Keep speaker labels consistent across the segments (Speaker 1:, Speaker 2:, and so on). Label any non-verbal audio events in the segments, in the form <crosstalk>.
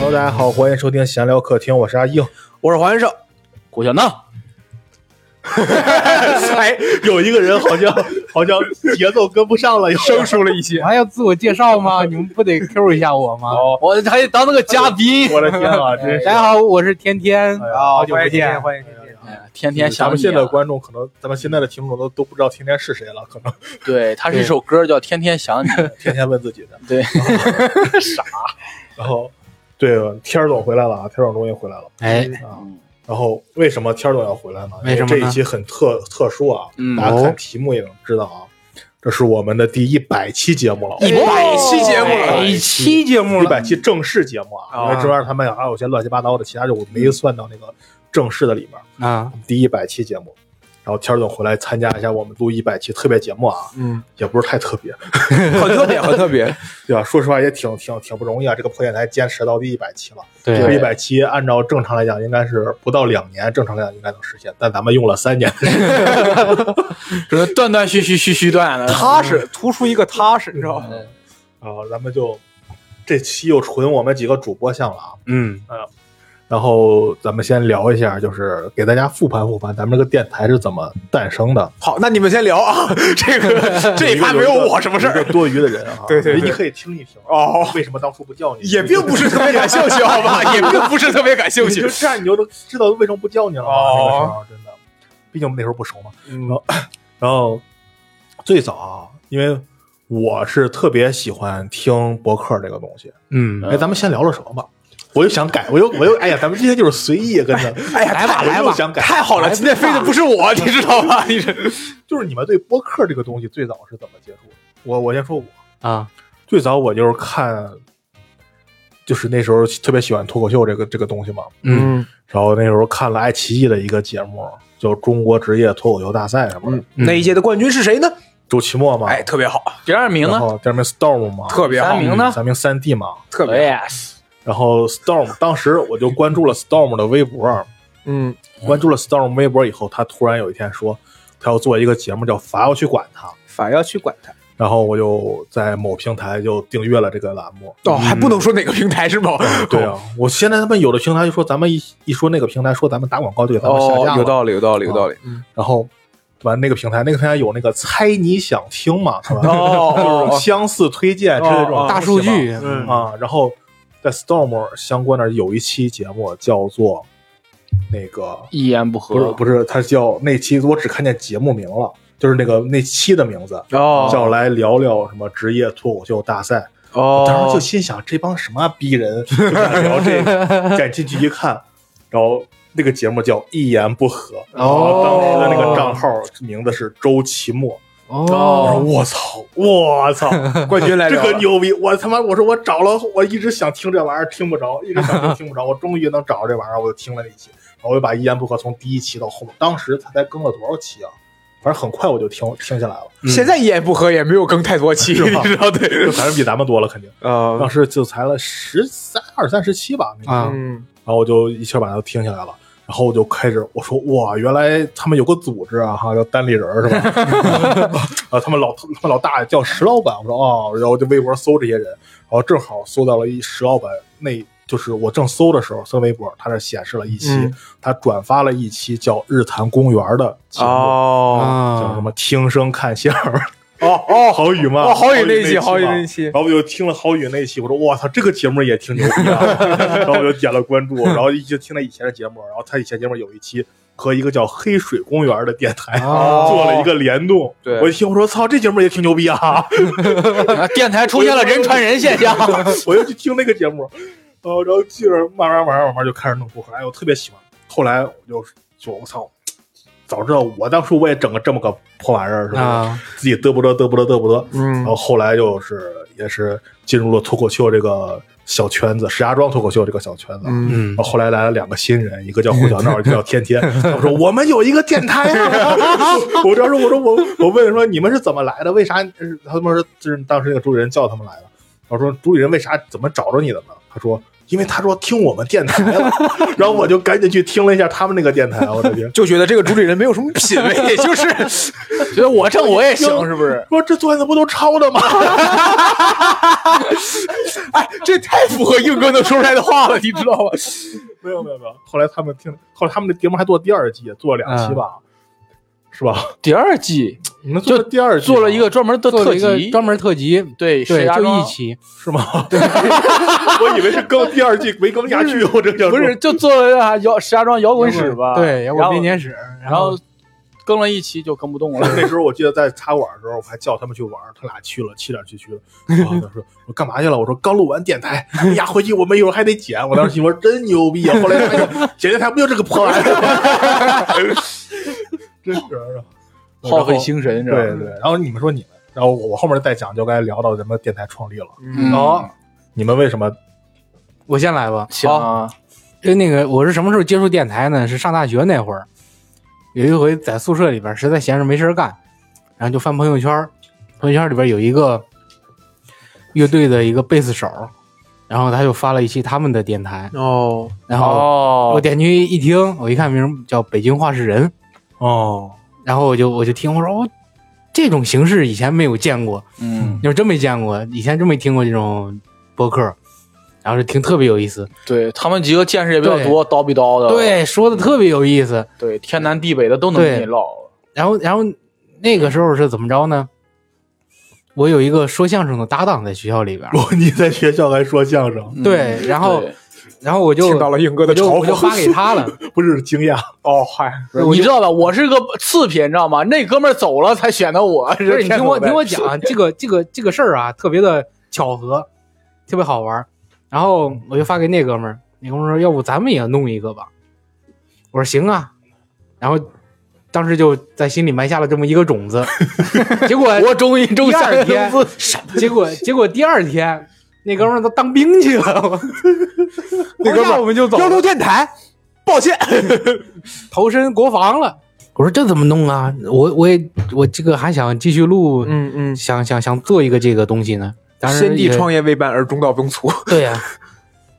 Speaker 1: 大家好，欢迎收听闲聊客厅，我是阿硬。
Speaker 2: 我是黄先生。
Speaker 3: 胡小闹，
Speaker 1: 哎，有一个人好像好像节奏跟不上了，生疏了一些。
Speaker 4: 我还要自我介绍 <laughs> 吗？你们不得 Q 一下我 <laughs> 吗？
Speaker 1: 哦，
Speaker 2: 我还得当那个嘉宾。
Speaker 1: 我的天啊，真是！哎
Speaker 4: 大家好，我是天天，好久不见。
Speaker 1: 欢迎天天。
Speaker 2: 哎天天
Speaker 1: 咱
Speaker 2: 想
Speaker 1: 们
Speaker 2: 你
Speaker 1: 现在的
Speaker 2: 啊，
Speaker 1: 观众可能，咱们现在的听众都都不知道天天是谁了，可能
Speaker 2: 对，它是一首歌叫《天天想你》。
Speaker 1: 天天问自己的。 <laughs>
Speaker 2: 对，
Speaker 1: 然后，对，天儿总回来了啊，天儿总终于回来了
Speaker 4: 哎，
Speaker 1: 啊。然后为什么天儿总要回来呢？
Speaker 4: 为什么呢
Speaker 1: 因这一期很特特殊啊，
Speaker 2: 嗯
Speaker 1: 大家看题目也能知道啊，这是我们的第一百期节目了，
Speaker 2: 百期节目了哎
Speaker 4: 一期节目
Speaker 1: 一
Speaker 4: 了，
Speaker 1: 百期正式节目啊，
Speaker 4: 啊
Speaker 1: 因为中间他们还有些乱七八糟的，其他就我没算到那个正式的里面。
Speaker 2: 哎
Speaker 4: 啊，
Speaker 1: 第一百期节目，然后天儿总回来参加一下我们录一百期特别节目啊，
Speaker 4: 嗯，
Speaker 1: 也不是太特别，
Speaker 2: 很特别，很特别。
Speaker 1: 对吧？说实话也挺挺挺不容易啊，这个破电台坚持到第一百期了，这
Speaker 4: 对
Speaker 1: 一百期按照正常来讲应该是不到两年，正常来讲应该能实现，但咱们用了三年， <laughs>
Speaker 2: 只能断断续续，续续断 <laughs> 的。
Speaker 4: 踏实，突出一个踏实，你知道吗？
Speaker 2: 哦
Speaker 1: 然后啊咱们就这期又纯我们几个主播项了啊，
Speaker 4: 嗯，
Speaker 1: 然后咱们先聊一下，就是给大家复盘复盘咱们这个电台是怎么诞生的。
Speaker 4: 好，那你们先聊啊，这
Speaker 1: <laughs>
Speaker 4: 个这
Speaker 1: 一个个一个多余的人啊，
Speaker 4: <laughs> 对对对
Speaker 1: 所以你可以听一听
Speaker 4: 哦，
Speaker 1: 为什么当初不叫你？
Speaker 4: 不是特别感兴趣，好
Speaker 2: 嗯
Speaker 4: 吧？也并不是特别感兴
Speaker 1: 你就这样，你就能知道为什么不叫你了嘛。
Speaker 4: 哦
Speaker 1: 那个时候真的，毕竟那时候不熟嘛。
Speaker 2: 嗯
Speaker 1: 然后最早啊，因为我是特别喜欢听博客这个东西。
Speaker 4: 嗯，
Speaker 1: 哎，咱们先聊聊什么吧？我又想改，我又我又哎呀，咱们今天就是随意跟着。
Speaker 4: <laughs> 哎呀，
Speaker 1: 来
Speaker 4: 来
Speaker 1: 吧
Speaker 4: 吧
Speaker 1: 来
Speaker 4: 来
Speaker 1: 吧
Speaker 4: 吧，
Speaker 1: 太
Speaker 4: 太好了，今天飞的不是我， <laughs> 你知道吧？你这
Speaker 1: <laughs> 就是你们对播客这个东西最早是怎么接触的？我我先说我
Speaker 4: 啊，
Speaker 1: 最早我就是看，就是那时候特别喜欢脱口秀这个这个东西嘛，
Speaker 4: 嗯
Speaker 1: 然后那时候看了爱奇艺的一个节目，叫《中国职业脱口秀大赛》什么的，
Speaker 4: 那
Speaker 2: 嗯
Speaker 4: 一届的冠军是谁呢？
Speaker 1: 周奇墨嘛，
Speaker 4: 哎，特别好，
Speaker 2: 第二名
Speaker 1: 然
Speaker 2: 呢？
Speaker 1: 后第二名 Storm 嘛，
Speaker 4: 特别
Speaker 2: 第
Speaker 4: 好
Speaker 2: 三，名呢？
Speaker 1: 三名三 D 嘛，
Speaker 4: 特别好
Speaker 2: 哦 yes，
Speaker 1: 然后 Storm 当时我就关注了 Storm 的微博，
Speaker 4: 嗯，
Speaker 1: 关注了 Storm 微博以后，他突然有一天说他要做一个节目叫《罚要去管他》，
Speaker 4: 反要去管他。
Speaker 1: 然后我就在某平台就订阅了这个栏目，
Speaker 4: 哦，还不能说哪个平台是吗？
Speaker 1: 对啊，我现在他们有的平台就说咱们一一说那个平台说咱们打广告就给咱们下
Speaker 4: <laughs>
Speaker 3: 哦
Speaker 1: 架，
Speaker 3: 有
Speaker 1: 了，
Speaker 3: 道理，有道理，有道理。
Speaker 2: 哦
Speaker 1: 然后完那个平台那个平台有那个猜你想听
Speaker 4: <laughs>
Speaker 1: 嘛，是吧？ <laughs> 就是
Speaker 4: 哦，
Speaker 1: 相似推荐之类的这种、
Speaker 4: 大数据，嗯
Speaker 1: 啊，然后在 Storm 相关的有一期节目叫做那个
Speaker 2: 一言不
Speaker 1: 不是
Speaker 2: 合，
Speaker 1: 不是，它叫那期我只看见节目名了，就是那个那期的名字。
Speaker 4: 哦
Speaker 1: 叫来聊聊什么职业脱口秀大赛，
Speaker 4: 哦
Speaker 1: 当时就心想这帮什么逼人就想聊
Speaker 4: <laughs>
Speaker 1: 这个，点进去一看，然后那个节目叫一言不合，
Speaker 4: <laughs> 哦
Speaker 1: 然后哦当时的那个账号名字是周奇墨，我说
Speaker 4: 哦，
Speaker 1: 我操，我
Speaker 4: <laughs>
Speaker 1: 操，
Speaker 4: <laughs> 冠军来
Speaker 1: 这
Speaker 4: 着，
Speaker 1: 个牛逼！我他妈，我说我找了，我一直想听这玩意儿，听不着，一直想听听
Speaker 4: <laughs>
Speaker 1: 不着，我终于能找着这玩意儿，我就听了一期，然后我就把一言不合从第一期到后面，当时他才更了多少期啊？反正很快我就听听下来
Speaker 4: <laughs>
Speaker 1: 了，
Speaker 2: 嗯
Speaker 4: 现在一言不合也没有更太多期，你
Speaker 1: 是吧
Speaker 4: 知道
Speaker 1: 就
Speaker 4: 对？
Speaker 1: 反正比咱们多了，肯定。
Speaker 4: 呃
Speaker 1: 当时就才了十三二三十七吧，那个
Speaker 4: 啊，
Speaker 3: 嗯，
Speaker 1: 然后我就一气儿把它都听下来了。然后我就开始我说哇，原来他们有个组织啊，哈，叫单立人儿是吧？
Speaker 4: <laughs>
Speaker 1: 啊，他们老他们老大叫石老板，我说哦，然后我就微博搜这些人，然后正好搜到了一石老板，那就是我正搜的时候，搜微博，它这显示了一期，
Speaker 4: 嗯
Speaker 1: 他转发了一期叫《日坛公园》的节目，
Speaker 4: 哦
Speaker 1: 叫什么“听声看相儿
Speaker 4: 哦
Speaker 1: <laughs>
Speaker 4: 哦”，
Speaker 1: 郝宇嘛，
Speaker 4: 哦，好雨那
Speaker 1: 那
Speaker 4: 一期，好雨
Speaker 1: 嘛
Speaker 4: 那一期
Speaker 1: 然，后我就听了郝宇那一期，我说我操，这个节目也挺牛逼
Speaker 4: <laughs>
Speaker 1: 啊！然后我就点了关注，然后一直听了以前的节目，然后他以前节目有一期和一个叫黑水公园的电台、
Speaker 4: 哦
Speaker 1: 做了一个联动，
Speaker 3: 对
Speaker 1: 我一听我说操，这节目也挺牛逼啊！
Speaker 2: 啊电台出现了人传人现象。
Speaker 1: 我就去听那个节目，然后然后接着慢慢慢慢慢慢就开始弄播客，哎，我特别喜欢。后来我就就我操，早知道我当初我也整个这么个破玩意儿是吧？
Speaker 4: 啊
Speaker 1: 自己嘚不嘚嘚不嘚嘚不嘚，然
Speaker 4: 嗯
Speaker 1: 后后来就是也是进入了脱口秀这个小圈子，石家庄脱口秀这个小圈子。
Speaker 4: 嗯，
Speaker 1: 然后后来来了两个新人，一个叫胡小闹，一个叫天天。我说我们有一个电台、啊，我当时我说我我问说你们是怎么来的？为啥呃他们说就是当时那个主理人叫他们来的？我说主理人为啥怎么找着你的呢？他说因为他说听我们电台了，然后我就赶紧去听了一下他们那个电台，我的
Speaker 4: <laughs> ，
Speaker 1: 天
Speaker 4: 就觉得这个主理人没有什么品
Speaker 2: <laughs>
Speaker 4: 味，就是
Speaker 2: 觉得我挣我也行，是不是？
Speaker 1: 说这段子不都抄的吗？
Speaker 4: 哎，这太符合硬哥能说出来的话了，你知道吗？
Speaker 1: 没有没有没有，后来他们听，后来他们的节目还做第二季，做了两期吧，是吧？
Speaker 2: 第二季
Speaker 1: 你们做了第二季
Speaker 2: 做了
Speaker 1: 吗
Speaker 2: 一个专门的
Speaker 3: 做
Speaker 2: 特
Speaker 3: 了一个
Speaker 2: 辑，
Speaker 3: 专门特辑，
Speaker 2: 对石
Speaker 3: 对，
Speaker 2: 家
Speaker 3: 就
Speaker 2: 庄
Speaker 3: 一期，
Speaker 1: 是吗？ <laughs> 我以为是更第二季没更下去，我这想说
Speaker 2: 不是就做了啊摇石家庄摇滚史
Speaker 4: 啊
Speaker 2: 吧？
Speaker 3: 对，摇
Speaker 2: 然
Speaker 3: 滚
Speaker 2: 后
Speaker 3: 编年史，
Speaker 2: 然后更了一期就更不动 <laughs> 了。
Speaker 1: 那时候我记得在茶馆的时候，我还叫他们去玩，他俩去了，七点去去了。然后他说我干嘛去了？我说刚录完电台，哎呀，回去我们一会儿还得剪。我当时心说真牛逼啊！后来发现剪电台不就这个破玩意儿吗？真是啊
Speaker 2: 耗费心神，你知
Speaker 1: 对
Speaker 2: 道吗？
Speaker 1: 对。然后你们说你们，然后我我后面再讲，就该聊到咱们电台创立了。
Speaker 2: 嗯
Speaker 3: 哦，
Speaker 1: 你们为什么？
Speaker 3: 我先来吧。
Speaker 2: 行啊，
Speaker 3: 跟那个我是什么时候接触电台呢？是上大学那会儿，有一回在宿舍里边实在闲着没事儿干，然后就翻朋友圈儿，朋友圈里边有一个乐队的一个贝斯手，然后他就发了一期他们的电台，
Speaker 4: 哦，
Speaker 3: 然后我
Speaker 2: 哦，
Speaker 3: 点进去一听，我一看名叫《北京话事人》，
Speaker 1: 哦，
Speaker 3: 然后我就我就听我说哦，这种形式以前没有见过，
Speaker 2: 嗯，
Speaker 3: 就是真没见过，以前真没听过这种播客，然后就听特别有意思，
Speaker 2: 对他们几个见识也比较多，叨逼叨的，
Speaker 4: 哦
Speaker 3: 对，说的特别有意思。
Speaker 2: 对，天南地北的都能
Speaker 3: 对
Speaker 2: 给你唠。
Speaker 3: 然后然后那个时候是怎么着呢？我有一个说相声的搭档在学校里边
Speaker 4: 哦
Speaker 3: 儿，
Speaker 1: 我你在学校还说相声，
Speaker 2: 嗯
Speaker 3: 对然后
Speaker 2: 对
Speaker 3: 然后我就
Speaker 4: 听到了硬哥
Speaker 3: 我
Speaker 4: 的
Speaker 3: 就
Speaker 4: 嘲
Speaker 3: 我就发给
Speaker 4: 讽。
Speaker 3: 他了，
Speaker 1: 不是惊讶，
Speaker 4: 哦，嗨，
Speaker 3: 我
Speaker 2: 你
Speaker 3: 就
Speaker 2: 知道吧？我是个次品，你知道吗？那哥们儿走了才选的我，
Speaker 3: 不是你
Speaker 2: 天
Speaker 3: 听我
Speaker 2: 总呗
Speaker 3: 听
Speaker 4: <laughs>
Speaker 3: 我讲啊，这个这个这个事儿啊，特别的巧合，特别好玩儿。然后我就发给那哥们儿，那哥们儿说：“要不咱们也弄一个吧？”我说：“行啊。”然后当时就在心里埋下了这么一个
Speaker 4: <laughs>
Speaker 3: 种子，结果
Speaker 2: 我终于中下
Speaker 3: 第二天
Speaker 2: 了
Speaker 3: 结果结果第二天那哥们儿都当兵去了，我
Speaker 4: 那哥们
Speaker 3: 回家
Speaker 4: 儿
Speaker 3: 我们就走了
Speaker 4: 要录电台，抱 <laughs> 歉，
Speaker 3: 投身国防了。我说这怎么弄啊？我我也我这个还想继续录，
Speaker 4: 嗯嗯，
Speaker 3: 想想想做一个这个东西呢。当时
Speaker 4: 先帝
Speaker 3: 也
Speaker 4: 创业未半而中道崩殂，
Speaker 3: <laughs> 对呀、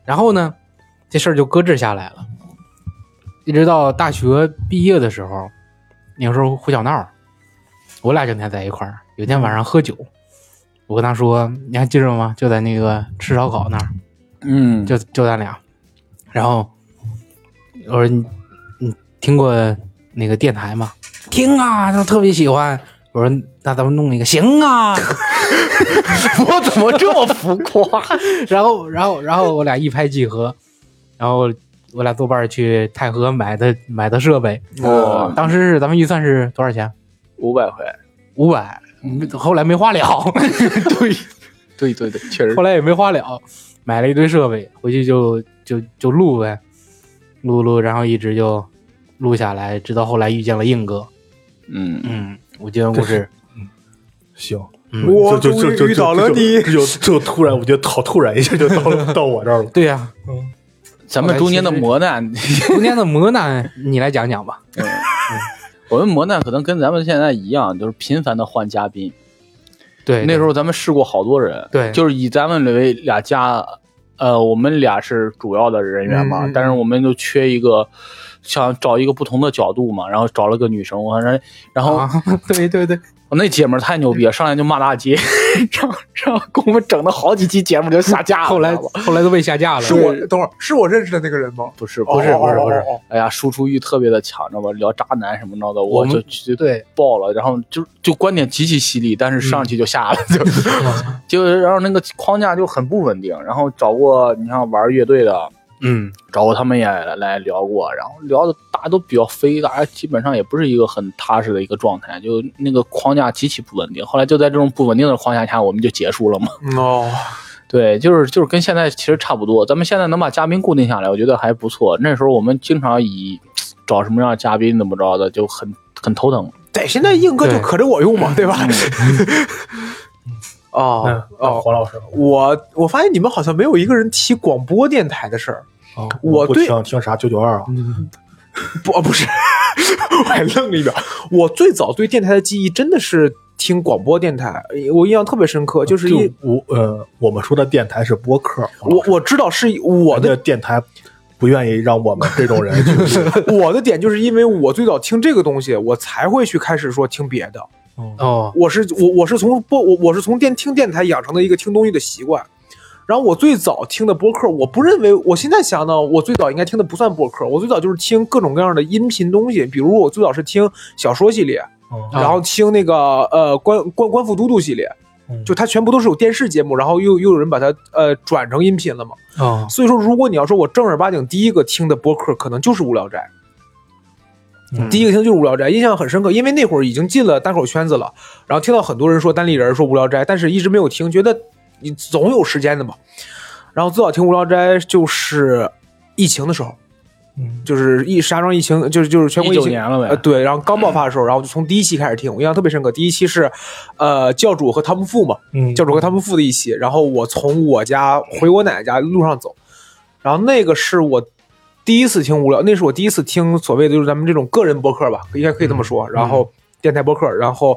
Speaker 3: 然后呢，这事儿就搁置下来了，一直到大学毕业的时候，那个时候胡小闹，我俩整天在一块儿。有天晚上喝酒，我跟他说：“你还记着吗？就在那个吃烧烤那儿，
Speaker 2: 嗯，
Speaker 3: 就就咱俩。”然后我说：“你你听过那个电台吗？”听啊，他特别喜欢。我说：“那咱们弄一个，行啊。”
Speaker 2: 我怎么这么浮 <laughs> 夸？
Speaker 3: <laughs> 然后，然后，然后我俩一拍即合，然后我俩作伴儿去太和买的买的设备。
Speaker 2: 哦，
Speaker 3: 当时是咱们预算是多少钱？
Speaker 2: 五百块，
Speaker 3: 五百，后来没花 <laughs> 了，
Speaker 2: 对，对对对，确实
Speaker 3: 后来也没花了，买了一堆设备，回去就就就录呗，录录，然后一直就录下来，直到后来遇见了硬哥。
Speaker 2: 嗯，
Speaker 3: 嗯，我今天故事，
Speaker 1: 行，
Speaker 3: 嗯
Speaker 4: 我
Speaker 1: 就就
Speaker 4: 终于
Speaker 1: 就
Speaker 4: 遇到了
Speaker 1: 就就
Speaker 4: 你
Speaker 1: 就就就突然，我觉得好突然一下就到 <laughs> 了到我这儿了。
Speaker 3: 对呀、
Speaker 2: 咱们中间的磨难， <laughs>
Speaker 3: 中间的磨难你来讲讲吧。
Speaker 2: 我们磨难可能跟咱们现在一样，就是频繁的换嘉宾。
Speaker 3: <laughs> 对，
Speaker 2: 那时
Speaker 3: 候
Speaker 2: 候咱们试过好多人，
Speaker 3: 对
Speaker 2: 就是以咱们为俩家，呃，我们俩是主要的人员嘛，
Speaker 4: 嗯嗯嗯
Speaker 2: 但是我们就缺一个，想找一个不同的角度嘛，然后找了个女生，我反正，然后、
Speaker 3: 啊，对对对，
Speaker 2: 我那姐们儿太牛逼了，上来就骂大街， <laughs> 让让给我们整的好几期节目就下架了。
Speaker 3: <laughs> 后来
Speaker 2: 你知道吧
Speaker 3: 后来都被下架了。
Speaker 4: 是我等会儿是我认识的那个人吗？
Speaker 2: 不是
Speaker 4: 哦
Speaker 2: 不是不是
Speaker 4: 哦哦
Speaker 2: 不是
Speaker 4: 哦哦，
Speaker 2: 哎呀，输出欲特别的强，知道吧？聊渣男什么着的，
Speaker 3: 我
Speaker 2: 我
Speaker 3: 们
Speaker 2: 就就
Speaker 3: 对
Speaker 2: 爆了，然后就就观点极其犀利，但是上去就下了，就 <laughs> 就然后那个框架就很不稳定。然后找过你像玩乐队的，
Speaker 3: 嗯，
Speaker 2: 找过他们也来来聊过，然后聊的大家都比较飞，大家基本上也不是一个很踏实的一个状态，就那个框架极其不稳定。后来就在这种不稳定的框架下，我们就结束了嘛。 <laughs>
Speaker 4: 哦，
Speaker 2: 对，就是就是跟现在其实差不多。咱们现在能把嘉宾固定下来，我觉得还不错。那时候我们经常以找什么样的嘉宾怎么着的，就很很头疼。
Speaker 4: 对，现在硬哥就
Speaker 3: 对
Speaker 4: 可着我用嘛，对吧？
Speaker 5: <laughs>
Speaker 4: 哦
Speaker 1: 那
Speaker 4: 哦，
Speaker 1: 嗯黄老师，
Speaker 4: 我我发现你们好像没有一个人提广播电台的事儿。
Speaker 1: 哦
Speaker 4: 我
Speaker 1: 不
Speaker 4: 对
Speaker 1: 听听啥九九二啊？
Speaker 5: 哦
Speaker 4: 不，
Speaker 5: <laughs>
Speaker 4: 不是，我还愣了一秒。我最早对电台的记忆真的是
Speaker 5: 听广播电台，我印象特别深刻，就是
Speaker 1: 就
Speaker 5: 一
Speaker 1: 我呃，我们说的电台是播客，
Speaker 5: 我我知道是我
Speaker 1: 人家
Speaker 5: 的
Speaker 1: 电台不愿意让我们这种人去 <laughs> 录。
Speaker 5: 我的点，就是因为我最早听这个东西，我才会去开始说听别的。
Speaker 3: 哦，
Speaker 5: 我是我我是从播我我是从电听电台养成的一个听东西的习惯。然后我最早听的播客，我不认为我现在想呢，我最早应该听的不算播客，我最早就是听各种各样的音频东西，比如我最早是听小说系列，
Speaker 3: 哦
Speaker 5: 然后听那个呃官官官府都督系列，
Speaker 1: 嗯
Speaker 5: 就它全部都是有电视节目，然后又又有人把它呃转成音频了嘛。
Speaker 2: 啊
Speaker 3: 哦，
Speaker 5: 所以说，如果你要说我正儿八经第一个听的播客，可能就是《无聊斋》。
Speaker 1: 嗯
Speaker 5: 第一个听就是《无聊斋》，印象很深刻，因为那会儿已经进了单口圈子了，然后听到很多人说单立人说《无聊斋》，但是一直没有听，觉得你总有时间的嘛。然后最早听《无聊斋》就是疫情的时候，
Speaker 1: 嗯
Speaker 5: 就是一石家庄疫情，就是就是全国疫
Speaker 2: 一九
Speaker 5: 情
Speaker 2: 年了呗
Speaker 5: 呃，对，然后刚爆发的时候，然后就从第一期开始听，我印象特别深刻。第一期是，呃，教主和汤姆富嘛，
Speaker 1: 嗯，
Speaker 5: 教主和他们父的一起，然后我从我家回我奶奶家路上走，然后那个是我第一次听无聊，那是我第一次听所谓的就是咱们这种个人播客吧，应该可以这么
Speaker 1: 嗯
Speaker 5: 说，然后电台播客，然后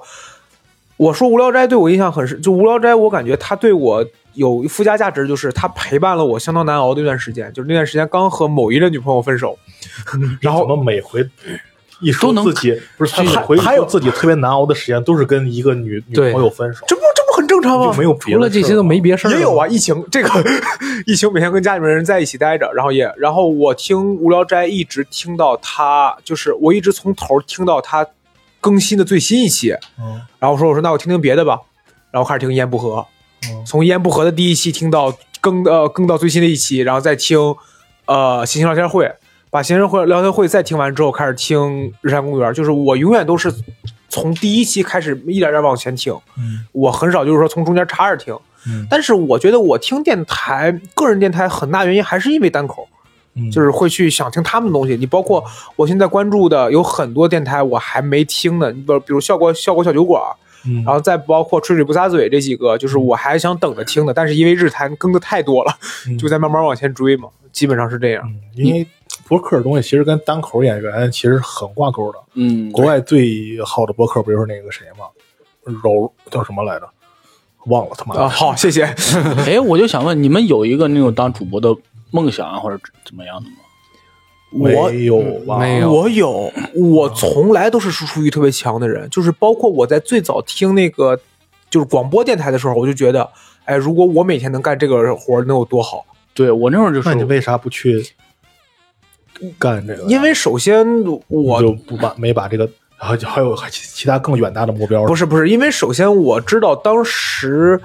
Speaker 5: 我说无聊斋对我印象很深，就无聊斋我感觉它对我有附加价值，就是它陪伴了我相当难熬的一段时间，就是那段时间刚和某一任女朋友分手，然后
Speaker 1: 我们每回一说
Speaker 2: 都能
Speaker 1: 自己不是他每
Speaker 5: 还
Speaker 1: 回一
Speaker 5: 还有
Speaker 1: 说自己特别难熬的时间，都是跟一个女女
Speaker 3: 对
Speaker 1: 朋友分手，
Speaker 5: 这不这不很正常吗
Speaker 1: 就？没有别
Speaker 3: 除
Speaker 1: 的
Speaker 3: 了这
Speaker 1: 事儿
Speaker 3: 些都
Speaker 1: 了
Speaker 3: 没别事儿了
Speaker 5: 也有啊，疫情这个 <laughs> 疫情每天跟家里面人在一起待着，然后也然后我听《无聊斋》一直听到他，就是我一直从头听到他更新的最新一期，
Speaker 1: 嗯
Speaker 5: 然后我说我说那我听听别的吧，然后开始听《烟不合》，
Speaker 1: 嗯
Speaker 5: 从《烟不合》的第一期听到更呃更到最新的一期，然后再听呃行星聊天会，把行星会聊天会再听完之后开始听《日山公园》，就是我永远都是从第一期开始一点点往前听。
Speaker 1: 嗯
Speaker 5: 我很少就是说从中间插着听，
Speaker 1: 嗯
Speaker 5: 但是我觉得我听电台，个人电台很大原因还是因为单口，
Speaker 1: 嗯，
Speaker 5: 就是会去想听他们的东西。你包括我现在关注的有很多电台我还没听的，你比如比如效果效果小酒馆，
Speaker 1: 嗯
Speaker 5: 然后再包括吹水不撒嘴这几个，就是我还想等着听的，但是因为日坛更的太多了，
Speaker 1: 嗯
Speaker 5: 就在慢慢往前追嘛，基本上是这样。
Speaker 1: 嗯因为博客的东西其实跟单口演员其实很挂钩的。
Speaker 2: 嗯，
Speaker 1: 国外最好的博客不就是那个谁吗？柔叫什么来着？忘了他妈的
Speaker 5: 啊，好，
Speaker 1: <laughs>
Speaker 5: 谢谢。
Speaker 2: <laughs> 哎，我就想问，你们有一个那种当主播的梦想啊，或者怎么样的吗？
Speaker 5: 我
Speaker 1: 没有吧？
Speaker 3: 没有
Speaker 5: 我有，我从来都是输出欲特别强的人，就是包括我在最早听那个就是广播电台的时候，我就觉得，哎，如果我每天能干这个活儿，能有多好？
Speaker 2: 对我那会儿就
Speaker 1: 那你
Speaker 2: 是
Speaker 1: 为啥不去干这个呀？
Speaker 5: 因为首先我
Speaker 1: 你就不把没把这个，然后还有还其其他更远大的目标。
Speaker 5: 不
Speaker 1: 是，
Speaker 5: 是不是，因为首先我知道当时，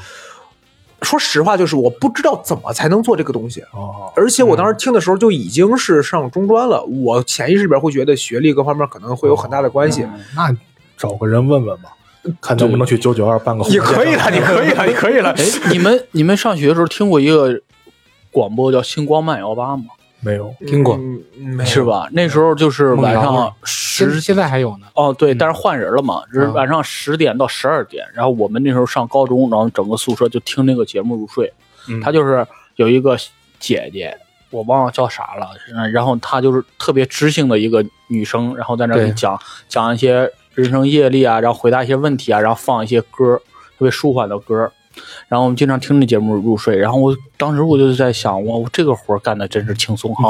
Speaker 5: 说实话，就是我不知道怎么才能做这个东西。
Speaker 1: 哦，
Speaker 5: 而且我当时听的时候就已经是上中专了，我潜意识里边会觉得学历各方面可能会有很大的关系，
Speaker 1: 那找个人问问吧，看能不能去九九二办个活。
Speaker 5: 也可以
Speaker 1: 哦
Speaker 5: 了，你可以了，你可以了。
Speaker 2: <laughs> 哎，你们你们上学的时候听过一个广播叫《星光慢摇吧》吗？
Speaker 1: 没有，
Speaker 3: 听过
Speaker 5: 嗯，没有
Speaker 2: 是吧？那时候就是晚
Speaker 3: 梦
Speaker 2: 上
Speaker 3: 摇现
Speaker 2: 十
Speaker 3: 现在还有呢。
Speaker 2: 哦，对，但是换人了嘛，就是晚上十点到十二点。然后我们那时候上高中，然后整个宿舍就听那个节目入睡。他就是有一个姐姐，我忘了叫啥了，嗯然后她就是特别知性的一个女生，然后在那里
Speaker 3: 对
Speaker 2: 讲讲一些人生阅历啊，然后回答一些问题啊，然后放一些歌，特别舒缓的歌。然后我们经常听这节目入睡，然后我当时我就在想，哇，我这个活儿干的真是轻松
Speaker 5: <laughs>
Speaker 2: 哈，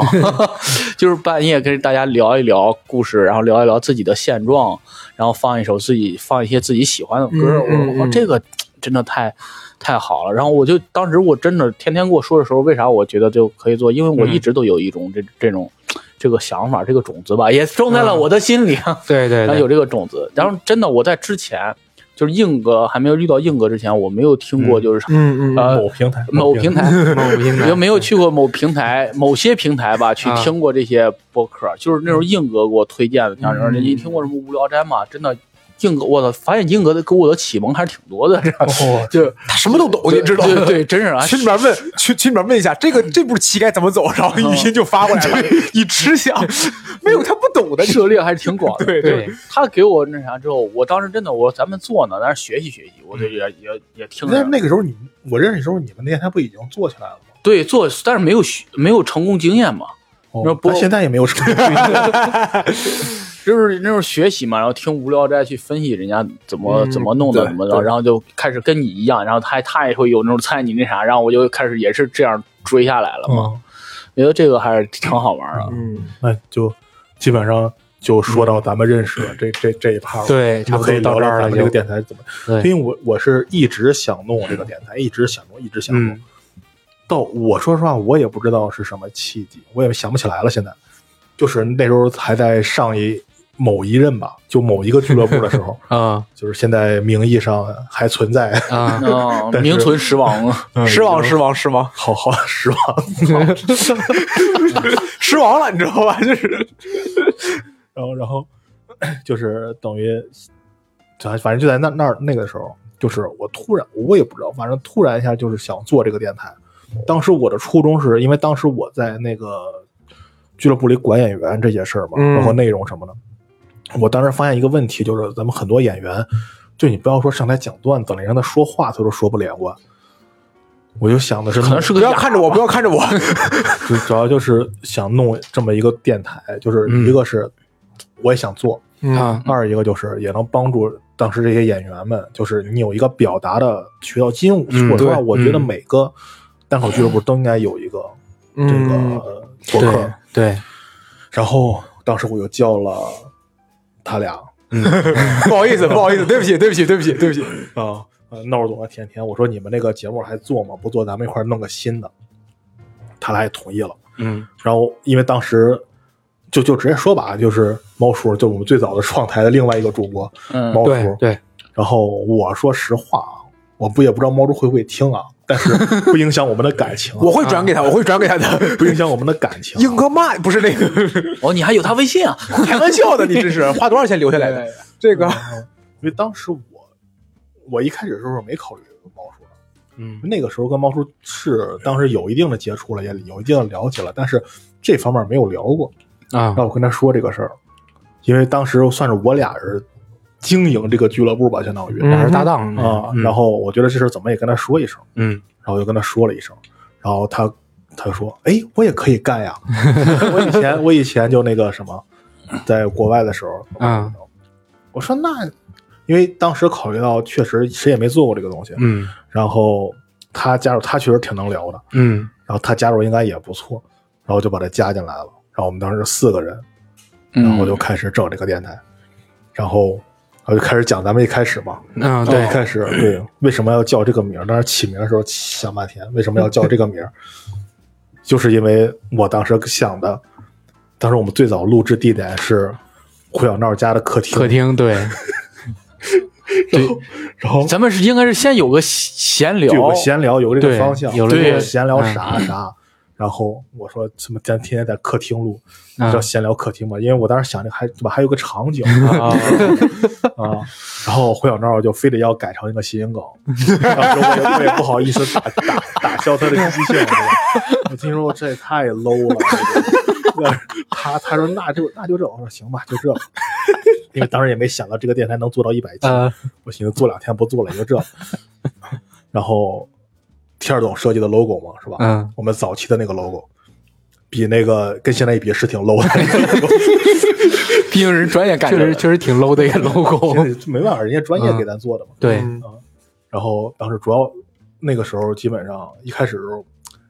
Speaker 2: <laughs> 就是半夜跟大家聊一聊故事，然后聊一聊自己的现状，然后放一首自己放一些自己喜欢的歌，
Speaker 5: 嗯嗯
Speaker 2: 我说哇
Speaker 5: 嗯
Speaker 2: 这个真的太太好了。然后我就当时我真的天天跟我说的时候，为啥我觉得就可以做？因为
Speaker 5: 嗯
Speaker 2: 我一直都有一种这这种这个想法，这个种子吧，也种在了
Speaker 5: 嗯
Speaker 2: 我的心里。啊
Speaker 3: 对对
Speaker 2: 然后有
Speaker 3: 对，
Speaker 2: 这个种子，然后真的我在之前就是硬哥还没有遇到硬哥之前，我没有听过就是
Speaker 5: 嗯嗯嗯，
Speaker 2: 呃
Speaker 1: 某平台，
Speaker 2: 某平台。
Speaker 3: 某平
Speaker 2: 我
Speaker 3: 台
Speaker 2: 就没有去过某平台、某些平台吧，去
Speaker 5: 啊
Speaker 2: 听过这些播客，就是那种硬哥给我推荐的，
Speaker 5: 嗯
Speaker 2: 像人家一听过什么《无聊斋》嘛，真的硬哥，我操，发现硬哥的给我的启蒙还是挺多的，这样
Speaker 1: 哦
Speaker 2: 就
Speaker 5: 他什么都懂，你知道吗？
Speaker 2: 对对对，真是啊，
Speaker 5: 群里面问群群里面问一下这个这步棋该怎么走，然后语音就发过来了，
Speaker 2: 嗯
Speaker 5: 你吃香，没有他不懂的。
Speaker 2: 涉猎还是挺广的。
Speaker 5: 对
Speaker 3: 对
Speaker 5: 对，
Speaker 2: 他给我那啥之后，我当时真的我说咱们做呢，咱学习学习，我就
Speaker 5: 嗯
Speaker 2: 也也也听
Speaker 1: 那
Speaker 2: 着。
Speaker 1: 那个时候你我认识的时候，你们那电台不已经做起来了吗？
Speaker 2: 对做，但是没有学没有成功经验嘛。
Speaker 1: 哦
Speaker 2: 那不
Speaker 1: 咱现在也没有
Speaker 3: <laughs>
Speaker 1: 什么
Speaker 2: 就是那时候学习嘛，然后听无聊斋去分析人家怎么、
Speaker 5: 嗯
Speaker 2: 怎么弄的，
Speaker 5: 对
Speaker 2: 怎么着，
Speaker 5: 对
Speaker 2: 然后就开始跟你一样，然后他他也会有那种猜你那啥，然后我就开始也是这样追下来了嘛。
Speaker 1: 嗯，
Speaker 2: 觉得这个还是挺好玩的。
Speaker 5: 嗯，
Speaker 1: 那就基本上就说到咱们认识了这这这一趴了。
Speaker 3: 嗯对，差
Speaker 1: 就
Speaker 3: 不
Speaker 1: 可以
Speaker 3: 多
Speaker 1: 聊
Speaker 3: 到这
Speaker 1: 聊
Speaker 3: 儿
Speaker 1: 咱
Speaker 3: 了
Speaker 1: 们这
Speaker 3: 就
Speaker 1: 个。电台怎么，因
Speaker 3: 对，
Speaker 1: 为我我是一直想弄这个电台，一直想弄，一直想
Speaker 3: 嗯
Speaker 1: 弄。到我说实话，我也不知道是什么契机，我也想不起来了。现在就是那时候还在上一某一任吧，就某一个俱乐部的时
Speaker 3: <laughs>
Speaker 1: 候，
Speaker 3: 嗯
Speaker 1: 就是现在名义上还存在，
Speaker 3: 嗯，
Speaker 1: <laughs>
Speaker 2: 嗯，
Speaker 1: 但是
Speaker 2: 名存实
Speaker 1: <laughs>
Speaker 2: 亡啊。
Speaker 5: 嗯失望失望
Speaker 2: <laughs>
Speaker 5: 失望
Speaker 1: 好好失望。
Speaker 3: 嗯
Speaker 5: 失望了，你知道吧？就是
Speaker 1: 然后，然后就是等于，反反正就在那那儿那个时候，就是我突然我也不知道，反正突然一下就是想做这个电台。当时我的初衷是因为当时我在那个俱乐部里管演员这些事儿嘛，
Speaker 5: 嗯
Speaker 1: 包括内容什么的。我当时发现一个问题，就是咱们很多演员，就你不要说上台讲段子了，你让他说话他都说不连贯。我就想的是，
Speaker 2: 可能是
Speaker 5: 不
Speaker 2: 个
Speaker 5: 要看着我，不要看着我。
Speaker 1: 主主要就是想弄这么一个电台，就是
Speaker 2: 嗯
Speaker 1: 一个是我也想做，
Speaker 3: 啊，
Speaker 1: 二一个就是也能帮助当时这些演员们，就是你有一个表达的渠道。因为
Speaker 2: 嗯
Speaker 1: 我说实话，
Speaker 5: 对
Speaker 1: 我觉得每个单口俱乐部都应该有一个这个
Speaker 5: 嗯
Speaker 1: 呃博客。
Speaker 3: 对对，
Speaker 1: 然后当时我就叫了他俩
Speaker 5: <laughs> 不好意思，不好意思，对不起，对不起，对不起，对不起。
Speaker 2: 嗯
Speaker 1: 啊，呃，闹总和甜甜，我说你们那个节目还做吗？不做，咱们一块儿弄个新的。他俩也同意了。
Speaker 2: 嗯，
Speaker 1: 然后因为当时就就直接说吧，就是猫叔，就我们最早的 <laughs> 创台的另外一个主播
Speaker 2: 嗯
Speaker 1: 猫叔，
Speaker 3: 对对，
Speaker 1: 然后我说实话啊，我不也不知道猫叔会不会听啊，但是不影响我们的感情啊、
Speaker 5: 我会转给
Speaker 2: 嗯
Speaker 5: 他，我会转给他的。
Speaker 1: 不影响我们的感情啊、
Speaker 5: 英哥骂不是那个， <laughs>
Speaker 2: 哦，你还有他微信啊？
Speaker 5: 开玩笑的，你这是花多少钱留下来的？这个
Speaker 1: 因为当时我我一开始的时候没考虑猫叔的，
Speaker 2: 嗯
Speaker 1: 那个时候跟猫叔是当时有一定的接触了，也有一定的了解了，但是这方面没有聊过。
Speaker 3: 啊
Speaker 1: 让我跟他说这个事儿，因为当时算是我俩人经营这个俱乐部吧，相当于、
Speaker 5: 嗯
Speaker 3: 俩人搭档
Speaker 1: 啊。
Speaker 3: 嗯
Speaker 1: 然后我觉得这事儿怎么也跟他说一声，
Speaker 3: 嗯，
Speaker 1: 然后就跟他说了一声，然后他他就说：“哎，我也可以干
Speaker 3: <laughs>
Speaker 1: 呀！我以前我以前就那个什么，在国外的时候，
Speaker 3: 嗯，
Speaker 1: 我说那，因为当时考虑到确实谁也没做过这个东西，
Speaker 3: 嗯
Speaker 1: 然后他加入，他确实挺能聊的，
Speaker 3: 嗯
Speaker 1: 然后他加入应该也不错，然后就把他加进来了。然后我们当时四个人，然
Speaker 2: 然
Speaker 1: 嗯
Speaker 3: 嗯
Speaker 1: 后就开始整这个电台，然后。”然后就开始讲咱们一开始嘛，
Speaker 3: 嗯，
Speaker 1: 一
Speaker 3: 对，
Speaker 1: 啊开始对为什么要叫这个名儿？当时起名的时候想半天，为什么要叫这个名儿？ <laughs> 就是因为我当时想的，当时我们最早录制地点是胡小闹家的客厅，
Speaker 3: 客厅对，
Speaker 1: <laughs> 然后
Speaker 2: 咱们是应该是先有个闲聊，
Speaker 1: 就有个闲聊，有个这个
Speaker 3: 对
Speaker 1: 方向，
Speaker 3: 有了
Speaker 1: 这
Speaker 2: 这
Speaker 1: 个
Speaker 2: 个
Speaker 1: 闲聊
Speaker 3: 嗯
Speaker 1: 啥啥。然后我说什么，咱天天在客厅录，
Speaker 3: 嗯
Speaker 1: 叫闲聊客厅吧，因为我当时想着还怎么还有个场景
Speaker 5: 啊，
Speaker 1: <laughs> 啊，然后胡小闹就非得要改成一个谐音梗， <laughs> 然后我也我也不好意思打打打消他的积极性，我听说这也太 low 了。他他说那就那就这，我说行吧，就 <laughs> 这，因为当时也没想到这个电台能做到一百期，
Speaker 3: <laughs> 呃
Speaker 1: 我寻思做两天不做了，也就这。 <laughs> 然后天儿总设计的 logo 嘛，是吧？
Speaker 3: 嗯，
Speaker 1: 我们早期的那个 logo，比那个跟现在一比是挺 low 的。
Speaker 3: <laughs>
Speaker 2: 毕竟人转眼感
Speaker 3: 确实确实挺 low 的一个 logo，
Speaker 1: 现在没办法，人家专业给咱做的嘛。
Speaker 3: <laughs> 对，
Speaker 5: 嗯
Speaker 1: 然后当时主要那个时候基本上一开始的时候，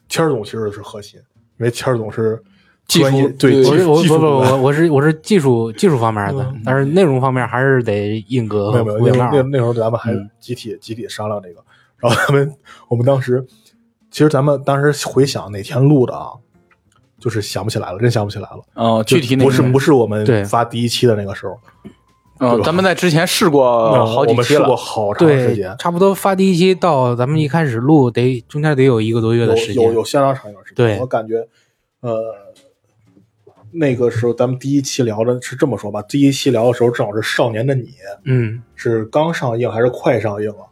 Speaker 1: 谦儿总其实是核心，因为谦儿总是
Speaker 2: 技术
Speaker 1: 专业对
Speaker 2: 对
Speaker 1: 技
Speaker 3: 我是
Speaker 1: 术
Speaker 3: 我
Speaker 1: 技
Speaker 3: 不
Speaker 1: 术
Speaker 3: 不
Speaker 1: 的
Speaker 3: 我我是我是技术技术方面的
Speaker 1: 嗯，
Speaker 3: 但是内容方面还是得硬哥
Speaker 1: 没有
Speaker 3: 和
Speaker 1: 没有，
Speaker 3: 胡
Speaker 1: 那
Speaker 3: 小
Speaker 1: 时
Speaker 3: 闹
Speaker 1: 候那那嗯时候咱们还集体、集体商量这个，然后他们我们当时其实咱们当时回想哪天录的啊，就是想不起来了，真想不起来了。
Speaker 2: 哦，具体那
Speaker 1: 不是不
Speaker 2: 是，
Speaker 1: 是我们
Speaker 3: 对
Speaker 1: 发第一期的那个时候，
Speaker 2: 嗯，咱们在之前试过哦好
Speaker 1: 嗯我
Speaker 2: 几
Speaker 1: 们
Speaker 2: 期
Speaker 1: 试过
Speaker 2: 了，
Speaker 1: 好长时
Speaker 3: 对
Speaker 1: 间，，
Speaker 3: 差不多发第一期到咱们一开始录得中间得有一个多月的时
Speaker 1: 有有
Speaker 3: 间，
Speaker 1: 有相当长一段时间。
Speaker 3: 对
Speaker 1: 我感觉，呃，那个时候咱们第一期聊的是这么说吧，第一期聊的时候正好是《少年的你》
Speaker 3: 嗯，
Speaker 1: 是刚上映还是快上映啊？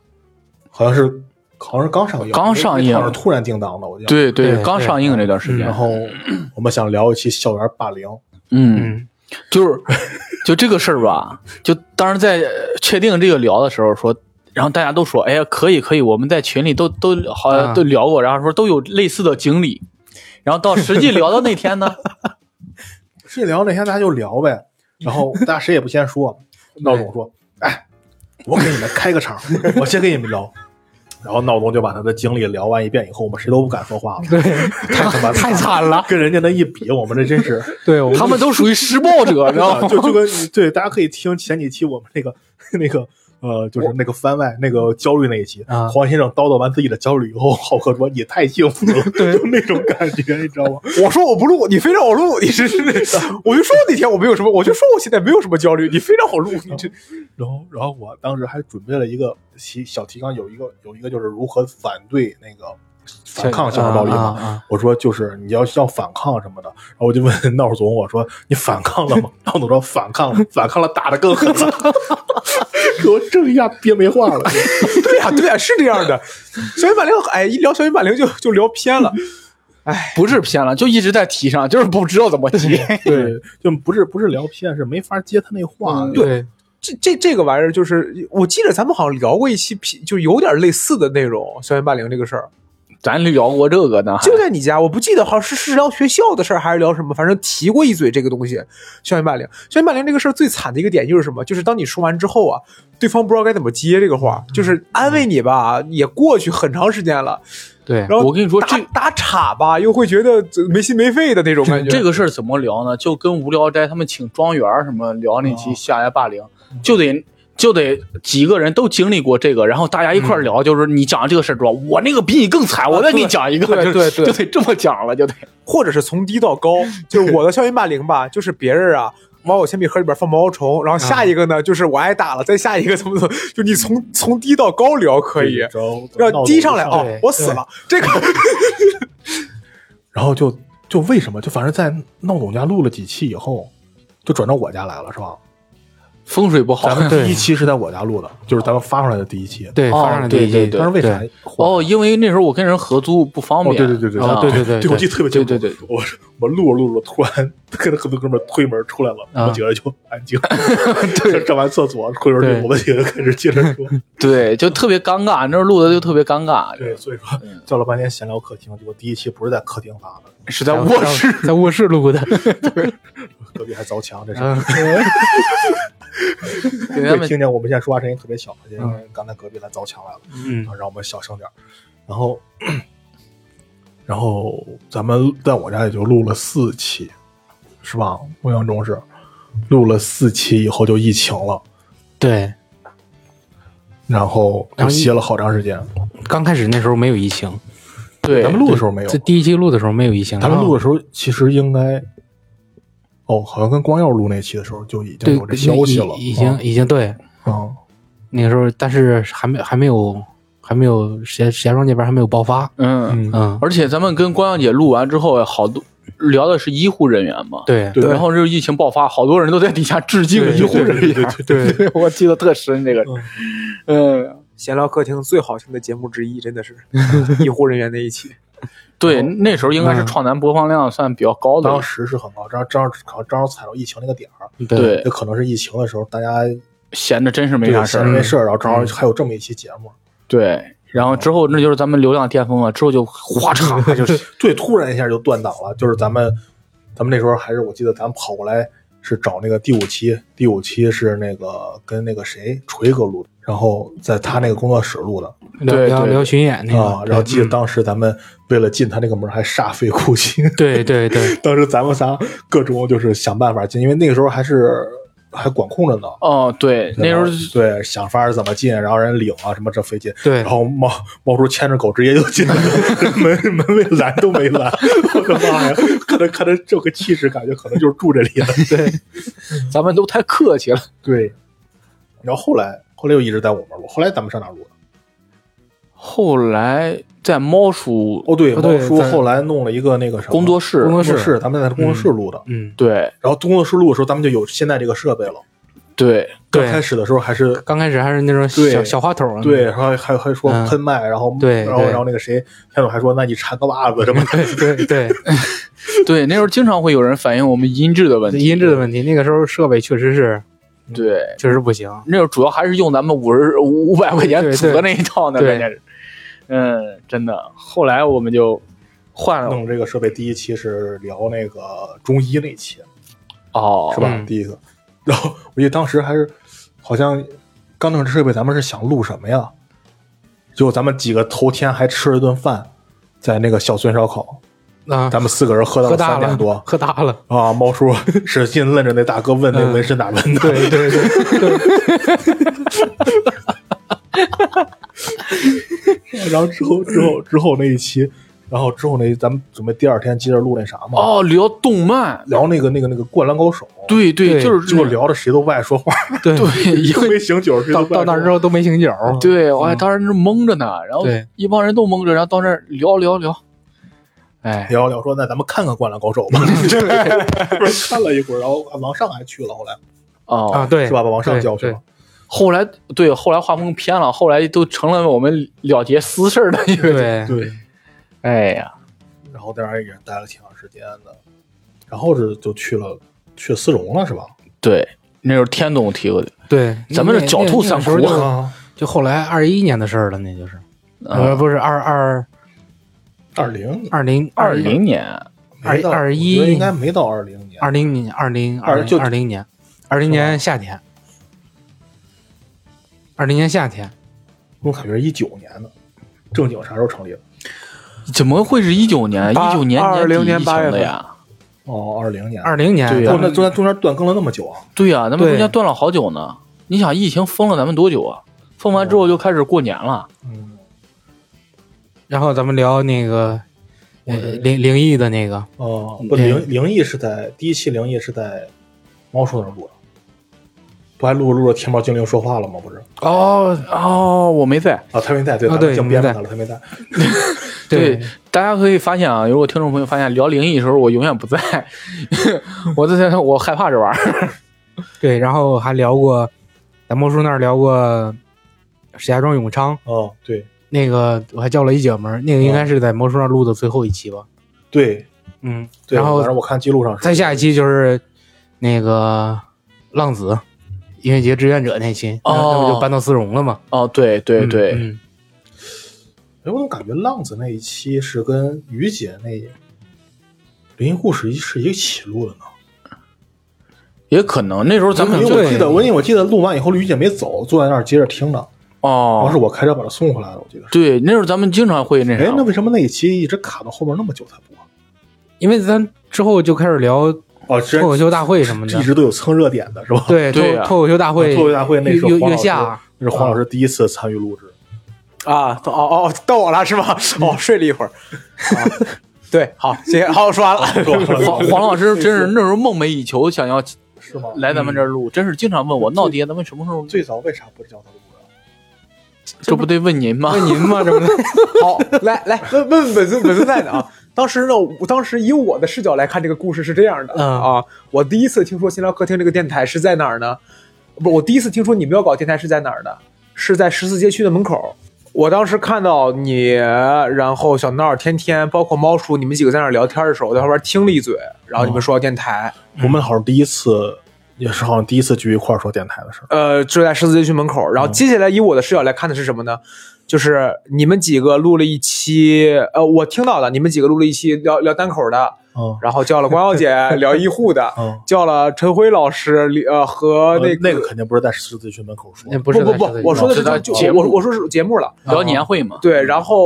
Speaker 1: 好像是好像是刚上映，
Speaker 2: 刚上映
Speaker 1: 好像是突然定档的，我记得。
Speaker 2: 对对
Speaker 3: 对，
Speaker 2: 刚
Speaker 3: 对
Speaker 2: 上映那段时
Speaker 1: 嗯
Speaker 2: 间
Speaker 1: 然，后我们想聊一期校园霸凌，
Speaker 2: 嗯
Speaker 3: 嗯，
Speaker 2: 就是 <laughs> 就这个事儿吧，就当时在确定这个聊的时候说。然后大家都说，哎呀，可以可以，我们在群里都都好像
Speaker 3: 啊
Speaker 2: 都聊过，然后说都有类似的经历。然后到实际聊到那天呢，
Speaker 1: 这聊那天大家就聊呗，然后大家谁也不先说，闹总说，哎，我给你们开个场，我先跟你们聊。然后闹总就把他的经历聊完一遍以后，我们谁都不敢说话了，
Speaker 3: 对，
Speaker 1: 太他妈
Speaker 3: 太惨了，
Speaker 1: 跟人家那一比，我们这真是
Speaker 3: 对，我们
Speaker 2: 他们都属于施暴者，知
Speaker 3: 哦
Speaker 2: 道吗？
Speaker 1: 就就跟对，大家可以听前几期我们那个那个呃，就是那个番外那个焦虑那一期，
Speaker 3: 啊
Speaker 1: 黄先生叨叨完自己的焦虑以后，浩克说：“你太幸福了，就那种感觉，你知道吗？ <laughs>
Speaker 5: 我说我不录，你非让我录，你是，我就说那天我没有什么，我就说我现在没有什么焦虑，你非让我录，你这
Speaker 1: 然后，然后我当时还准备了一个提小提纲，有一个有一个就是如何反对那个反抗校园暴力
Speaker 3: 啊
Speaker 1: 嘛。
Speaker 3: 啊啊
Speaker 1: 我说就是你要要反抗什么的，然后我就问 <laughs> 闹总，我说你反抗了吗？闹总说反抗了，反抗了，打得更狠了， <laughs> 给我正一下憋没话了。
Speaker 5: 对呀、对呀、是这样的。校园霸凌，哎，一聊校园霸凌就就聊偏了。
Speaker 2: 不是偏了，就一直在提上，就是不知道怎么提。
Speaker 1: 对，就不是不是聊偏，是没法接他那话。
Speaker 2: 嗯
Speaker 3: 对，
Speaker 5: 啊这这这个玩意儿，就是我记得咱们好像聊过一期，皮就有点类似的内容，校园霸凌这个事儿，
Speaker 2: 咱聊过这个呢，还
Speaker 5: 就在你家，我不记得好像是是聊学校的事儿还是聊什么，反正提过一嘴这个东西，校园霸凌。校园霸凌这个事儿最惨的一个点就是什么？就是当你说完之后啊，对方不知道该怎么接这个话，
Speaker 2: 嗯
Speaker 5: 就是安慰你吧，也过去很长时间了，
Speaker 3: 对，
Speaker 5: 然后
Speaker 2: 我跟你说
Speaker 5: 打
Speaker 2: 这
Speaker 5: 打岔吧，又会觉得没心没肺的那种感觉。
Speaker 2: 这个事儿怎么聊呢？就跟无聊斋他们请庄园儿什么聊那期校园霸凌，就得就得几个人都经历过这个，然后大家一块儿聊，就是你讲这个事儿之后，我那个比你更惨，我再给你讲一个，
Speaker 5: 对
Speaker 2: 就
Speaker 5: 对对
Speaker 2: 就得这么讲了，就得
Speaker 5: 或者是从低
Speaker 2: <laughs>
Speaker 5: 到高，就是我的校园霸凌吧，就是别人啊往我铅笔盒里边放毛毛虫，然后
Speaker 2: 啊
Speaker 5: 下一个呢、就是我挨打了，再下一个怎么怎么，就你从从低到高聊可以，
Speaker 1: 然后
Speaker 5: 让低上来哦
Speaker 3: 对，
Speaker 5: 我死了，这个
Speaker 1: 然后就就为什么就反正在闹总家录了几期以后，就转到我家来了，是吧？
Speaker 2: 风水不好
Speaker 1: 咱。们
Speaker 3: 对
Speaker 1: 第一期是在我家录的，就是咱们发出来的第一期。
Speaker 3: 对，
Speaker 2: 哦
Speaker 3: 发上来第一
Speaker 2: 对
Speaker 3: 集
Speaker 2: 对
Speaker 1: 但是为啥
Speaker 3: 对？
Speaker 2: 哦，因为那时候我跟人合租不方
Speaker 1: 哦，
Speaker 2: 便。
Speaker 1: 对对对对
Speaker 2: 啊
Speaker 3: 对对对
Speaker 1: 对，我记得特别清楚。
Speaker 2: 对对对，
Speaker 1: 我我录着录着，突然 <laughs> 跟很多哥们儿推门出来了，我
Speaker 3: 啊
Speaker 1: 们几个人就安静。对，上完厕所推门
Speaker 3: 对
Speaker 1: 就我们几个开始接着说。
Speaker 2: 对，就特别尴尬，那时候录的就特别尴尬，
Speaker 1: 对，所以说叫了半天闲聊客厅，结果第一期不是在客厅发的，
Speaker 2: 是在卧室。
Speaker 3: 室，在卧室
Speaker 1: <laughs>
Speaker 3: 录的，
Speaker 1: 隔壁还凿墙，这是。
Speaker 3: 嗯，
Speaker 2: 给他
Speaker 1: 对，
Speaker 2: 们
Speaker 1: 听见我们现在说话声音特别小，因为刚才隔壁来凿墙来了，
Speaker 3: 嗯
Speaker 1: 啊，让我们小声点儿。然后， <clears throat> 然后咱们在我家也就录了四期，是吧？我印象中是录了四期以后就疫情了，
Speaker 3: 对，
Speaker 1: 然后
Speaker 3: 然
Speaker 1: 就
Speaker 3: 后疫
Speaker 1: 歇了好长时间。
Speaker 3: 刚开始那时候没有疫情，
Speaker 2: 对
Speaker 1: 咱们录的时候没有
Speaker 3: 这，第一期录的时候没有疫情，
Speaker 1: 咱们
Speaker 3: 然后
Speaker 1: 录的时候其实应该，哦，好像跟光耀录那期的时候就已经
Speaker 3: 对
Speaker 1: 有这消息了，
Speaker 3: 已已经已经对
Speaker 1: 啊，
Speaker 3: 那个时候，但是还没还没有还没有石家石家庄这边还没有爆发，
Speaker 2: 嗯，
Speaker 1: 嗯，
Speaker 3: 嗯，
Speaker 2: 而且咱们跟光耀姐录完之后，好多聊的是医护人员嘛。
Speaker 3: 对
Speaker 1: 对
Speaker 2: 然后这疫情爆发，好多人都在底下致敬
Speaker 3: 对
Speaker 2: 医护人员。<laughs>
Speaker 3: 对，
Speaker 2: 对，我记得特深这个，嗯，
Speaker 5: <laughs> 闲聊客厅最好听的节目之一，真 <laughs> 的是医护人员那一期。
Speaker 2: 对，那时候应该是
Speaker 3: 嗯
Speaker 2: 创咱播放量算比较高的
Speaker 1: 当，时是很高，正好正好可能正好踩到疫情那个点儿，
Speaker 2: 对
Speaker 1: 也，可能是疫情的时候大家
Speaker 2: 闲着真是没
Speaker 1: 对
Speaker 2: 啥事
Speaker 1: 闲着
Speaker 2: 儿嗯
Speaker 1: 没，事儿，然后正好还有这么一期节目，
Speaker 2: 对。然后之后那就是咱们流量巅峰了，之后就哗嚓就是
Speaker 1: 对，突然一下就断档了。就是咱们，咱们那时候还是我记得，咱们跑过来是找那个第五期，第五期是那个跟那个谁锤哥录的，然后在他那个工作室录的
Speaker 3: 聊
Speaker 2: 对
Speaker 3: 聊
Speaker 2: 哎对嗯
Speaker 3: 聊巡演那
Speaker 1: 啊。
Speaker 3: 个，
Speaker 1: 然后记得当时咱们为了进他那个门还煞费苦心， <laughs>
Speaker 3: 对对对
Speaker 1: 当时咱们仨各种就是想办法进，因为那个时候还是还管控着呢。
Speaker 2: <laughs> 哦，对，那时候
Speaker 1: 对想法儿怎么进，然后人领啊什么这费劲，
Speaker 3: 对
Speaker 1: 然后猫猫叔牵着狗直接就进来了， <laughs> 门门卫拦都没拦， <laughs> 我的妈呀！可能看他这个气势，感觉可能就是住这里了。对
Speaker 2: 咱们都太客气了，
Speaker 1: 对，然后后来后来又一直在我们录，后来咱们上哪儿录的？
Speaker 2: 后来在猫叔
Speaker 1: 哦，对，
Speaker 3: 哦对
Speaker 1: 猫叔
Speaker 3: 咱
Speaker 1: 后来弄了一个那个什么
Speaker 2: 工作室，
Speaker 1: 工作
Speaker 3: 工作
Speaker 1: 室，咱们在工作室录的。
Speaker 3: 嗯，
Speaker 2: 对
Speaker 1: 然后工作室录的时候，咱们就有现在这个设备了。
Speaker 2: 对
Speaker 1: 刚
Speaker 3: 对嗯
Speaker 1: 开始的时候还是
Speaker 3: 刚开始还是那种
Speaker 1: 对
Speaker 3: 小小话筒，啊
Speaker 1: 对，，然后还还说
Speaker 3: 嗯
Speaker 1: 喷麦，然后
Speaker 3: 对
Speaker 1: 然后
Speaker 3: 对
Speaker 1: 然后那个谁，天总还说那你缠个袜子什么的。
Speaker 3: <laughs> 对对，
Speaker 2: 对，那时候经常会有人反映我们音质的问题，
Speaker 3: 音质的问题，那个时候设备确实是
Speaker 2: 对，
Speaker 3: 确实不行，啊
Speaker 2: 那时候主要还是用咱们五十五百块钱
Speaker 3: 对对
Speaker 2: 组的那一套呢，
Speaker 3: 对
Speaker 2: 关键是，嗯，真的。后来我们就换了，
Speaker 1: 弄这个设备，第一期是聊那个中医那期，
Speaker 2: 哦
Speaker 1: 是吧？
Speaker 3: 嗯
Speaker 1: 第一个，然后我记得当时还是好像刚弄这设备，咱们是想录什么呀？结果咱们几个头天还吃了一顿饭，在那个小孙烧烤，
Speaker 3: 啊，
Speaker 1: 咱们四个人喝到
Speaker 3: 喝
Speaker 1: 三
Speaker 3: 大
Speaker 1: 点
Speaker 3: 了
Speaker 1: 多，
Speaker 3: 喝大
Speaker 1: <laughs>
Speaker 3: 了，
Speaker 1: 啊！猫叔使劲愣着那大哥问那
Speaker 3: 嗯
Speaker 1: 纹身哪纹的，对对对，然后之后之后之后那一期，然后之后那咱们准备第二天接着录那啥嘛，
Speaker 2: 哦，聊动漫，
Speaker 1: 聊那个那个那个灌篮高手，
Speaker 2: 对对，
Speaker 3: 对
Speaker 2: 就是
Speaker 1: 结
Speaker 2: 这
Speaker 1: 果
Speaker 2: 个
Speaker 1: 聊的谁都不爱说话，
Speaker 3: 对， <laughs>
Speaker 2: 对，
Speaker 1: <laughs>
Speaker 2: 一
Speaker 1: 都没醒酒，谁
Speaker 3: 到
Speaker 1: 都不爱
Speaker 3: 到那儿之
Speaker 1: 说话
Speaker 3: 后都没醒酒，
Speaker 2: 对，我还当时是蒙着呢，然后
Speaker 3: 嗯对
Speaker 2: 一帮人都蒙着，然后到那儿聊聊聊，哎，
Speaker 1: 聊聊说，那咱们看看《灌篮高手》
Speaker 3: <laughs>
Speaker 1: 吧。不是看了一会儿，然后王上还去了，后来
Speaker 3: 啊，
Speaker 2: 哦，
Speaker 3: 对，
Speaker 1: 是吧？把王上叫去
Speaker 3: 对
Speaker 1: 了。
Speaker 2: 后来对，后来画风偏了，后来都成了我们了结私事儿的一 <laughs> 个，
Speaker 3: 对？对，
Speaker 1: 对，
Speaker 2: 哎呀，
Speaker 1: 然后在那儿也待了挺长时间的，然后是就去了去丝绒了，是吧？
Speaker 2: 对，那时候天总提过的，
Speaker 3: 对，
Speaker 2: 咱们是狡兔
Speaker 3: 那
Speaker 2: 三窟
Speaker 3: 那那时候就
Speaker 1: 啊，
Speaker 3: 就后来二一年的事儿了，那就是，呃，
Speaker 2: 啊，
Speaker 3: 不是二二
Speaker 1: 二零
Speaker 3: 二零
Speaker 2: 二零年
Speaker 3: 二二一
Speaker 1: 应该没到二零年，
Speaker 3: 二零年二零
Speaker 1: 二就
Speaker 3: 二零年二零年夏天，二零年夏天，
Speaker 1: 我感觉一九年的正经啥时候成立的？
Speaker 2: 怎么会是一九年？一
Speaker 5: 八
Speaker 2: 九年
Speaker 5: 20年
Speaker 2: 底
Speaker 5: 八月
Speaker 2: 成的
Speaker 5: 份
Speaker 2: 呀？
Speaker 1: 哦，二零年。
Speaker 3: 二啊零年
Speaker 2: 对呀
Speaker 1: 哦，那中间中间断更了那么久啊？
Speaker 2: 对呀、咱们
Speaker 3: 对
Speaker 2: 中间断了好久呢。你想，疫情封了咱们多久啊？封完之后就开始过年了。
Speaker 1: 嗯，
Speaker 3: 然后咱们聊那个呃
Speaker 1: 嗯
Speaker 3: 灵灵异的那个，
Speaker 1: 哦，不，灵灵异是在第一期灵异是在猫叔那儿录的，不还录着录着天猫精灵说话了吗？不是
Speaker 2: 哦哦，我没在。
Speaker 1: 啊，他没在，对，
Speaker 3: 啊
Speaker 1: 咱
Speaker 3: 对
Speaker 1: 们净
Speaker 3: 你
Speaker 1: 编
Speaker 3: 没
Speaker 1: 排
Speaker 3: 在
Speaker 1: 了，他没在。
Speaker 2: 对，大家可以发现啊，如果听众朋友发现聊灵异的时候，我永远不在， <laughs> 我在我害怕这玩意儿。
Speaker 3: 对，然后还聊过，在魔叔那儿聊过石家庄永昌
Speaker 1: 哦，对
Speaker 3: 那个，我还叫了一姐们儿，那个应该是在魔叔那儿录的最后一期吧。
Speaker 1: 对
Speaker 3: 嗯，
Speaker 1: 对，
Speaker 3: 然
Speaker 1: 反
Speaker 3: 后
Speaker 1: 正我看记录上是哎
Speaker 3: 再下一期就是那个浪子音乐节志愿者那期，
Speaker 2: 哦
Speaker 3: 然后那不就搬到丝绒了嘛？
Speaker 2: 哦，对对对，
Speaker 3: 嗯
Speaker 1: 哎，我怎么感觉浪子那一期是跟于姐那灵异故事一是一起录的呢？
Speaker 2: 也可能那时候咱们
Speaker 1: 因为
Speaker 2: 就
Speaker 1: 我
Speaker 3: 对
Speaker 1: 记得，我因为我记得录完以后，于姐没走，坐在那儿接着听呢。然后
Speaker 2: 哦
Speaker 1: 是，我开车把她送回来的，我记得是。
Speaker 2: 对，那时候咱们经常会那
Speaker 1: 哎
Speaker 2: 啥，
Speaker 1: 那。为什么那一期一直卡到后面那么久才播？
Speaker 3: 因为咱之后就开始聊脱
Speaker 1: 哦，之
Speaker 3: 口秀大会什么
Speaker 1: 一
Speaker 3: 的，
Speaker 1: 直都有蹭热点的是吧？
Speaker 3: <laughs> 对
Speaker 2: 对
Speaker 3: 脱
Speaker 2: 呀
Speaker 3: 脱口秀
Speaker 1: <laughs>
Speaker 3: 大会，
Speaker 1: 脱口秀大会那时候
Speaker 3: 月
Speaker 1: 黄
Speaker 3: 月
Speaker 1: 老师
Speaker 3: 下，啊
Speaker 1: 那是黄老师第一次参与录制。
Speaker 5: 啊，哦哦，到我了是吧？ <laughs> 哦，睡了一会儿。啊对，好，谢谢，好，哦说完了。
Speaker 2: 黄黄老师真是那时候梦寐以求想要
Speaker 1: 是吗？
Speaker 2: 来咱们这儿录，嗯真是经常问我闹爹，咱们什么时候
Speaker 1: 最早为啥不叫他录啊？
Speaker 2: 这不得问您吗？
Speaker 3: 问
Speaker 1: <laughs>
Speaker 3: 您吗？这不是
Speaker 5: <laughs> 好，来来问问本尊本尊在呢啊。当时呢，我当时以我的视角来看，这个故事是这样的、
Speaker 3: 嗯
Speaker 5: 啊。我第一次听说新聊客厅这个电台是在哪儿呢？不，我第一次听说你们要搞电台是在哪儿呢？是在十四街区的门口。我当时看到你，然后小闹、天天，包括猫叔，你们几个在那儿聊天的时候，我在旁边听了一嘴，然后你们说到电台，
Speaker 1: 我们好像第一次，也是好像第一次聚一块儿说电台的事儿。
Speaker 5: 呃，就在十字街区门口。然后接下来以我的视角来看的是什么呢？就是你们几个录了一期，呃，我听到的，你们几个录了一期聊聊单口的，
Speaker 1: 嗯
Speaker 5: 然后叫了光耀姐 <laughs> 聊医护的，
Speaker 1: 嗯，
Speaker 5: 叫了陈辉老师，呃，和那
Speaker 1: 呃那
Speaker 5: 个
Speaker 1: 个肯定不是在十字军门口说
Speaker 3: 那
Speaker 1: 的，
Speaker 3: 不是
Speaker 5: 不不
Speaker 3: 在十字
Speaker 5: 不，
Speaker 3: 军
Speaker 5: 我说的是
Speaker 2: 知道
Speaker 5: 就就
Speaker 2: 节目
Speaker 5: 我我说是节目了，
Speaker 2: 聊年会嘛，
Speaker 5: 对，然后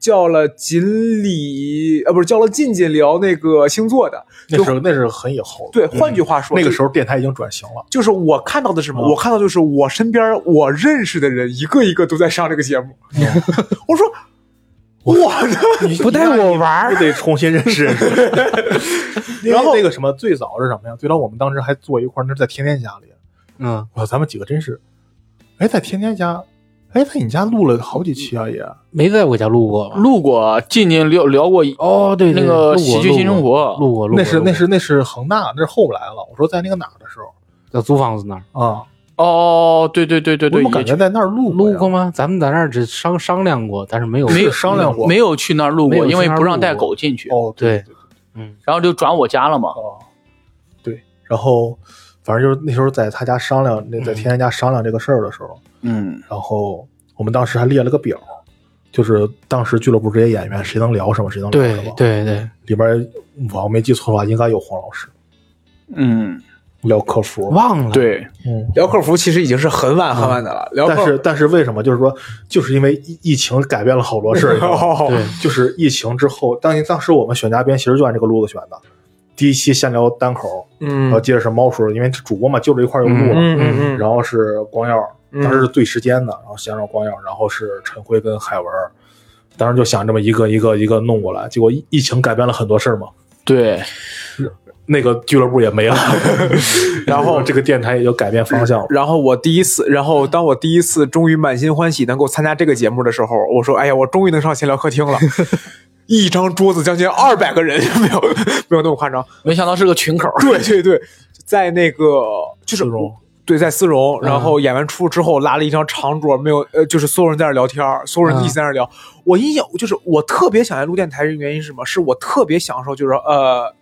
Speaker 5: 叫了锦鲤，呃，不是叫了近近聊那个星座的，
Speaker 1: 那是那是很以后的。
Speaker 5: 对，换句话说，
Speaker 1: 那个
Speaker 5: 就
Speaker 1: 时候电台已经转型了。
Speaker 5: 就是我看到的是什么？
Speaker 1: 嗯
Speaker 5: 我看到就是我身边我认识的人一个一个都在上这个节目。我说我呢？
Speaker 1: <laughs> 你
Speaker 3: 不带我玩儿
Speaker 1: 又得重新认识认识。然后那个什么，最早是什么呀？最早我们当时还坐一块儿，那是在天天家里。
Speaker 3: 嗯，
Speaker 1: 哇，咱们几个真是，哎，在天天家，哎，在你家录了好几期啊也。
Speaker 3: 没在我家录过吧？
Speaker 2: 录过，进进聊聊过
Speaker 3: 哦，对，对
Speaker 2: 那个
Speaker 3: 录过
Speaker 2: 喜剧新生活
Speaker 3: 录过，录过，
Speaker 1: 那是
Speaker 3: 录过
Speaker 1: 那是那是恒大，那是后来了。我说在那个哪儿的时候
Speaker 3: 在租房子那儿
Speaker 1: 啊，
Speaker 2: 哦，对对对对
Speaker 1: 我
Speaker 2: 对，
Speaker 1: 怎么感觉
Speaker 2: 也
Speaker 1: 在那儿录
Speaker 3: 录
Speaker 1: 呀
Speaker 3: 过吗？咱们在那儿只商商量过，但是没有
Speaker 1: 没有商量过
Speaker 2: 没有去那儿录
Speaker 3: 没
Speaker 2: 过，
Speaker 3: 有去
Speaker 2: 因为
Speaker 3: 那儿
Speaker 2: 不让
Speaker 3: 录
Speaker 2: 带
Speaker 3: 过
Speaker 2: 狗进去，
Speaker 1: 哦，对
Speaker 3: 对
Speaker 1: 对
Speaker 2: 然后就转我家了嘛。
Speaker 1: 哦，对。然后反正就是那时候在他家商量，那在天天家商量这个事儿的时候，
Speaker 2: 嗯，
Speaker 1: 然后我们当时还列了个表，就是当时俱乐部这些演员谁能聊什么，谁能聊
Speaker 3: 对
Speaker 1: 什么。，
Speaker 3: 对对，
Speaker 1: 里边我要没记错的话，应该有黄老师。
Speaker 2: 嗯，
Speaker 1: 聊客服，嗯
Speaker 3: 忘了，，
Speaker 2: 对，
Speaker 5: 聊客服其实已经是很晚很晚的了，聊客
Speaker 1: 但是但是为什么？就是说，就是因为疫疫情改变了好多事
Speaker 5: <laughs>
Speaker 1: 儿。你知道吗
Speaker 5: 哦
Speaker 3: 对，
Speaker 1: <laughs> 就是疫情之后，当当时我们选嘉宾其实就按这个路子选的。第一期先聊单口，然
Speaker 5: 嗯
Speaker 1: 后接着是猫叔，因为主播嘛就这一块儿就录了。
Speaker 5: 嗯嗯嗯
Speaker 1: 然后是光耀，
Speaker 5: 嗯
Speaker 1: 当时是对时间的，然后先让光耀，然后是陈辉跟海文，当时就想这么一个一个一个弄过来。结果疫疫情改变了很多事儿嘛，
Speaker 2: 对，
Speaker 1: 那个俱乐部也没
Speaker 5: <laughs>
Speaker 1: 了，然后这个电台也就改变方向了。
Speaker 5: 然后我第一次，然后当我第一次终于满心欢喜能够参加这个节目的时候，我说：“哎呀，我终于能上闲聊客厅了。”一张桌子将近二百个人， <laughs> 没有没有那么夸张。
Speaker 2: 没想到是个群口，
Speaker 5: 对对对，在那个就是
Speaker 1: 四荣
Speaker 5: 对，在丝绒，然
Speaker 3: 嗯
Speaker 5: 后演完出之后拉了一张长桌，没有呃，就是所有人在那儿聊天儿，所有人一
Speaker 3: 嗯
Speaker 5: 起在那儿聊。我印象就是我特别想来录电台的原因是什么？是我特别享受，就是说呃。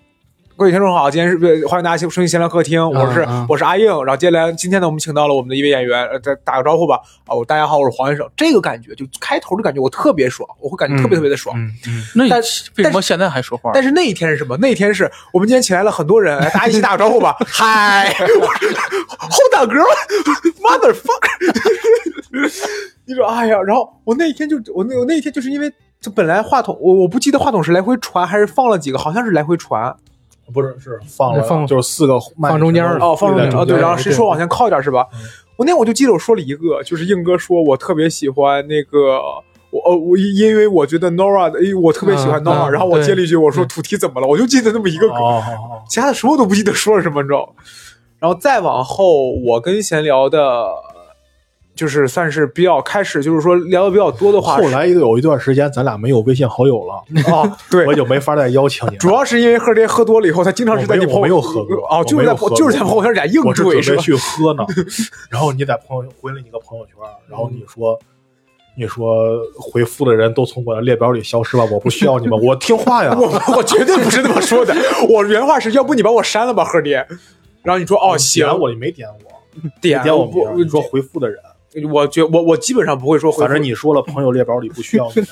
Speaker 5: 各位听众好，今天是呃欢迎大家收听闲聊客厅，我是、
Speaker 3: 嗯
Speaker 5: 我是阿硬，然后接下来今天呢，我们请到了我们的一位演员，呃，再打个招呼吧。哦，大家好，我是黄先生。这个感觉就开头的感觉，我特别爽，我会感觉特别特别的爽。
Speaker 3: 嗯嗯，
Speaker 2: <laughs> 那你
Speaker 5: 但
Speaker 2: 为什么现在还说话？
Speaker 5: 但是那一天是什么？那一天是我们今天请来了很多人，哎大家一起打个招呼吧。嗨，Hold on <laughs> girl，motherfucker。你说哎呀，然后我那一天就我那我那一天就是因为就本来话筒我我不记得话筒是来回传还是放了几个，好像是来回传
Speaker 1: 不是是放了
Speaker 3: 放
Speaker 1: 就是四个麦
Speaker 3: 放中间了
Speaker 5: 哦放
Speaker 1: 在
Speaker 5: 了
Speaker 1: 中
Speaker 5: 哦
Speaker 1: 间
Speaker 5: 对，然后谁说往前靠一点是吧
Speaker 1: 嗯？
Speaker 5: 我那我就记得我说了一个，就是硬哥说我特别喜欢那个。我呃，我因因为我觉得 Nora，的，因为我特别喜欢
Speaker 3: 嗯
Speaker 5: Nora，、
Speaker 3: 嗯
Speaker 5: 然后我接了一句，我说
Speaker 3: 嗯
Speaker 5: 土提怎么了？我就记得那么一个梗，
Speaker 1: 哦哦
Speaker 5: 其他的什么我都不记得说了什么，你知道吗？然后再往后，我跟闲聊的，就是算是比较开始，就是说聊的比较多的
Speaker 1: 哦，
Speaker 5: 话，
Speaker 1: 后来有一段时间咱俩没有微信好友了， <laughs>
Speaker 5: 啊，对
Speaker 1: 我，就没法再邀请你了。
Speaker 5: 主要是因为喝这喝多了以后，他经常是在你朋友
Speaker 1: 我没有喝过
Speaker 5: 哦，就
Speaker 1: 我没
Speaker 5: 是
Speaker 1: 有
Speaker 5: 在
Speaker 1: 喝过
Speaker 5: 就是在朋友圈俩硬
Speaker 1: 我是准
Speaker 5: 怼是
Speaker 1: 备
Speaker 5: 吧？
Speaker 1: 去喝呢，然后你在朋友回了你个朋友圈，然后你说。你说回复的人都从我的列表里消失了，我不需要你们，我听话呀。
Speaker 5: <laughs> 我我绝对不是那么说的， <laughs> 我原话是要不你把我删了吧，喝爹。然后你说哦行，
Speaker 1: 点我你没点我，
Speaker 5: 点
Speaker 1: 你嗯点我
Speaker 5: 不
Speaker 1: 名儿，，你说回复的人，
Speaker 5: 我觉我我基本上不会说回复，
Speaker 1: 反正你说了朋友列表里不需要你的。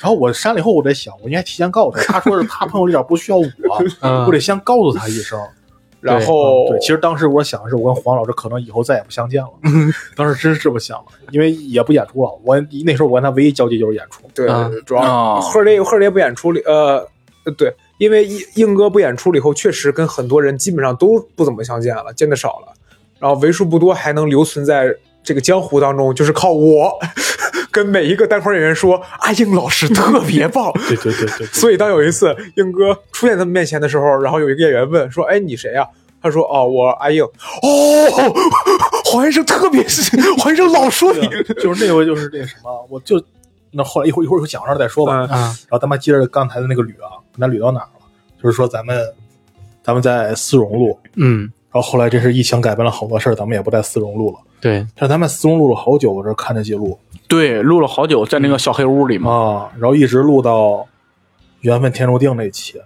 Speaker 1: 然后我删了以后，我在想，我应该提前告诉他，他说是他朋友列表不需要 <laughs> 我，
Speaker 3: 嗯
Speaker 1: 我得先告诉他一声。嗯
Speaker 5: 然后、
Speaker 1: 对，其实当时我想的是，我跟黄老师可能以后再也不相 <laughs> 见了。当时真是这么想的，因为也不演出了。我那时候我跟他唯一交集就是演出。
Speaker 5: 对，
Speaker 3: 啊
Speaker 1: 嗯
Speaker 5: 主要
Speaker 2: 啊
Speaker 5: 赫雷赫雷不演出了，呃，对，因为硬硬哥不演出了以后，确实跟很多人基本上都不怎么相见了，见的少了，然后为数不多还能留存在这个江湖当中，就是靠我 <laughs> 跟每一个单口演员说，阿英老师特别棒。
Speaker 1: 对对对对，
Speaker 5: 所以当有一次硬哥出现他们面前的时候，然后有一个演员问说：“哎，你谁呀、他说：“哦，我阿硬。”哦，黄先生特别是黄先生老说你，
Speaker 1: 对就是那回就是那什么，我就那后来一会儿一会儿讲上再说吧。
Speaker 5: 嗯
Speaker 3: 啊，
Speaker 1: 然后咱们接着刚才的那个捋啊，那捋到哪儿了？就是说咱们咱们在丝绒路，
Speaker 3: 嗯，
Speaker 1: 然后后来真是疫情改变了好多事儿，咱们也不在丝绒路了。
Speaker 3: 对，
Speaker 1: 但是咱们丝绒录了好久，我这看着记录
Speaker 2: 对，录了好久，在那个小黑屋里嘛。
Speaker 1: 啊，然后一直录到缘分天注定那期，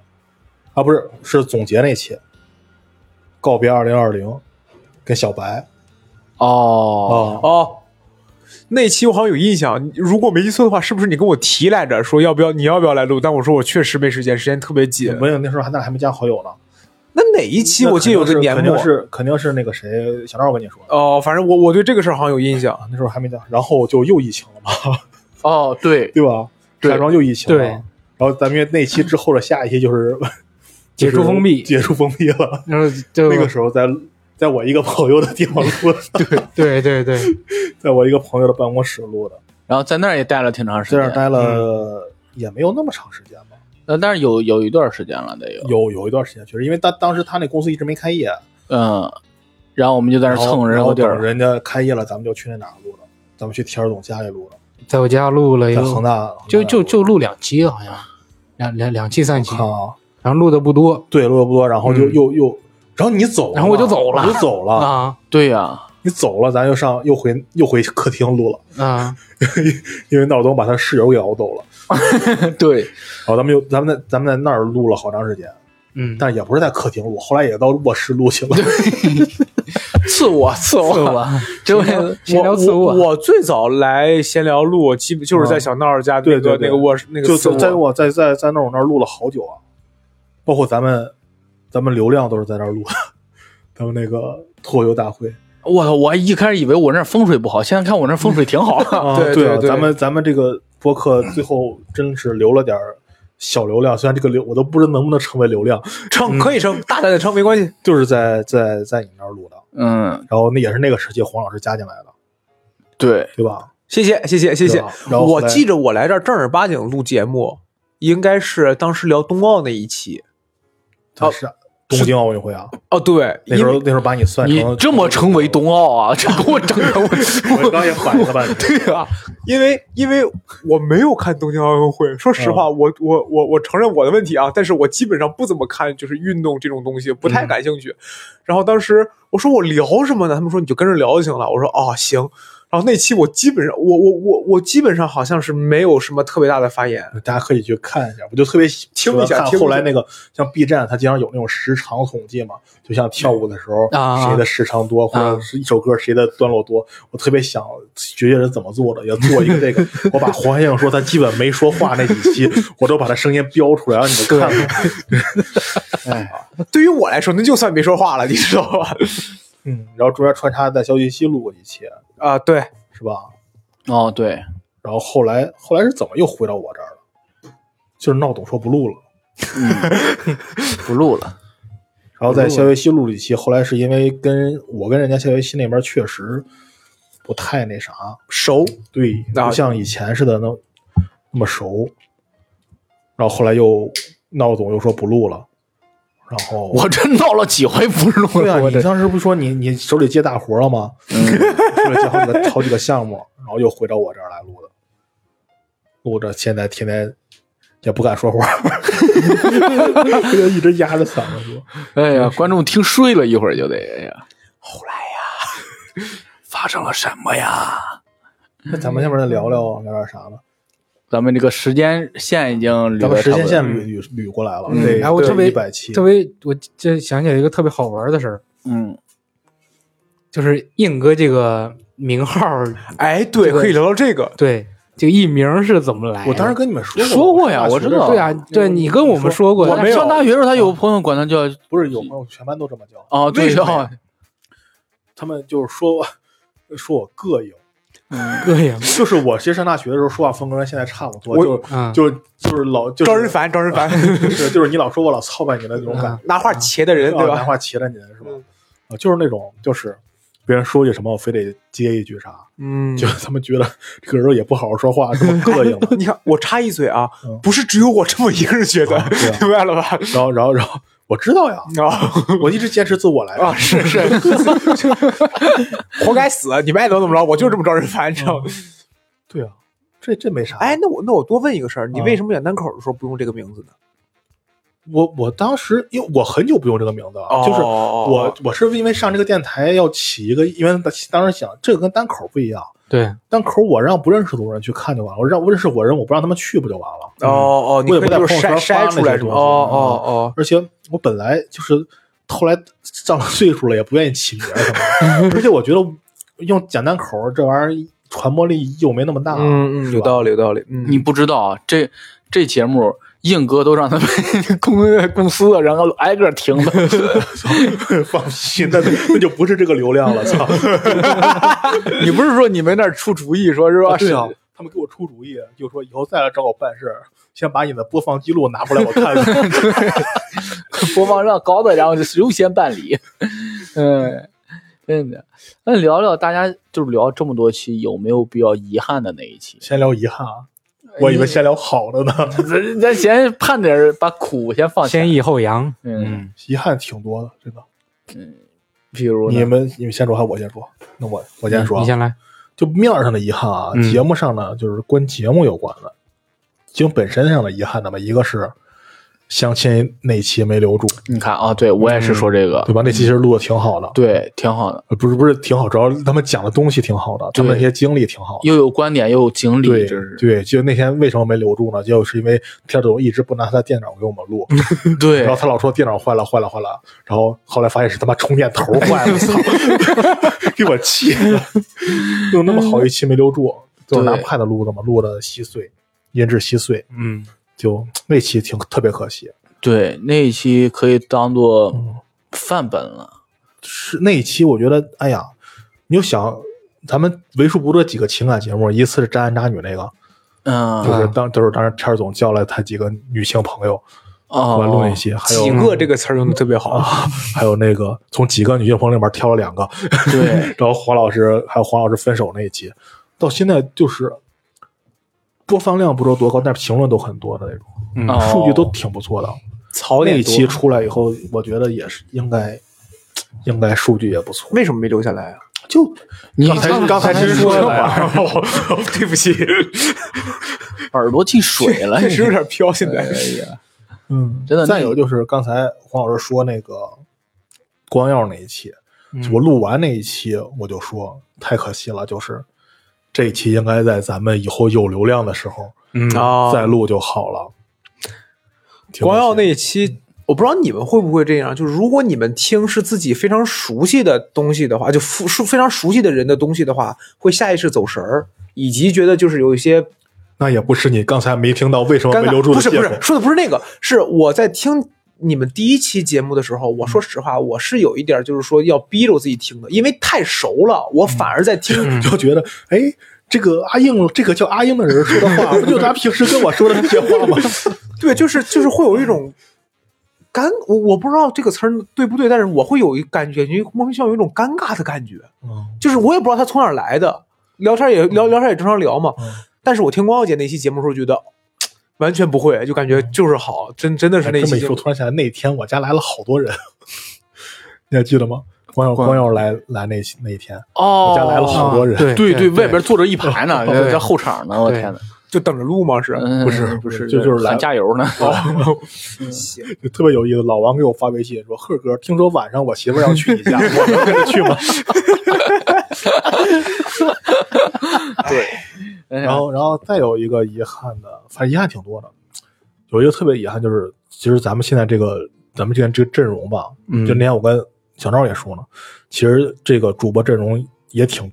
Speaker 1: 啊不是是总结那期，告别二零二零，跟小白
Speaker 2: 哦，
Speaker 1: 啊，
Speaker 5: 哦，那期我好像有印象，你如果没记错的话，是不是你跟我提来着，说要不要你要不要来录？但我说我确实没时间，时间特别紧。
Speaker 1: 没有那时候还咱俩还没加好友呢。
Speaker 5: 那哪一期我记得有个年
Speaker 1: 肯
Speaker 5: 末
Speaker 1: 定是肯定是那个谁小赵跟你说的，
Speaker 5: 哦，反正我我对这个事儿好像有印象。
Speaker 1: 那时候还没加，然后就又疫情了嘛， <laughs>
Speaker 2: 哦，对，
Speaker 1: 对吧？
Speaker 2: 对
Speaker 1: 山庄又疫情了
Speaker 3: 对
Speaker 1: 然后咱们那期之后的下一期就是 <laughs>
Speaker 3: 解除封闭
Speaker 1: 解除封闭
Speaker 3: <laughs>
Speaker 1: 了。
Speaker 3: 然后就
Speaker 1: 那个时候在在我一个朋友的地方录的， <laughs>
Speaker 3: 对对对，
Speaker 1: 在我一个朋友的办公室录的，
Speaker 2: 然后在那儿也待了挺长时
Speaker 1: 在那儿
Speaker 2: 间，
Speaker 1: 待了也没有那么长时间吧，
Speaker 2: 呃，但是有有一段时间了，得有，
Speaker 1: 有有一段时间确实，因为当当时他那公司一直没开业，
Speaker 2: 嗯，然后我们就在那
Speaker 1: 然
Speaker 2: 儿
Speaker 1: 后
Speaker 2: 蹭
Speaker 1: 哦然
Speaker 2: 人家
Speaker 1: 后
Speaker 2: 地
Speaker 1: 等
Speaker 2: 儿，
Speaker 1: 人家开业了，咱们就去那哪儿录的，咱们去田儿总家里录的，
Speaker 3: 在我家录了一
Speaker 1: 在恒
Speaker 3: 个，
Speaker 1: 大，
Speaker 3: 哎就
Speaker 1: 恒大
Speaker 3: 就
Speaker 1: 录的
Speaker 3: 就录两期好像，两两两期三期，
Speaker 1: 啊，
Speaker 3: 然后录的不多
Speaker 1: 对，录的不多，然后就
Speaker 3: 嗯
Speaker 1: 又又，然后你走了嘛，
Speaker 3: 然后我就走了
Speaker 1: 你就走了，
Speaker 3: 啊
Speaker 2: 对呀、
Speaker 1: <laughs> 你走了，咱又上又回又回客厅录了，
Speaker 3: 啊，
Speaker 1: 因为闹钟把他室友给熬走了，
Speaker 2: 对，
Speaker 1: 然后咱们又咱们在咱们在那儿录了好长时间，
Speaker 3: 嗯，
Speaker 1: 但是也不是在客厅录，后来也到卧室录去了。
Speaker 2: <laughs>
Speaker 1: <laughs>
Speaker 2: 刺我，刺我，刺 <laughs> 我，这
Speaker 1: <laughs>
Speaker 2: 位
Speaker 3: 闲聊啊自
Speaker 5: 我
Speaker 3: 我
Speaker 5: 我最早来闲聊录，我基本就是在小闹儿家那
Speaker 1: 嗯对
Speaker 5: 个
Speaker 1: 对对
Speaker 5: 那个卧室那个
Speaker 1: 就
Speaker 5: 次
Speaker 1: 在
Speaker 5: 卧
Speaker 1: 在我在在在那我那儿录了好久啊，包括咱们咱们流量都是在这儿录的，咱们那个脱口秀大会
Speaker 2: 我操！我还一开始以为我那儿风水不好，现在看我那儿风水挺好。
Speaker 1: 啊
Speaker 5: 对
Speaker 1: 对啊
Speaker 5: 对对
Speaker 1: 咱们咱们这个播客最后真是留了点儿小流量，虽然这个流我都不知道能不能称为流量，
Speaker 5: 称可以称，大胆的称没关系。
Speaker 1: 就是在在在你那儿录的，
Speaker 2: <laughs> 嗯，
Speaker 1: 然后那也是那个时期黄老师加进来的，
Speaker 2: 对，
Speaker 1: 对吧？
Speaker 5: 谢谢谢谢谢谢
Speaker 1: 对啊。然后后
Speaker 5: 我
Speaker 1: 来
Speaker 5: 记着我来这儿正儿八经录节目，应该是当时聊冬奥那一期。
Speaker 1: 他是东京奥运会啊，
Speaker 5: 哦，对，
Speaker 1: 那时
Speaker 5: 因
Speaker 1: 候
Speaker 5: 为
Speaker 1: 那时候把你算
Speaker 2: 你
Speaker 1: 成
Speaker 2: 这么称为，冬奥啊？这给我整的
Speaker 1: <laughs>
Speaker 2: 我
Speaker 1: 我刚也反应了半天。
Speaker 2: 对啊，
Speaker 5: 因为因为我没有看东京奥运会，说实
Speaker 1: 嗯
Speaker 5: 话，我我我我承认我的问题啊，但是我基本上不怎么看，就是运动这种东西，不太感兴
Speaker 1: 嗯
Speaker 5: 趣。然后当时我说我聊什么呢？他们说你就跟着聊就行了。我说哦行。然后那期我基本上，我我我我基本上好像是没有什么特别大的发言。
Speaker 1: <laughs> 大家可以去看一下，我就特别喜
Speaker 5: 听一下
Speaker 1: 喜欢看
Speaker 5: 听一下
Speaker 1: 后来那个像 B 站，它经常有那种时长统计嘛，就像跳舞的时候、
Speaker 3: 啊
Speaker 1: 谁的时长多，或
Speaker 2: 啊
Speaker 1: 者是一首歌谁的段落多。我特别想学学人怎么做的，要做一个这个。
Speaker 2: <laughs>
Speaker 1: 我把黄先生说他基本没说话那几期，我都把他声音标出来，让你们看看。
Speaker 5: 对于我来说，那就算没说话了，你知道吧？ <laughs>
Speaker 1: 嗯，然后中间穿插在消息西录过一期，
Speaker 5: 啊、对，
Speaker 1: 是吧？
Speaker 2: 哦对，
Speaker 1: 然后后来后来是怎么又回到我这儿了？就是闹总说不录了。
Speaker 2: 不录了。
Speaker 1: 然后在夏维西录了一期，后来是因为跟我跟人家夏维西那边确实不太那啥，
Speaker 5: 熟
Speaker 1: 对，
Speaker 5: 啊
Speaker 1: 不像以前似的那那么熟。然后后来又闹总又说不录了，然后
Speaker 2: 我这闹了几回不录
Speaker 1: 对
Speaker 2: 了，
Speaker 1: 啊，
Speaker 2: <laughs> 我嗯
Speaker 1: 你
Speaker 2: 这
Speaker 1: 当时不是说你你手里接大活了吗？手里接好几个好几个项目，然后又回到我这儿来录的，录着现在天天也不敢说话， <laughs> 就一直压着嗓子说。
Speaker 2: 哎呀，观众听睡了一会儿就得哎呀。后来呀， <laughs> 发生了什么呀？
Speaker 1: 那咱们要不然再聊聊啊，聊点啥呢？
Speaker 2: 咱们这个时间线已经捋
Speaker 1: 咱
Speaker 2: 嗯得
Speaker 1: 们时
Speaker 2: 差
Speaker 1: 间
Speaker 2: 不多
Speaker 1: 线
Speaker 2: 了
Speaker 1: 捋捋捋过来了，
Speaker 2: 嗯
Speaker 1: 对，
Speaker 3: 哎我特别
Speaker 1: 一百期，
Speaker 3: 特别，我这想起来一个特别好玩的事儿，
Speaker 2: 嗯，
Speaker 3: 就是硬哥这个名号，
Speaker 5: 哎，对，
Speaker 3: 这个
Speaker 5: 可以聊聊这个。
Speaker 3: 对这个艺名是怎么来的？
Speaker 1: 我当时跟你们说
Speaker 2: 说过呀我知道
Speaker 3: 对啊，对你跟我们说过，
Speaker 1: 我没有
Speaker 2: 上大学的时候，他有朋友管他叫
Speaker 1: 不是有朋友全班都这么叫，
Speaker 2: 哦，对
Speaker 5: 为什么
Speaker 2: 叫
Speaker 5: 呀
Speaker 1: 他们就是说我说我膈应，
Speaker 3: 对呀，
Speaker 1: 就是我其实上大学的时候说话风格跟现在差不多，
Speaker 5: 我
Speaker 1: 就是
Speaker 3: 嗯
Speaker 1: 就是就是老就是
Speaker 5: 招人烦，招人烦，
Speaker 1: <laughs> 是就是你老说我老操办你的那种感觉，
Speaker 5: 拿话茄的嗯人，对
Speaker 1: 哦拿
Speaker 5: 吧？
Speaker 1: 话切着您是吧
Speaker 5: 嗯？
Speaker 1: 啊，就是那种就是别人说句什么，我非得接一句啥，
Speaker 5: 嗯
Speaker 1: 就他们觉得这个人也不好好说话，这么膈应
Speaker 5: <laughs>
Speaker 1: 嘛
Speaker 5: 你看，我插一嘴啊
Speaker 1: 嗯，
Speaker 5: 不是只有我这么一个人觉得
Speaker 1: 啊对啊，
Speaker 5: 明白了吧？
Speaker 1: 然后然后然后我知道呀， <laughs>
Speaker 5: 啊
Speaker 1: 我一直坚持自我来着
Speaker 5: <laughs> 啊，。是是，活该死！啊你们爱怎么怎么着，我就是这么招人烦，你知道吗？
Speaker 1: 嗯对啊，这这没啥。
Speaker 5: 哎，，那我那我多问一个事儿，你
Speaker 1: 啊
Speaker 5: 为什么演单口的时候不用这个名字呢？
Speaker 1: 我我当时因为我很久不用这个名字了，
Speaker 5: 哦
Speaker 1: 就是
Speaker 5: 哦
Speaker 1: 我我是因为上这个电台要起一个，因为当时想这个跟单口不一样，
Speaker 3: 对，
Speaker 1: 单口我让不认识的人去看就完了，我让不认识我人我不让他们去不就完了？
Speaker 5: 哦哦，你
Speaker 1: 嗯我也
Speaker 5: 可
Speaker 1: 不在
Speaker 5: 以就是
Speaker 1: 朋
Speaker 5: 筛
Speaker 1: 友圈发
Speaker 5: 筛出
Speaker 1: 那
Speaker 5: 来
Speaker 1: 些
Speaker 5: 是吗？
Speaker 1: 东
Speaker 5: 哦
Speaker 1: 西嗯
Speaker 5: 哦
Speaker 1: 而且我本来就是后来上了岁数了，也不愿意起名儿什么
Speaker 5: <laughs>
Speaker 1: 的，而且我觉得用简单口儿这玩意儿传播力又没那么大，
Speaker 5: 哦，嗯嗯，
Speaker 1: 是
Speaker 5: 有
Speaker 1: 吧
Speaker 5: 道理有道理，嗯，
Speaker 2: 你不知道啊，这这节目硬哥都让他们 <laughs> 公公司的，然 <laughs> 后挨个停了。
Speaker 1: <laughs> 放心，那那就不是这个流量了，
Speaker 5: <laughs>
Speaker 1: 操！
Speaker 5: 你不是说你们那儿出主意说是吧？
Speaker 1: 对啊，他们给我出主意，就说以后再来找我办事儿，先把你的播放记录拿出来我看
Speaker 5: <laughs>
Speaker 1: 看。
Speaker 2: 播放量高的，然后就优先办理。嗯，真的。那聊聊大家就是聊这么多期，有没有比较遗憾的那一期？
Speaker 1: 先聊遗憾，啊，我以
Speaker 5: 哎
Speaker 1: 为先聊好的呢，
Speaker 2: 咱咱先盼点儿把苦先放下
Speaker 3: 先。抑后扬，
Speaker 2: 嗯，
Speaker 1: <laughs> 遗憾挺多的，真的。
Speaker 2: 比如呢
Speaker 1: 你们你们先说，还是我先说？那我我先说啊
Speaker 3: 你，先来，
Speaker 1: 就面儿上的遗憾啊，
Speaker 3: 嗯
Speaker 1: 节目上呢就是跟节目有关的，节目本身上的遗憾呢嘛，一个是相亲那期没留住，
Speaker 2: 你看啊，对我也是说这个，
Speaker 1: 对吧？那期其实录的挺好的。
Speaker 2: 对，挺好的，
Speaker 1: 呃不是不是挺好，主要他们讲的东西挺好的，他们那些经历挺好的。
Speaker 2: 又有观点又有经历，
Speaker 1: 对
Speaker 2: 这是
Speaker 1: 对，就那天为什么没留住呢？就是因为天总一直不拿他电脑给我们录，
Speaker 2: 对
Speaker 1: 然后他老说电脑坏了坏了坏了，然后后来发现是他妈充电头坏了，操， <laughs> 给我气的，用那么好一期没留住，就是拿
Speaker 2: 对
Speaker 1: pad 录的嘛，录的稀碎，音质稀碎，
Speaker 3: 嗯，
Speaker 1: 就那期挺特别可惜。
Speaker 2: 对那一期可以当做范本了。
Speaker 1: 是那一期，我觉得，哎呀，你就想咱们为数不多几个情感节目，一次是渣男渣女那个，
Speaker 2: 嗯，
Speaker 1: 就
Speaker 3: 啊
Speaker 1: 是当就是当时天儿总叫来他几个女性朋友，
Speaker 2: 哦，
Speaker 1: 完录那期，还
Speaker 5: 几
Speaker 1: 有
Speaker 5: 个这个词儿用的特别好，
Speaker 1: 还有那个从几个女性朋友里面挑了两个，
Speaker 2: 对，
Speaker 1: 然后黄老师还有黄老师分手那一期，到现在就是播放量不知道多高，但是评论都很多的那种，
Speaker 2: 哦
Speaker 1: 嗯数据都挺不错的。
Speaker 5: 槽
Speaker 1: 那
Speaker 5: 点
Speaker 1: 一
Speaker 5: 多
Speaker 1: 期出来以后，我觉得也是应该，应该数据也不错。
Speaker 5: 为什么没留下来啊？
Speaker 1: 就
Speaker 2: 你
Speaker 1: 刚才刚才真说了
Speaker 5: <laughs>
Speaker 1: 呀，
Speaker 5: 哦对不起，
Speaker 2: 耳朵进水了，
Speaker 5: 确
Speaker 2: 你
Speaker 5: 实有点飘。现在
Speaker 2: 哎呀，
Speaker 1: 嗯，
Speaker 2: 真的
Speaker 1: 再
Speaker 2: 那
Speaker 1: 有就是刚才黄老师说那个光耀那一期，
Speaker 3: 嗯
Speaker 1: 我录完那一期我就说太可惜了，就是这一期应该在咱们以后有流量的时候
Speaker 4: 嗯
Speaker 5: 啊
Speaker 1: 再录就好了。挺可惜
Speaker 5: 光耀那一
Speaker 1: 嗯
Speaker 5: 期，我不知道你们会不会这样，就如果你们听是自己非常熟悉的东西的话，就熟熟非常熟悉的人的东西的话，会下意识走神儿，以及觉得就是有一些
Speaker 1: 那也不是你刚才没听到为什么
Speaker 5: 尴
Speaker 1: 没
Speaker 5: 尬。
Speaker 1: 留住
Speaker 5: 不
Speaker 1: 的
Speaker 5: 是
Speaker 1: 借
Speaker 5: 不
Speaker 1: 口
Speaker 5: 是，，说的不是那个，是我在听。你们第一期节目的时候，
Speaker 1: 嗯
Speaker 5: 我说实话，我是有一点就是说要逼着我自己听的，因为太熟了，我反而在听
Speaker 1: <laughs> 就觉得哎。这个阿硬，这个叫阿硬的人说的话，不就他平时跟我说的那些话吗？
Speaker 5: <laughs> 对，就是就是会有一种尴，我我不知道这个词儿对不对，但是我会有一感觉，就莫名其妙有一种尴尬的感觉，
Speaker 1: 嗯，
Speaker 5: 就是我也不知道他从哪儿来的，聊天也聊聊天也正常聊嘛，
Speaker 1: 嗯
Speaker 5: 但是我听光耀姐那期节目的时候觉得。完全不会，就感
Speaker 1: 嗯
Speaker 5: 觉就是好，真真的是那
Speaker 1: 这么
Speaker 5: 期
Speaker 1: 一
Speaker 5: 节
Speaker 1: 说，
Speaker 5: 目
Speaker 1: 突然想起来那天我家来了好多人， <laughs> 你还记得吗？光耀
Speaker 2: 光
Speaker 1: 光耀来来那那一天，
Speaker 2: 哦，
Speaker 1: 我家来了好多人，
Speaker 3: 啊对
Speaker 2: 对
Speaker 3: 对，
Speaker 2: 外边坐着一排呢，
Speaker 3: 对
Speaker 2: 在在后场呢，我
Speaker 3: 对
Speaker 2: 天哪！
Speaker 5: 就等着录吗？是，
Speaker 2: 嗯
Speaker 1: 不是
Speaker 2: 不是，
Speaker 1: 就就是来
Speaker 2: 喊加油呢。
Speaker 5: 行
Speaker 1: <laughs> 就特别有意思。老王给我发微信说：“贺哥，听说晚上我媳妇儿要去你家，我能跟着去吗
Speaker 2: 然
Speaker 4: 哎
Speaker 1: 然后，然后再有一个遗憾的，反正遗憾挺多的。有一个特别遗憾就是，其实咱们现在这个咱们现在这个阵容吧，
Speaker 4: 嗯
Speaker 1: 就那天我跟小赵也说呢，其实这个主播阵容也挺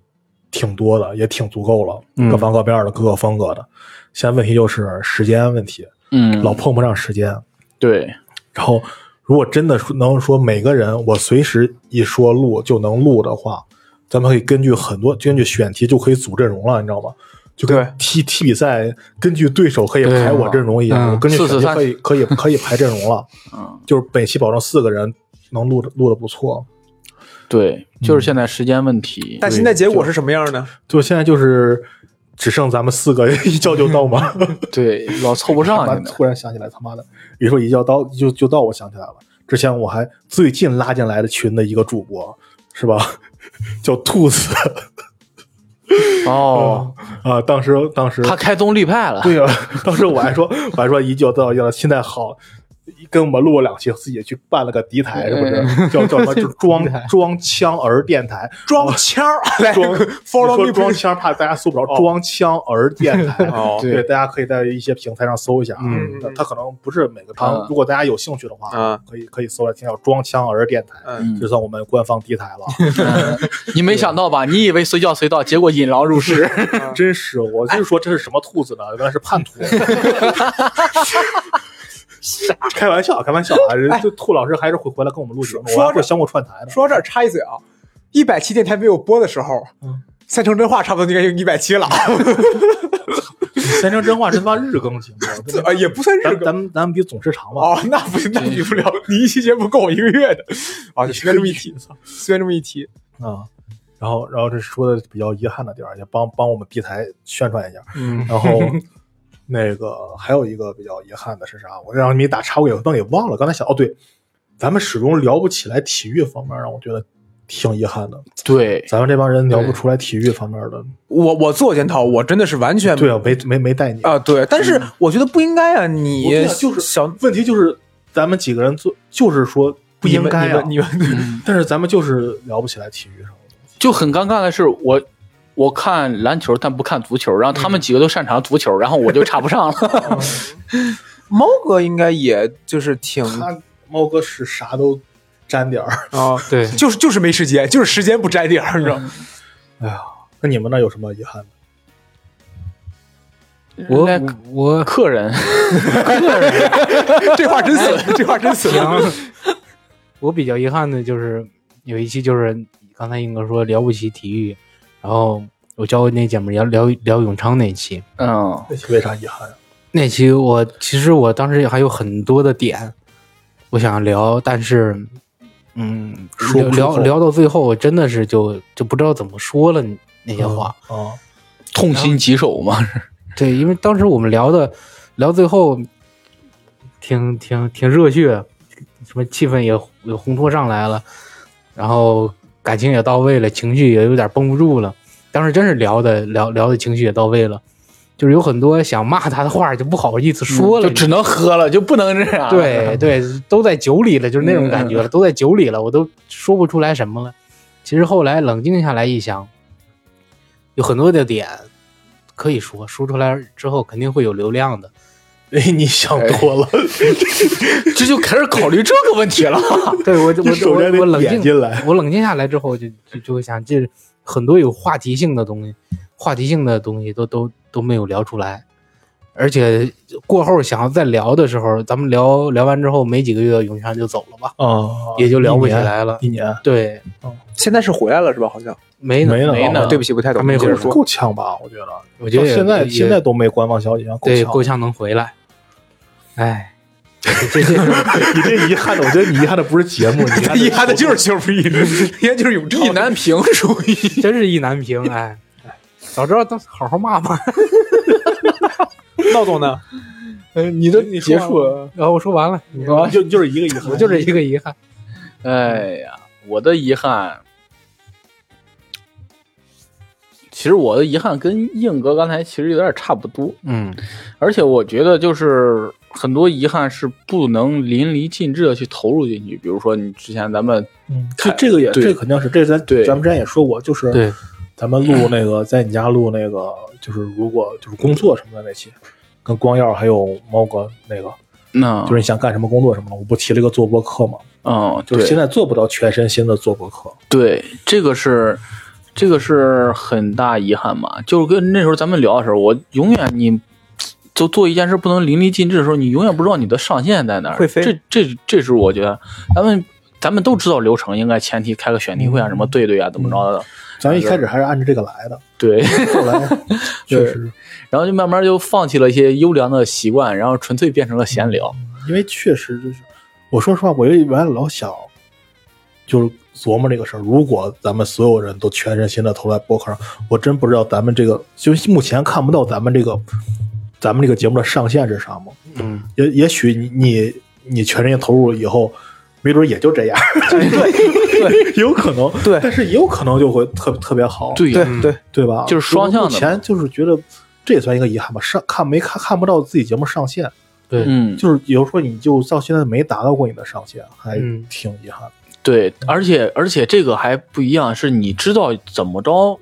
Speaker 1: 挺多的，也挺足够了，
Speaker 4: 嗯
Speaker 1: 各方各面的，各个风格的。现在问题就是时间问题，
Speaker 2: 嗯，
Speaker 1: 老碰不上时间。
Speaker 2: 对，
Speaker 1: 然后，如果真的说能说每个人我随时一说录就能录的话，咱们可以根据很多根据选题就可以组阵容了，你知道吗？就
Speaker 5: 对
Speaker 1: 跟踢踢比赛，根据对手可以
Speaker 3: 对
Speaker 1: 排我阵容一样，
Speaker 3: 嗯
Speaker 1: 我根据选
Speaker 2: 四
Speaker 1: 题
Speaker 2: 四三
Speaker 1: 可以可以 <laughs> 可以排阵容了。
Speaker 2: 嗯，
Speaker 1: 就是本期保证四个人能录的录的不错。
Speaker 2: 对，就是现在时间问
Speaker 1: 嗯
Speaker 2: 题。
Speaker 5: 但现在结果是什么样呢？
Speaker 1: 就现在就是只剩咱们四个一觉就到嘛。
Speaker 2: 对，老凑不上
Speaker 1: 他妈
Speaker 2: 现在。
Speaker 1: 突然想起来，他妈的，一说一觉到就就到，我想起来了，之前我还最近拉进来的群的一个主播是吧， <laughs> 叫兔子
Speaker 2: 哦，
Speaker 1: 啊，当时当时
Speaker 2: 他开宗立派了。
Speaker 1: 对呀、当时我还说我还说一觉到一觉，现在好。跟我们录了两期，自己去办了个敌台，是不是？叫叫什么？就是装装腔儿电台，
Speaker 5: 装
Speaker 1: <laughs>
Speaker 5: 腔儿，啊来
Speaker 1: 装
Speaker 5: follow
Speaker 1: 你
Speaker 5: me，
Speaker 1: 说装腔儿怕大家搜不着，装腔儿电台。
Speaker 5: 哦
Speaker 1: 对，大家可以在一些平台上搜一下啊。
Speaker 5: 嗯
Speaker 1: 它它可能不是每个平台
Speaker 2: 嗯，
Speaker 1: 如果大家有兴趣的话，
Speaker 5: 嗯
Speaker 1: 可以可以搜一下，听叫装腔儿电台，
Speaker 5: 嗯
Speaker 2: 嗯
Speaker 1: 这算我们官方敌台
Speaker 5: <laughs>
Speaker 1: 了。 <laughs>
Speaker 2: 嗯你没想到吧？你以为随叫随到，结果引狼入
Speaker 1: <laughs>
Speaker 2: 室。
Speaker 1: 真是，我就是说这是什么兔子呢？原来是叛
Speaker 5: <laughs>
Speaker 1: 徒。开玩笑，开玩笑啊！人就兔老师还是会回来跟我们录节目，
Speaker 5: 哎说
Speaker 1: 我还会相互串台的。
Speaker 5: <laughs> 说到这儿插一嘴啊，一百期电台没有播的时候，
Speaker 1: 嗯
Speaker 5: 三城真话差不多应该有一百期了
Speaker 1: 三生真话是他妈日更节
Speaker 5: <laughs>
Speaker 1: 目，
Speaker 5: 啊，也不算日
Speaker 1: 咱
Speaker 5: 更
Speaker 1: 咱们咱们比总时长吧。
Speaker 5: 哦，那不那比不了，你一期节目够我一个月的啊，就随便这么
Speaker 1: <laughs>
Speaker 5: 一提，随便这么一提，
Speaker 1: 啊，然后然后这说的比较遗憾的地儿，也帮帮我们地台宣传一下。
Speaker 5: 嗯，
Speaker 1: 然后那个还有一个比较遗憾的是啥？我让你一打岔，我给忘给忘了。刚才想，哦对，咱们始终聊不起来体育方面，让我觉得挺遗憾的。
Speaker 2: 对，
Speaker 1: 咱们这帮人聊不出来体育方面的。
Speaker 5: 我我自我检讨，我真的是完全
Speaker 1: 对啊，没没没带你。
Speaker 5: 啊，对，但是我觉得不应该啊，
Speaker 1: 我对
Speaker 5: 你
Speaker 1: 啊就是
Speaker 5: 小
Speaker 1: 问题就是咱们几个人做，就是说不应该啊。
Speaker 5: 你们你们你们
Speaker 1: 但是咱们就是聊不起来体育上的东西。
Speaker 2: 就很尴尬的是，我我看篮球，但不看足球，然后
Speaker 1: 嗯
Speaker 2: 他们几个都擅长足球，然后我就插不上了。
Speaker 1: <laughs>
Speaker 5: 猫哥应该也就是挺
Speaker 1: 他猫哥是啥都沾点儿。
Speaker 5: 啊，
Speaker 3: 对，
Speaker 5: 就是就是没时间，就是时间不摘点
Speaker 1: 嗯
Speaker 5: 儿，你知道吗？
Speaker 1: 哎呀，那你们那有什么遗憾的？
Speaker 3: 我
Speaker 2: 来
Speaker 3: 我
Speaker 2: 客人，
Speaker 5: 这话真损，这话真损。
Speaker 3: 行， <laughs> 我比较遗憾的就是有一期就是刚才英哥说了不起体育，然后我教那姐们儿聊聊聊永昌那期，
Speaker 2: 嗯，
Speaker 1: 那为啥遗憾啊呀？
Speaker 3: 那期我其实我当时还有很多的点，我想聊，但是，嗯，
Speaker 1: 说
Speaker 3: 聊
Speaker 1: 不出
Speaker 3: 聊
Speaker 1: 口
Speaker 3: 聊到最后，我真的是就就不知道怎么说了那些话。
Speaker 1: 啊，
Speaker 2: 痛心疾首嘛，
Speaker 3: 对，因为当时我们聊的聊最后，挺挺挺热血，什么气氛也也烘托上来了，然后感情也到位了，情绪也有点绷不住了。当时真是聊的聊聊的情绪也到位了，就是有很多想骂他的话就不好意
Speaker 1: 嗯
Speaker 3: 思说了，
Speaker 2: 就只能喝了，就不能这
Speaker 1: 啊
Speaker 2: 样。
Speaker 3: 对对，都在酒里了，就是那
Speaker 1: 嗯
Speaker 3: 种感觉了，都在酒里了，我都说不出来什么了。其实后来冷静下来一想，有很多的点可以说，说出来之后肯定会有流量的。
Speaker 1: 哎，你想多了，
Speaker 2: 这就开始考虑这个问 <laughs> 题了。
Speaker 3: 对
Speaker 1: <laughs>
Speaker 3: 我
Speaker 1: 你
Speaker 3: 我
Speaker 1: 首
Speaker 3: 我
Speaker 1: 先
Speaker 3: 我
Speaker 1: 得
Speaker 3: 冷
Speaker 1: 点
Speaker 3: 静，
Speaker 1: 进来。
Speaker 3: 我冷静下来之后就就就会想，这很多有话题性的东西，话题性的东西都都都没有聊出来。而且过后想要再聊的时候，咱们聊聊完之后没几个月，永强就走了吧，
Speaker 1: 啊，
Speaker 3: 也就聊不起来了。
Speaker 1: 一年
Speaker 3: 对，
Speaker 5: 现在是回来了是吧？好像
Speaker 3: 没呢，
Speaker 1: 嗯没了
Speaker 2: 没呢
Speaker 5: 哦对不起，不太懂。
Speaker 3: 还没
Speaker 5: 你接着
Speaker 3: 回来
Speaker 5: 说， <laughs>
Speaker 1: 够呛吧？我觉得，
Speaker 3: 我觉得
Speaker 1: 到现在
Speaker 3: 也
Speaker 1: 现在都没官方消息啊，
Speaker 3: 对够
Speaker 1: 呛。
Speaker 3: 呛能回来。哎，这这这
Speaker 1: <laughs> 你这遗憾的，我觉得你遗憾的不是节目，你
Speaker 5: 遗憾的就是邱福义，遗憾就是永
Speaker 2: 意
Speaker 5: 昌。
Speaker 2: 难平属于
Speaker 3: 真是意难 <laughs> 平哎。早知道当时好好骂骂。
Speaker 5: 闹总呢？
Speaker 3: 哎
Speaker 2: 你的结束了。
Speaker 3: 然后我说完了，你说
Speaker 1: 啊
Speaker 3: 啊
Speaker 1: 就就是一个遗憾，
Speaker 3: 我就这一个遗憾。
Speaker 2: 哎呀，我的遗憾，其实我的遗憾跟硬哥刚才其实有点差不多，
Speaker 3: 嗯
Speaker 2: 而且我觉得就是很多遗憾是不能淋漓尽致的去投入进去，比如说你之前咱们
Speaker 1: 嗯，这这个也
Speaker 2: 对
Speaker 1: 这肯定是，这咱
Speaker 2: 对
Speaker 1: 咱们之前也说过，就是
Speaker 3: 对
Speaker 1: 咱们录那个在你家录那个，就是如果就是工作什么的那期，跟光耀还有猫哥那个，
Speaker 2: 那
Speaker 1: 就是你想干什么工作什么的，我不提了一个做播客嘛，
Speaker 2: 嗯，
Speaker 1: 就
Speaker 2: 对
Speaker 1: 是现在做不到全身心的做播客，
Speaker 2: 对，这个是这个是很大遗憾嘛，就是跟那时候咱们聊的时候，我永远你。就做一件事不能淋漓尽致的时候，你永远不知道你的上限在哪儿。
Speaker 5: 会飞
Speaker 2: 这这这是我觉得，咱们咱们都知道流程应该前提开个选题会啊，
Speaker 5: 嗯
Speaker 2: 什么对对啊，怎么着的。
Speaker 1: 咱一开始还是按照这个来的，
Speaker 2: <laughs> 对，
Speaker 1: 后来确实，
Speaker 2: 然后就慢慢就放弃了一些优良的习惯，然后纯粹变成了闲聊。
Speaker 5: 嗯
Speaker 1: 因为确实就是，我说实话，我原来老想，就是琢磨这个事儿。如果咱们所有人都全身心的投在播客上，我真不知道咱们这个，就是目前看不到咱们这个，咱们这个节目的上限是啥吗？
Speaker 3: 嗯，
Speaker 1: 也也许你你你全身心投入以后，没准也就这样，对， <laughs> 有可能，
Speaker 5: 对
Speaker 1: 但是也有可能就会特特别好，
Speaker 2: 对
Speaker 5: 对对，
Speaker 1: 对吧？
Speaker 2: 就是双向的嘛
Speaker 1: 目前就是觉得这也算一个遗憾吧，上看没看看不到自己节目上限。
Speaker 3: 对，
Speaker 2: 嗯，
Speaker 1: 就是有时候你就到现在没达到过你的上限，还
Speaker 3: 嗯
Speaker 1: 挺遗憾的。
Speaker 2: 对，而且而且这个还不一样，是你知道怎么着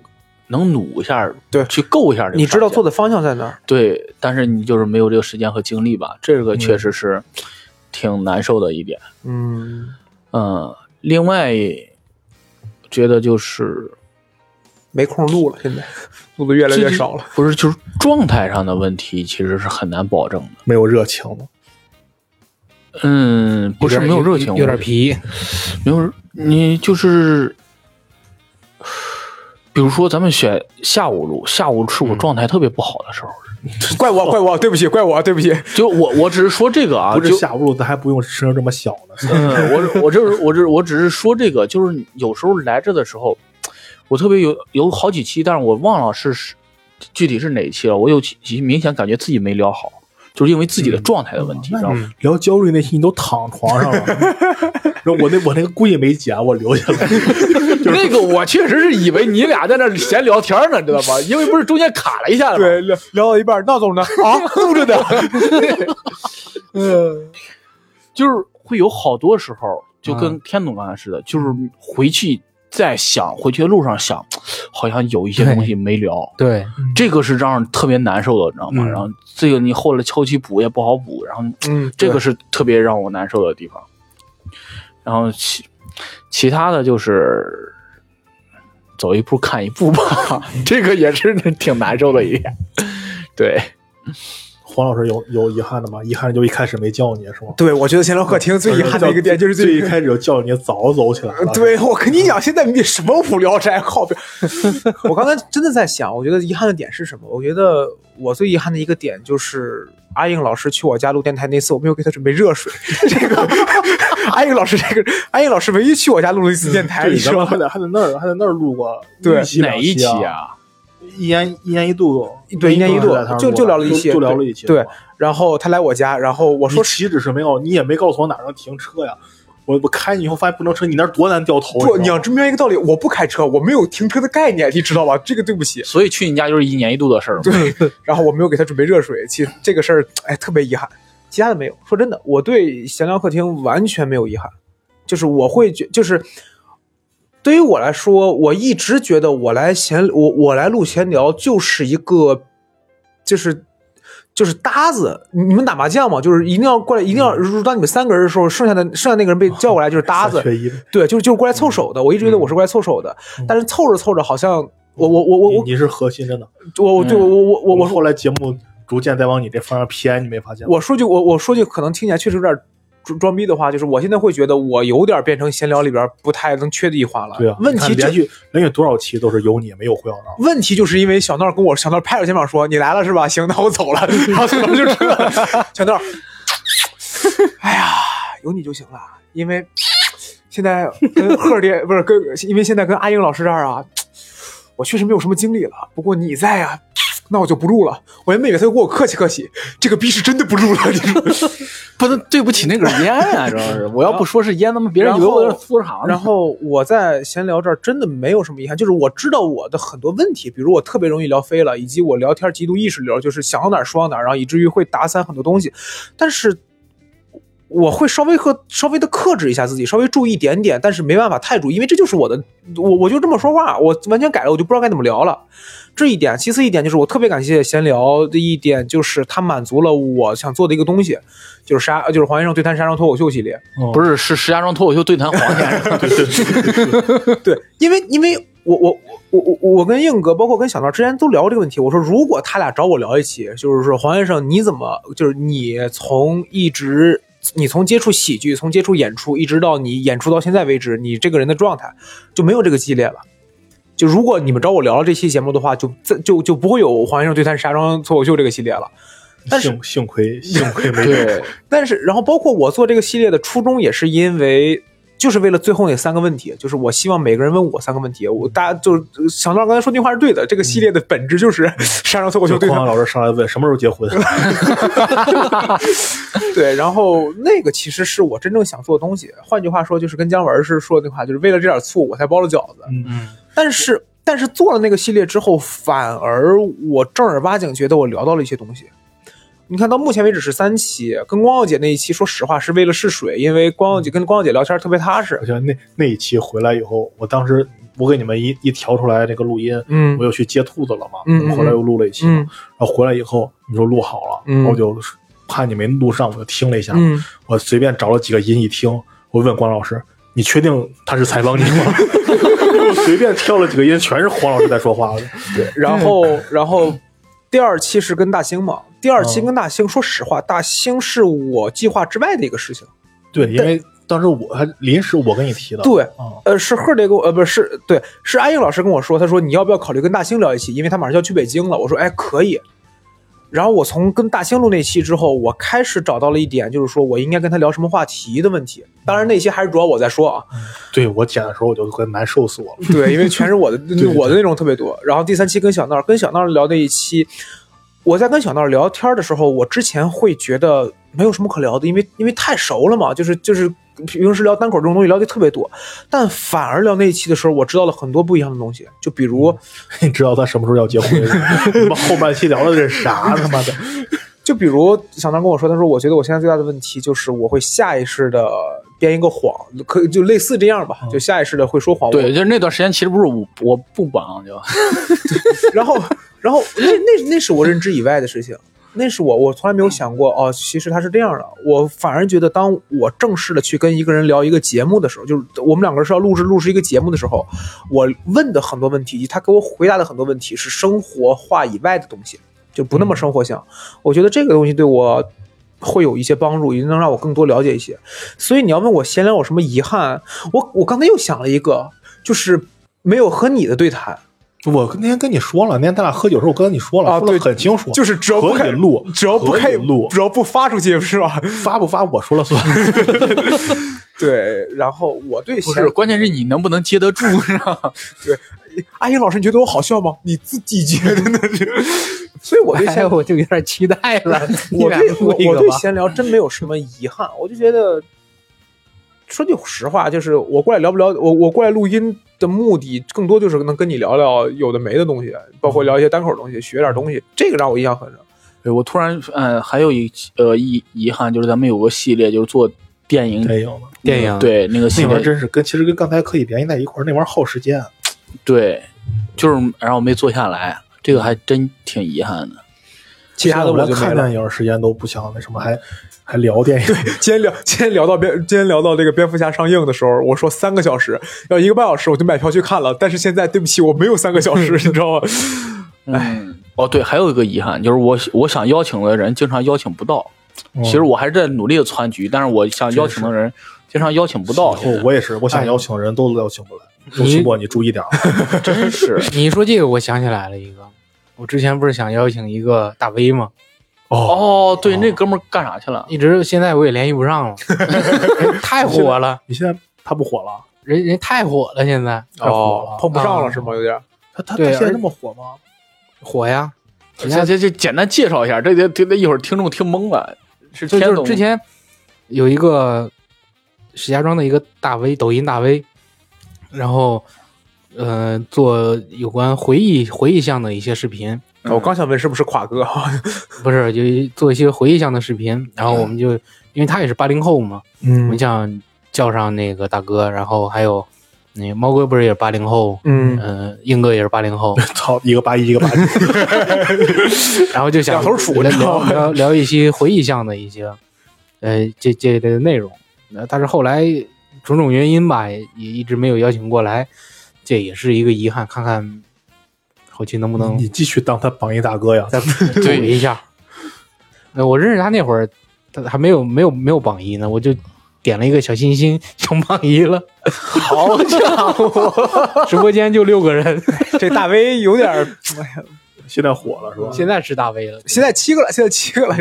Speaker 2: 能努一下，
Speaker 5: 对
Speaker 2: 去够一下这个上限。
Speaker 5: 你知道做的方向在哪儿？
Speaker 2: 对，但是你就是没有这个时间和精力吧，这个确实是挺难受的一点。
Speaker 5: 嗯，
Speaker 2: 嗯，另外觉得就是
Speaker 5: 没空录了，现在 <laughs> 录的越来越少了。
Speaker 2: 不是就是状态上的问题，其实是很难保证的。
Speaker 1: 没有热情了，
Speaker 2: 嗯，不是没有热情，
Speaker 3: 有点
Speaker 2: 我
Speaker 3: 皮。
Speaker 2: 没有你就是，比如说咱们选下午录，下午是我状态特别不好的时候，
Speaker 5: <laughs> 怪我，怪我，对不起，怪我，对不起。
Speaker 2: 就我我只是说这个啊，
Speaker 1: 不是
Speaker 2: 就
Speaker 1: 下不入，咱还不用声音这么小呢。
Speaker 2: 嗯，我我就是我这我只是说这个，就是有时候来这的时候，我特别有有好几期，但是我忘了是是具体是哪一期了。我有几期明显感觉自己没聊好，就是因为自己的状态的问题，
Speaker 1: 那
Speaker 2: 然后 <laughs>
Speaker 1: 你聊焦虑那期，你都躺床上
Speaker 5: <laughs>
Speaker 1: 了。然后我那我那个故意没剪，我留下来。
Speaker 2: 那个我确实是以为你俩在那闲聊天呢，知道吧？因为不是中间卡了一下吗？
Speaker 5: 对，聊聊到一半，闹总呢？啊，录着呢。 <laughs>
Speaker 2: 就是会有好多时候，就跟天总刚才似的，就是回去再想，回去的路上想，好像有一些东西没聊。
Speaker 3: 对，
Speaker 2: 这个是让人特别难受的，你知道吗？
Speaker 3: 嗯
Speaker 2: 然后这个你后来后期补也不好补，然后
Speaker 5: 嗯，
Speaker 2: 这个是特别让我难受的地方。然后其其他的就是 <laughs> 走一步看一步吧，这个也是挺难受的一点。对，
Speaker 1: 黄老师有有遗憾的吗？遗憾就一开始没叫你是吗？
Speaker 5: 对，我觉得闲聊客厅最遗憾的一个点就是
Speaker 1: 最
Speaker 5: 这
Speaker 1: 一
Speaker 5: 个。
Speaker 1: 开始就叫你早走起来了。
Speaker 5: <laughs> 对，我跟你讲，现在你什么无聊斋靠边。 <laughs> 我刚才真的在想，我觉得遗憾的点是什么？我觉得我最遗憾的一个点就是阿应老师去我家录电台那次，我没有给他准备热水。 <laughs> 这个阿应老师，这个阿应老师唯一去我家录了一次电台，
Speaker 1: 对，
Speaker 5: 你
Speaker 1: 咱
Speaker 5: 说
Speaker 1: 们还在还在那儿还在那儿录过
Speaker 5: 对
Speaker 1: 一期
Speaker 2: 哪一期
Speaker 1: 两期啊？
Speaker 2: 啊？
Speaker 1: 一年一年一度，
Speaker 5: 对一年一度
Speaker 1: 在他那儿
Speaker 5: 就
Speaker 1: 录
Speaker 5: 就聊了一期
Speaker 1: 就就聊了
Speaker 5: 对
Speaker 1: 一期。
Speaker 5: 对
Speaker 1: 是吧
Speaker 5: 然后他来我家，然后我
Speaker 1: 我说
Speaker 5: 说
Speaker 1: 岂止是没有，你也没告诉我哪能停车呀。我我开你以后发现不能停，你那儿多难掉头。
Speaker 5: 不，
Speaker 1: 你
Speaker 5: 你
Speaker 1: 知道
Speaker 5: 要
Speaker 1: 吗
Speaker 5: 知明白一个道理，我不开车，我没有停车的概念，你知道吧？这个对不起。
Speaker 2: 所以去你家就是一年一度的事儿嘛。
Speaker 5: 对，然后我没有给他准备热水，其实这个事儿，哎，特别遗憾。其他的没有，说真的，我对闲聊客厅完全没有遗憾，就是我会觉，就是对于我来说，我一直觉得我来闲，我我来录闲聊就是一个，就是。就是搭子，你们打麻将嘛，就是一定要过来，一定要。如果当你们三个人的时候，剩下的剩下那个人被叫过来就
Speaker 1: <laughs>
Speaker 5: 是搭子
Speaker 1: 三，缺一，
Speaker 5: 对，就是就是
Speaker 1: 嗯
Speaker 5: 过来凑手的。我一直觉得我是过来凑手的，但是凑着凑着，好像我我我我
Speaker 1: 你
Speaker 5: 我
Speaker 1: 你是嗯核心真的。
Speaker 5: 我我对我我我
Speaker 1: 我
Speaker 5: 我
Speaker 1: 们后来节目逐渐在往你这方向偏，你没发现吗？
Speaker 5: 我说句我我说句可能听起来确实有点装装逼的话，就是我现在会觉得我有点变成闲聊里边不太能缺的一环了。
Speaker 1: 对啊，
Speaker 5: 问
Speaker 1: 你看
Speaker 5: 题
Speaker 1: 连
Speaker 5: 就
Speaker 1: 续连续多少期都是有你没有胡小闹，
Speaker 5: 问题就是因为小闹跟我小闹拍着肩膀说：“你来了是吧？行，那我走了。”然后小闹就撤了。小闹，哎呀，有你就行了，因为现在跟赫儿爹不是跟，因为现在跟阿英老师这儿啊，我确实没有什么精力了。不过你在啊。那我就不录了，我也没给他给我客气客气，这个逼是真的不录了，你说。
Speaker 2: 不能对不起那根烟 <laughs> 啊，主要是我要不说是烟，他妈别人以为我是粗肠
Speaker 5: 然后我在闲聊这儿真的没有什么遗憾，就是我知道我的很多问题，比如我特别容易聊飞了，以及我聊天极度意识流，就是想到哪儿说到哪儿，然后以至于会打散很多东西。但是我会稍微克稍微的克制一下自己，稍微注意一点点，但是没办法太注意，因为这就是我的，我我就这么说话，我完全改了，我就不知道该怎么聊了。这一点，其次一点就是我特别感谢闲聊的一点，就是它满足了我想做的一个东西，就是沙，就是黄先生对谈沙商脱口秀系列。
Speaker 2: 不是是石家庄脱口秀对谈黄先生，
Speaker 5: <laughs> 对，因为因为我我我我我跟硬哥，包括跟小闹之前都聊过这个问题。我说，如果他俩找我聊一起，就是说黄先生，你怎么就是你从一直你从接触喜剧，从接触演出，一直到你演出到现在为止，你这个人的状态就没有这个激烈了。就如果你们找我聊这期节目的话，就再就就不会有黄先生对谈石家庄脱口秀这个系列了。但是
Speaker 1: 幸幸亏幸亏没有。
Speaker 2: 对，
Speaker 5: <laughs> 但是，然后包括我做这个系列的初衷，也是因为就是为了最后那三个问题，就是我希望每个人问我三个问题，我大家就是呃想到刚才说那话是对的，这个系列的本质就是 <laughs> 沙上脱口秀
Speaker 1: 就
Speaker 5: 对
Speaker 1: 黄
Speaker 5: 谈
Speaker 1: 老师上来问什么时候结婚，
Speaker 5: <laughs> 对，然后那个其实是我真正想做的东西。换句话说，就是跟姜文是说的那话，就是为了这点醋我才包了饺子。
Speaker 1: 嗯，
Speaker 5: 但是但是做了那个系列之后，反而我正儿八经觉得我聊到了一些东西。你看到目前为止是三期，跟光耀姐那一期，说实话是为了试水，因为光耀姐跟光耀姐聊天特别踏实
Speaker 1: 我。觉得那那一期回来以后，我当时我给你们一一调出来那个录音，
Speaker 5: 嗯
Speaker 1: 我又去接兔子了嘛，
Speaker 5: 嗯嗯
Speaker 1: 我回来又录了一期嘛，
Speaker 5: 嗯
Speaker 1: 然后回来以后你说录好了，
Speaker 5: 嗯
Speaker 1: 然后我就怕你没录上，我就听了一下，
Speaker 5: 嗯，
Speaker 1: 我随便找了几个音一听，我问关老师。你确定他是采访你吗？ <laughs> 我随便挑了几个音，全是黄老师在说话的。
Speaker 5: 然后然后第二期是跟大兴嘛，第二期
Speaker 1: 嗯
Speaker 5: 跟大兴，说实话，大兴是我计划之外的一个事情。
Speaker 1: 对，因为当时我还临时我跟你提的，
Speaker 5: 对
Speaker 1: 啊，
Speaker 5: 呃，是赫雷跟我，呃，不是，对，是安英老师跟我说，他说你要不要考虑跟大兴聊一期，因为他马上就要去北京了。我说，哎，可以。然后我从跟大兴录那期之后，我开始找到了一点，就是说我应该跟他聊什么话题的问题。当然，那些还是主要我在说啊，
Speaker 1: 对我剪的时候我就快难受死我了。 <laughs>
Speaker 5: 对，因为全是我的
Speaker 1: 对
Speaker 5: 我的内容特别多。然后第三期跟小闹跟小闹聊那一期，我在跟小闹聊天的时候，我之前会觉得没有什么可聊的，因为因为太熟了嘛，就是就是平时聊单口这种东西聊的特别多，但反而聊那一期的时候，我知道了很多不一样的东西，就比
Speaker 1: 嗯
Speaker 5: 如
Speaker 1: 你知道他什么时候要结婚？ <laughs> 你们后半期聊的是啥？他妈的！
Speaker 5: 就比如小南跟我说，他说我觉得我现在最大的问题就是我会下意识的编一个谎，可就类似这样
Speaker 1: 嗯
Speaker 5: 吧，就下意识的会说谎。
Speaker 2: 对，就是那段时间其实不是我我不忙就，
Speaker 5: 然后，然后那那那是我认知以外的事情，那是我我从来没有想过哦，其实他是这样的。我反而觉得，当我正式的去跟一个人聊一个节目的时候，就是我们两个人是要录制录制一个节目的时候，我问的很多问题以及他给我回答的很多问题是生活化以外的东西。就不那么生活性。我觉得这个东西对我会有一些帮助，也能让我更多了解一些。所以你要问我闲聊有什么遗憾，我我刚才又想了一个，就是没有和你的对谈，
Speaker 1: 我那天跟你说了，那天咱俩喝酒的时候，我跟你说了，
Speaker 5: 啊
Speaker 1: 说
Speaker 5: 对
Speaker 1: 的很清楚，
Speaker 5: 就是只要不
Speaker 1: 可以
Speaker 5: 开
Speaker 1: 录，
Speaker 5: 只要不
Speaker 1: 可
Speaker 5: 开
Speaker 1: 以录，
Speaker 5: 只要不发出去是吧？
Speaker 1: 发不发我说了算。
Speaker 5: <laughs> 对，然后我对
Speaker 2: 不
Speaker 5: 闲
Speaker 2: 是，关键是你能不能接得住，是吧？ <laughs>
Speaker 5: 阿英老师，你觉得我好笑吗？你自己觉得呢？所以我对
Speaker 3: <laughs> 哎
Speaker 5: 闲
Speaker 3: 呀，，我就有点期待了。 <laughs>
Speaker 5: 我对我我对
Speaker 3: 对
Speaker 5: 闲聊真没有什么遗憾，我就觉得，说句实话，就是我过来聊不聊，我我过来录音的目的更多就是能跟你聊聊有的没的东西，包括聊一些单口的东西，学点东西，这个让我印象很深。
Speaker 2: 对，我突然，嗯，还有一呃遗遗憾就是咱们有个系列，就是做电影，
Speaker 1: 没有，
Speaker 3: 电影
Speaker 2: 对那个系
Speaker 1: 那玩意儿
Speaker 2: 列，
Speaker 1: 真是跟其实跟刚才可以联系在一块儿，那玩意儿耗时间。
Speaker 2: 对，就是然后没做下来，这个还真挺遗憾的。嗯
Speaker 5: 其他的
Speaker 1: 我
Speaker 5: 我
Speaker 1: 连
Speaker 5: 就没
Speaker 1: 看
Speaker 5: 了。
Speaker 1: 电影时间都不想那什么，还还聊电影。
Speaker 5: <laughs> 今天聊，今天聊到蝙，今天聊到这个蝙蝠侠上映的时候，我说三个小时，要一个半小时我就买票去看了。但是现在对不起，我没有三个小
Speaker 1: <laughs>
Speaker 5: 时，你知道吗？
Speaker 3: 哎
Speaker 2: 嗯，哦对，还有一个遗憾就是我我想邀请的人经常邀请不到，
Speaker 3: 哦
Speaker 2: 其实我还是在努力的攒局，但是我想邀请的人经常邀请不到，
Speaker 1: <laughs> 我我也是，我想邀请的人都邀请不来。
Speaker 5: 哎
Speaker 1: 陆奇博，你注意点儿。
Speaker 2: 真
Speaker 3: <laughs>
Speaker 2: 是
Speaker 3: 你一说这个，我想起来了一个，我之前不是想邀请一个大 V 吗？
Speaker 2: 哦，对，那哥们儿干啥去了？
Speaker 3: 一直现在我也联系不上 <laughs> 了，人太火了，
Speaker 1: 你现在他不火了，
Speaker 3: 人人太火了，现在
Speaker 1: 太火了。
Speaker 5: 碰不上了
Speaker 3: 啊
Speaker 5: 是吗？有点。
Speaker 1: 他他他
Speaker 3: 对
Speaker 1: 现在
Speaker 3: 而
Speaker 1: 那么火吗？ <laughs>
Speaker 3: 火呀。人家
Speaker 2: 这这这简单介绍一下，这这这这一会儿听众听懵了，是
Speaker 3: 就
Speaker 2: 天
Speaker 3: 就是
Speaker 2: 总
Speaker 3: 之前有一个石家庄的一个大 V，抖音大 V，然后呃做有关回忆回忆向的一些视频，
Speaker 1: 嗯
Speaker 2: 嗯
Speaker 5: 我刚想问是不是垮哥，
Speaker 3: 不是就做一些回忆向的视频，然后我们就、因为他也是八零后嘛，我
Speaker 5: 嗯
Speaker 3: 们想叫上那个大哥，然后还有那个猫哥不是也是八零后，
Speaker 5: <laughs> 嗯，
Speaker 3: 嗯，英哥也是八零后，
Speaker 1: 操，一个八一，一个 <laughs> 八九。
Speaker 3: 然后就想
Speaker 5: 两头杵
Speaker 3: 聊
Speaker 5: 你知
Speaker 3: 聊
Speaker 5: 道吗
Speaker 3: 聊 <laughs> 聊一些回忆向的一些，呃，这这类的内容。那但是后来种种原因吧，也也一直没有邀请过来，这也是一个遗憾。看看后期能不能
Speaker 5: 嗯
Speaker 3: <laughs>
Speaker 1: 你继续当他榜一大哥呀。 <laughs>
Speaker 3: 再补一下。呃，我认识他那会儿，他还没有没有没有榜一呢，我就点了一个小心心成榜一了。好家伙，直播间就六个人， <laughs>
Speaker 5: 这大 V 有点儿，哎呀，
Speaker 1: 现在火了是吧？
Speaker 3: 现在是大 V 了。
Speaker 5: 现在七个了，现在七个了。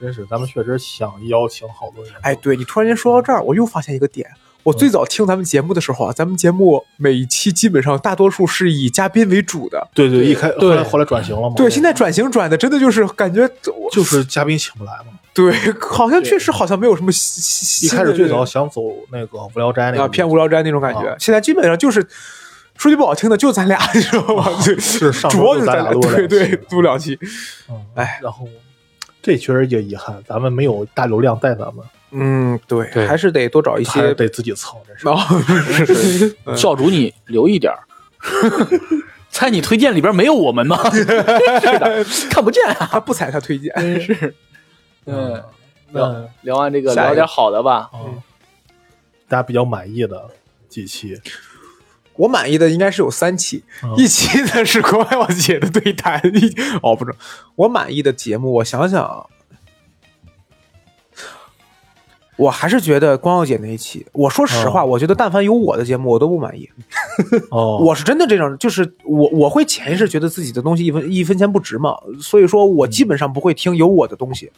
Speaker 1: 真是，咱们确实想邀请好多人。
Speaker 5: 哎，对你突然间说到这儿，我又发现一个点。我最早听咱们节目的时候啊，咱们节目每一期基本上大多数是以嘉宾为主的。
Speaker 1: 对对，一开
Speaker 3: 对
Speaker 1: 后来后来转型了嘛。
Speaker 5: 对，现在转型转的真的就是感觉我
Speaker 1: 就是嘉宾请不来嘛。
Speaker 5: 对，好像确实好像没有什么新
Speaker 1: 一
Speaker 5: 新
Speaker 1: 开
Speaker 5: 的
Speaker 1: 始最
Speaker 5: 那
Speaker 1: 早
Speaker 5: 种
Speaker 1: 想走那个无聊斋那
Speaker 5: 啊
Speaker 1: 个
Speaker 5: 偏无聊斋那种感觉
Speaker 1: 啊，
Speaker 5: 现在基本上就是说句不好听的，就咱俩，你知道吗？对，
Speaker 1: 是哦上
Speaker 5: 主
Speaker 1: 周就
Speaker 5: 要就是
Speaker 1: 咱
Speaker 5: 咱
Speaker 1: 俩
Speaker 5: 俩，
Speaker 1: 录了
Speaker 5: 对
Speaker 1: 两
Speaker 5: 对
Speaker 1: 期，
Speaker 5: 录两期。
Speaker 1: 嗯
Speaker 5: 哎，
Speaker 1: 然后这确实也遗憾，咱们没有大流量带咱们，
Speaker 5: 嗯，对，
Speaker 3: 对
Speaker 5: 还是得多找一
Speaker 1: 还是
Speaker 5: 些。哦
Speaker 1: 得自己蹭，这 <laughs> 是。
Speaker 5: 然后是
Speaker 2: 教主你留一点儿。 <laughs> 猜你推荐里边没有我们吗？是的，看不见啊。
Speaker 5: 他不踩他推荐，
Speaker 2: 嗯，
Speaker 1: 那
Speaker 2: 聊完这个，
Speaker 5: 下一个
Speaker 2: 聊点好的吧。
Speaker 1: 嗯，大家比较满意的几
Speaker 5: <laughs>
Speaker 1: 期，
Speaker 5: 我满意的应该是有三期，
Speaker 1: 嗯
Speaker 5: 一期呢是国外网姐的对谈，一哦不是，我满意的节目，我想想啊，我还是觉得光耀姐那一期，我说实话，我觉得但凡有我的节目，我都不满意。
Speaker 1: 哦，
Speaker 5: 我是真的这样，就是我我会潜意识觉得自己的东西一分一分钱不值嘛，所以说我基本上不会听有我的东西。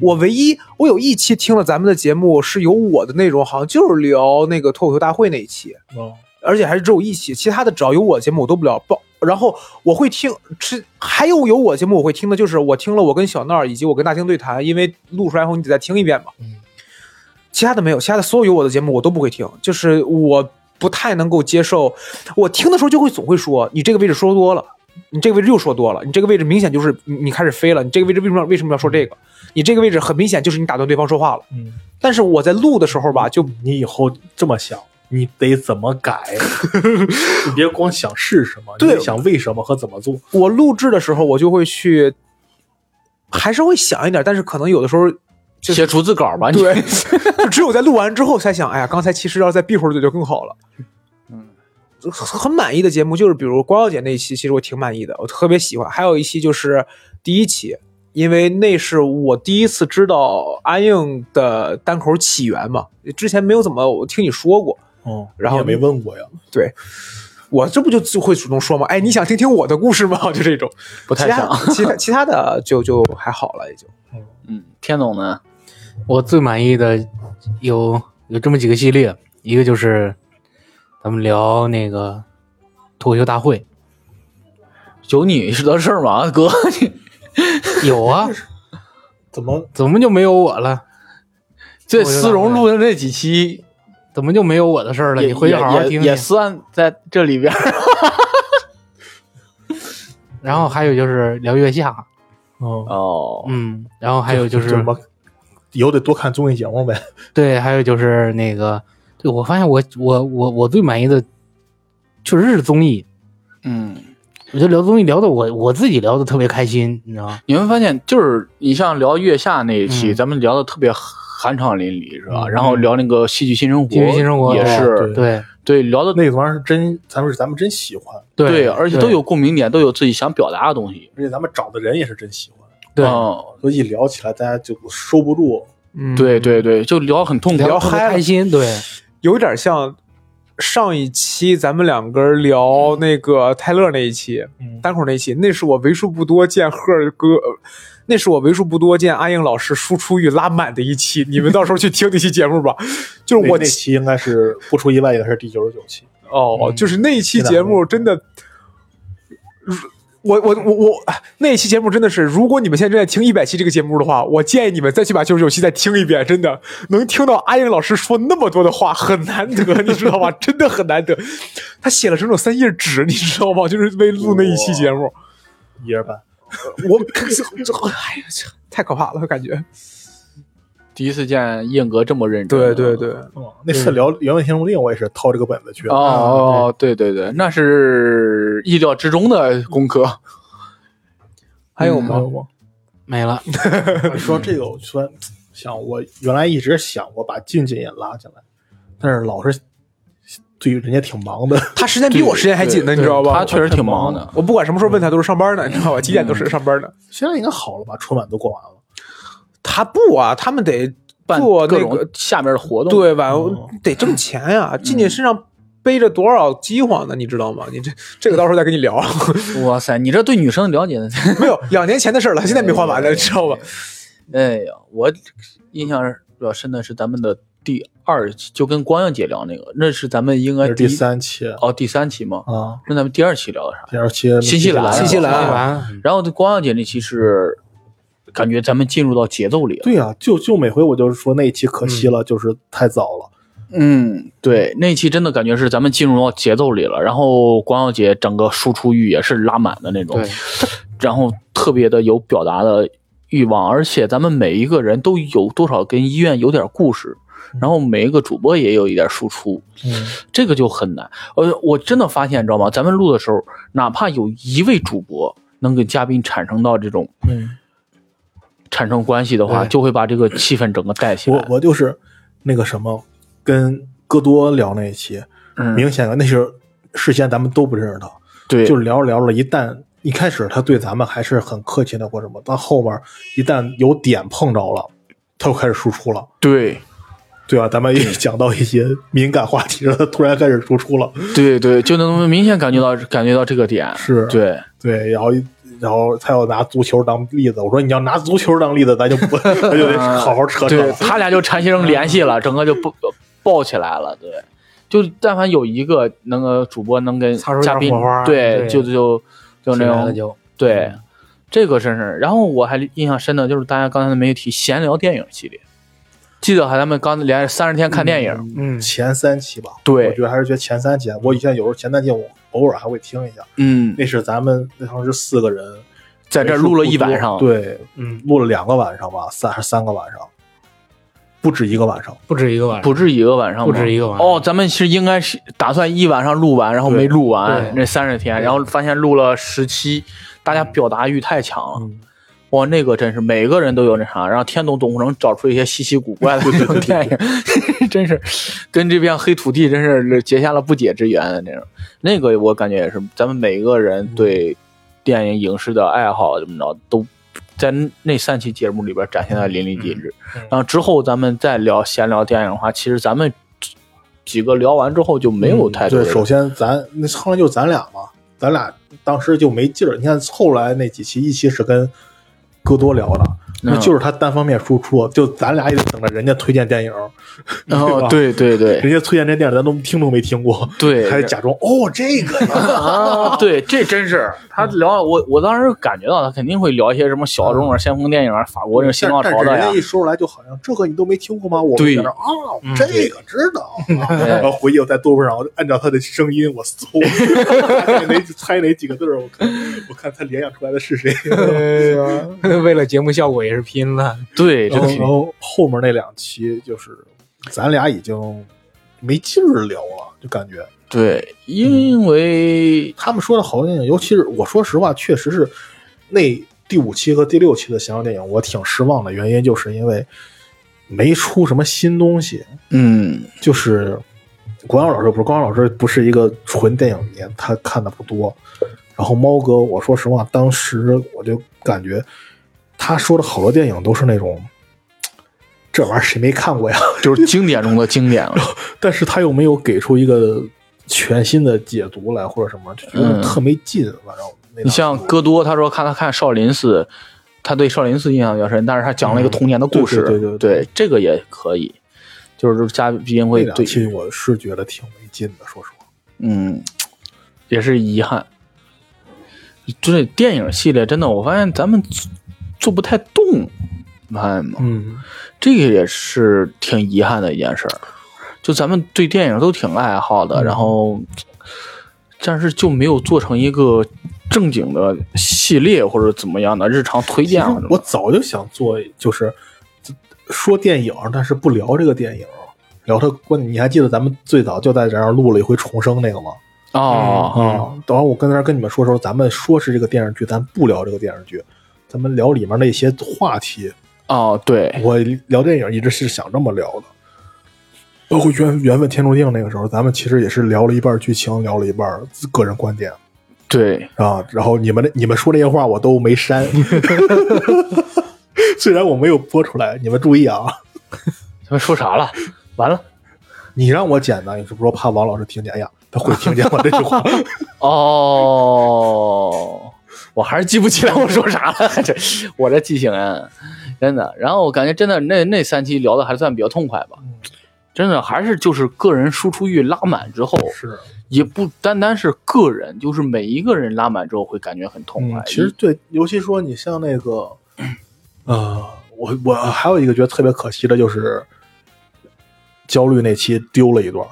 Speaker 5: 我唯一我有一期听了咱们的节目是有我的内容，好像就是聊那个脱口秀大会那一期，
Speaker 1: 哦
Speaker 5: 而且还是只有一期，其他的只要有我节目我都不聊报。然后我会听，是还有有我节目我会听的，就是我听了我跟小闹以及我跟大兴对谈，因为录出来后你得再听一遍嘛。
Speaker 3: 嗯
Speaker 5: 其他的没有，其他的所有有我的节目我都不会听，就是我不太能够接受。我听的时候就会总会说，你这个位置说多了，你这个位置又说多了，你这个位置明显就是你你开始飞了，你这个位置为什么要为什么要说这个？你这个位置很明显就是你打断对方说话了。
Speaker 1: 嗯，
Speaker 5: 但是我在录的时候吧，就
Speaker 1: 你以后这么想。你得怎么改？你别光想是什
Speaker 5: <laughs>
Speaker 1: 么，你
Speaker 5: 对
Speaker 1: 得想为什么和怎么做。
Speaker 5: 我录制的时候，我就会去，还是会想一点，但是可能有的
Speaker 2: <laughs>
Speaker 5: 时候就是
Speaker 2: 写逐字稿吧，你 <laughs>
Speaker 5: 对，就只有在录完之后才想，哎呀，刚才其实要是再闭会儿嘴就更好了。
Speaker 2: 嗯，
Speaker 5: 很满意的节目，就是比如光耀姐那一期，其实我挺满意的，我特别喜欢。还有一期就是第一期，因为那是我第一次知道安映的单口起源嘛，之前没有怎么我听你说过，
Speaker 1: 哦，
Speaker 5: 然后
Speaker 1: 你也没问过呀，
Speaker 5: 对。我这不就就会主动说吗？ <laughs> 哎，你想听听我的故事吗？就这种，
Speaker 2: 不太
Speaker 5: 其他
Speaker 2: 想。
Speaker 5: 其他其他的就就还好了，也就。
Speaker 2: 嗯，天总呢？
Speaker 3: 我最满意的有有这么几个系列，一个就是咱们聊那个脱口秀大会，
Speaker 2: 有你的事儿吗，哥？你
Speaker 3: 有啊， <laughs>
Speaker 1: 怎么
Speaker 3: 怎么就没有我了？
Speaker 2: 这思荣录的那几期
Speaker 3: 怎么就没有我的事儿了？
Speaker 2: 也
Speaker 3: 你回去好好
Speaker 2: 也
Speaker 3: 听
Speaker 2: 也
Speaker 3: 听
Speaker 2: 也。算在这里边儿。
Speaker 3: 然后还有就是聊月下，
Speaker 5: 啊
Speaker 1: 哦，
Speaker 2: 哦，
Speaker 3: 嗯，然后还有就
Speaker 1: 就是什么，以后得多看综艺节目呗。 <laughs>
Speaker 3: 对，还有就是那个，对我发现我我我我最满意的确实是综艺，
Speaker 2: 嗯，
Speaker 3: 我觉得聊综艺聊的我我自己聊的特别开心，你知道吗？
Speaker 2: 你会发现，就是你像聊月下那一期，
Speaker 3: 嗯
Speaker 2: 咱们聊的特别酣畅淋漓，是吧？
Speaker 1: 嗯
Speaker 2: 然后聊那个戏剧新生活，
Speaker 3: 戏剧新生活
Speaker 2: 也
Speaker 3: 对
Speaker 2: 是
Speaker 3: 对
Speaker 2: 对聊的
Speaker 1: 那个玩意儿是真，咱们是咱们真喜欢，
Speaker 2: 对，而且都有共鸣点，都有自己想表达的东西。
Speaker 1: 而且咱们找的人也是真喜欢，
Speaker 3: 对
Speaker 2: 嗯
Speaker 1: 所以一聊起来大家就收不住。
Speaker 5: 嗯，
Speaker 2: 对对对，就聊很痛苦，
Speaker 5: 聊
Speaker 3: 特别
Speaker 5: 嗨了
Speaker 3: 开心，对
Speaker 5: 有点像上一期咱们两个人聊那个泰勒那一期，
Speaker 1: 嗯
Speaker 5: 单口那一期，那是我为数不多见赫儿哥，呃那是我为数不多见阿英老师输出欲拉满的一期。你们到时候去听那期节目吧。就是
Speaker 1: 那
Speaker 5: 我
Speaker 1: 那期应该是不出意外应该是第九十九期，
Speaker 5: 哦，
Speaker 1: 嗯
Speaker 5: 就是那一期节目真的。我我我我那一期节目真的是，如果你们现在正在听一百期这个节目的话，我建议你们再去把九十九期再听一遍，真的能听到阿英老师说那么多的话很难得，你知道吗？ <laughs> 真的很难得，他写了整整三页纸，你知道吗？ <laughs> 就是为录那一期节目，
Speaker 1: 一人半。
Speaker 5: 我这这哎呀，这太可怕了，感觉。
Speaker 2: 第一次见燕哥这么认真。
Speaker 5: 对对。对，
Speaker 1: 嗯，那次聊《原问天龙令》，我也是掏这个本子去的。<laughs>
Speaker 2: 哦
Speaker 5: 嗯
Speaker 2: 哦，对对对，那是意料之中的功课。
Speaker 5: 还有
Speaker 1: 还
Speaker 5: 吗？
Speaker 1: 有吗？
Speaker 3: 没了，
Speaker 1: 说这个，我突然想，我原来一直想过把静静也拉进来，但是老是对人家挺忙的。
Speaker 5: 他时 <laughs> 间比我时间还紧呢，
Speaker 2: 对
Speaker 5: 你知道吧？嗯
Speaker 2: 他确实挺忙的。
Speaker 5: 我不管什么时候问他，都是上班呢，你知道吧？几点都是上班呢。
Speaker 1: 现在应该好了吧？春晚都过完了，
Speaker 5: 他不啊，他们得
Speaker 2: 办
Speaker 5: 做
Speaker 2: 各
Speaker 5: 那
Speaker 2: 种
Speaker 5: 个
Speaker 2: 下面的活动。，
Speaker 5: 对吧？得挣钱呀、进进身上背着多少饥荒呢？你知 <laughs> 道吗？你这这个到时候再跟你聊。 <laughs>
Speaker 2: 哇塞，你这对女生了解的， <laughs>
Speaker 5: 没有两年前的事儿了，现在没花完呢，你知道吧？
Speaker 2: 哎呀，我印象比较深的是咱们的第二期，就跟光耀姐聊那个，那是咱们应
Speaker 1: 这
Speaker 2: 该
Speaker 1: 是第三期
Speaker 2: 哦第三期吗？
Speaker 1: 啊，
Speaker 2: 那咱们第二期聊的啥？
Speaker 1: 第二期
Speaker 2: 新西兰
Speaker 5: 新西兰
Speaker 3: 听完
Speaker 2: 然后这光耀姐那期是感觉咱们进入到节奏里了。
Speaker 1: 对呀、就就每回我就是说那一期可惜了，就是太早了。
Speaker 2: 嗯，对，那期真的感觉是咱们进入到节奏里了，然后光耀姐整个输出欲也是拉满的那种，
Speaker 3: 对
Speaker 2: 然后特别的有表达的欲望，而且咱们每一个人都有多少跟医院有点故事，然后每一个主播也有一点输出，
Speaker 1: 嗯，
Speaker 2: 这个就很难。呃，我真的发现，你知道吗？咱们录的时候，哪怕有一位主播能给嘉宾产生到这种
Speaker 1: 嗯，
Speaker 2: 产生关系的话，
Speaker 1: 对
Speaker 2: 就会把这个气氛整个带起来
Speaker 1: 我。我就是那个什么，跟戈多聊那一期，
Speaker 2: 嗯，
Speaker 1: 明显的那是事先咱们都不认识他，
Speaker 2: 对，
Speaker 1: 就聊着聊着，一旦一开始他对咱们还是很客气的或什么，但后面一旦有点碰着了，他又开始输出了。
Speaker 2: 对，
Speaker 1: 对吧？咱们也讲到一些敏感话题，然后他突然开始输出
Speaker 2: <laughs>
Speaker 1: 了，
Speaker 2: 对对，就能明显感觉到感觉到这个点
Speaker 1: 是
Speaker 2: 对。
Speaker 1: 对，然后然后他要拿足球当例子，我说你要拿足球当例子，咱就不，咱就得好好扯扯
Speaker 2: 对
Speaker 1: 了。
Speaker 2: 他俩就产生联系了，整个就爆爆起来了。对，就但凡有一个能够主播能跟
Speaker 3: 擦出
Speaker 2: 嘉
Speaker 3: 点
Speaker 2: 宾
Speaker 3: 火花，
Speaker 2: 对，
Speaker 3: 对
Speaker 2: 就就就
Speaker 3: 起
Speaker 2: 那
Speaker 3: 来了
Speaker 2: 种
Speaker 3: 就
Speaker 2: 对，这个真是。然后我还印象深的就是大家刚才没有提闲聊电影系列，记得还咱们刚连三十天看电影，
Speaker 3: 嗯
Speaker 1: 前三期吧，
Speaker 2: 对
Speaker 1: 我觉得还是觉得前三期，啊我以前有时候前三期我偶尔还会听一下，
Speaker 2: 嗯，
Speaker 1: 那是咱们那当时四个人
Speaker 2: 在这儿录了一晚上，
Speaker 1: 对，
Speaker 3: 嗯，
Speaker 1: 录了两个晚上吧，三还是三个晚上，不止一个晚上，
Speaker 3: 不止一个晚上，
Speaker 2: 不止一个晚上吗，
Speaker 3: 不止一个晚上
Speaker 2: 哦，咱们是应该是打算一晚上录完，然后没录完
Speaker 3: 对
Speaker 2: 那三十天，然后发现录了十期，大家表达欲太强了。
Speaker 1: 嗯
Speaker 2: 哇，那个真是每个人都有那啥，然后天懂总不能找出一些稀奇古怪的那种电影， <laughs> 真是跟这片黑土地真是结下了不解之缘的那种。那个我感觉也是，咱们每个人对电影影视的爱好怎么着，都在那三期节目里边展现的淋漓尽致。
Speaker 1: 嗯嗯
Speaker 2: 然后之后咱们再聊闲聊电影的话，其实咱们几个聊完之后就没有太多
Speaker 1: 对，
Speaker 2: 的、
Speaker 1: 首先咱那后来就咱俩嘛，咱俩当时就没劲儿。你看后来那几期，一期是跟戈多聊的，那
Speaker 2: 嗯
Speaker 1: 就是他单方面输出，就咱俩也得等着人家推荐电影，
Speaker 2: 哦，
Speaker 1: 吧
Speaker 2: 对对对
Speaker 1: 人家推荐这电影咱都听都没听过，
Speaker 2: 对， <laughs>
Speaker 1: 还假装哦这个呀，
Speaker 2: 啊，对，这真是他聊我，我当时感觉到他肯定会聊一些什么小众啊、先锋电影啊、法国这种新浪
Speaker 1: 但
Speaker 2: 潮
Speaker 1: 是
Speaker 2: 的
Speaker 1: 人
Speaker 2: 呀
Speaker 1: 家，一说出来就好像这个你都没听过吗？我
Speaker 2: 对
Speaker 1: 们在那儿啊，这个知道。啊然
Speaker 2: 对
Speaker 1: 后回去我在豆瓣上，我就按照他的声音我搜， <laughs> 看哪猜哪几个字儿，我看我看他联想出来的是
Speaker 2: <laughs>
Speaker 1: 谁。
Speaker 3: <laughs> 为了节目效果也是拼了。
Speaker 2: 对，
Speaker 1: 然后
Speaker 2: 真
Speaker 1: 然
Speaker 2: 是
Speaker 1: 后后面那两期就是咱俩已经没劲儿聊了，就感觉
Speaker 2: 对，因为
Speaker 1: 他们说的好电影，尤其是我说实话，确实是那第五期和第六期的香港电影，我挺失望的，原因就是因为没出什么新东西，
Speaker 2: 嗯，
Speaker 1: 就是国阳老师不是国阳老师不是一个纯电影迷，他看的不多。然后猫哥，我说实话，当时我就感觉他说的好多电影都是那种这玩意儿谁没看过呀， <laughs>
Speaker 2: 就是经典中的经典了。
Speaker 1: 但是他又没有给出一个全新的解读来或者什么，就觉得
Speaker 2: 嗯
Speaker 1: 特没劲。反正那档
Speaker 2: 你像
Speaker 1: 子
Speaker 2: 戈多，他说看他看少林寺，他对少林寺印象比较深，但是他讲了一个童年的故事，
Speaker 1: 嗯对对对对对
Speaker 2: 这个也可以，就是嘉
Speaker 1: 那
Speaker 2: 宾会
Speaker 1: 两
Speaker 2: 对，
Speaker 1: 期我是觉得挺没劲的，说实话。
Speaker 2: 嗯，也是遗憾。这电影系列真的，我发现咱们做做不太动，发现吗？
Speaker 1: 嗯，
Speaker 2: 这个也是挺遗憾的一件事儿。就咱们对电影都挺爱好的，然后，但是就没有做成一个正经的系列或者怎么样的日常推
Speaker 1: 其
Speaker 2: 荐
Speaker 1: 实
Speaker 2: 啊什么
Speaker 1: 我
Speaker 2: 的。
Speaker 1: 早就想做，就是说电影，但是不聊这个电影，聊它观点。你还记得咱们最早就在这儿录了一回重生那个吗？
Speaker 2: 哦，
Speaker 1: 啊、等会儿我跟那儿跟你们说的时候，咱们说是这个电视剧，咱不聊这个电视剧，咱们聊里面的一些话题。
Speaker 2: 哦，对，
Speaker 1: 我聊电影一直是想这么聊的，包括缘缘分天注定那个时候，咱们其实也是聊了一半剧情，聊了一半个人观点
Speaker 2: 对，
Speaker 1: 啊。然后你们那你们说那些话我都没删，虽然我没有播出来，你们注意啊。
Speaker 2: 他们说啥了？完了，
Speaker 1: 你让我剪呢，你是不是说怕王老师听见哎呀？他会听见我这句话？
Speaker 2: 哦，我还是记不起来我说啥了，这我这记性啊，真的。然后我感觉真的那那三期聊的还算比较痛快吧，真的还是就是个人输出欲拉满之后，
Speaker 1: <laughs> 是，
Speaker 2: 也不单单是个人，就是每一个人拉满之后会感觉很痛快。
Speaker 1: 嗯，其实对，尤其说你像那个，呃，我我还有一个觉得特别可惜的就是焦虑那期丢了一段儿，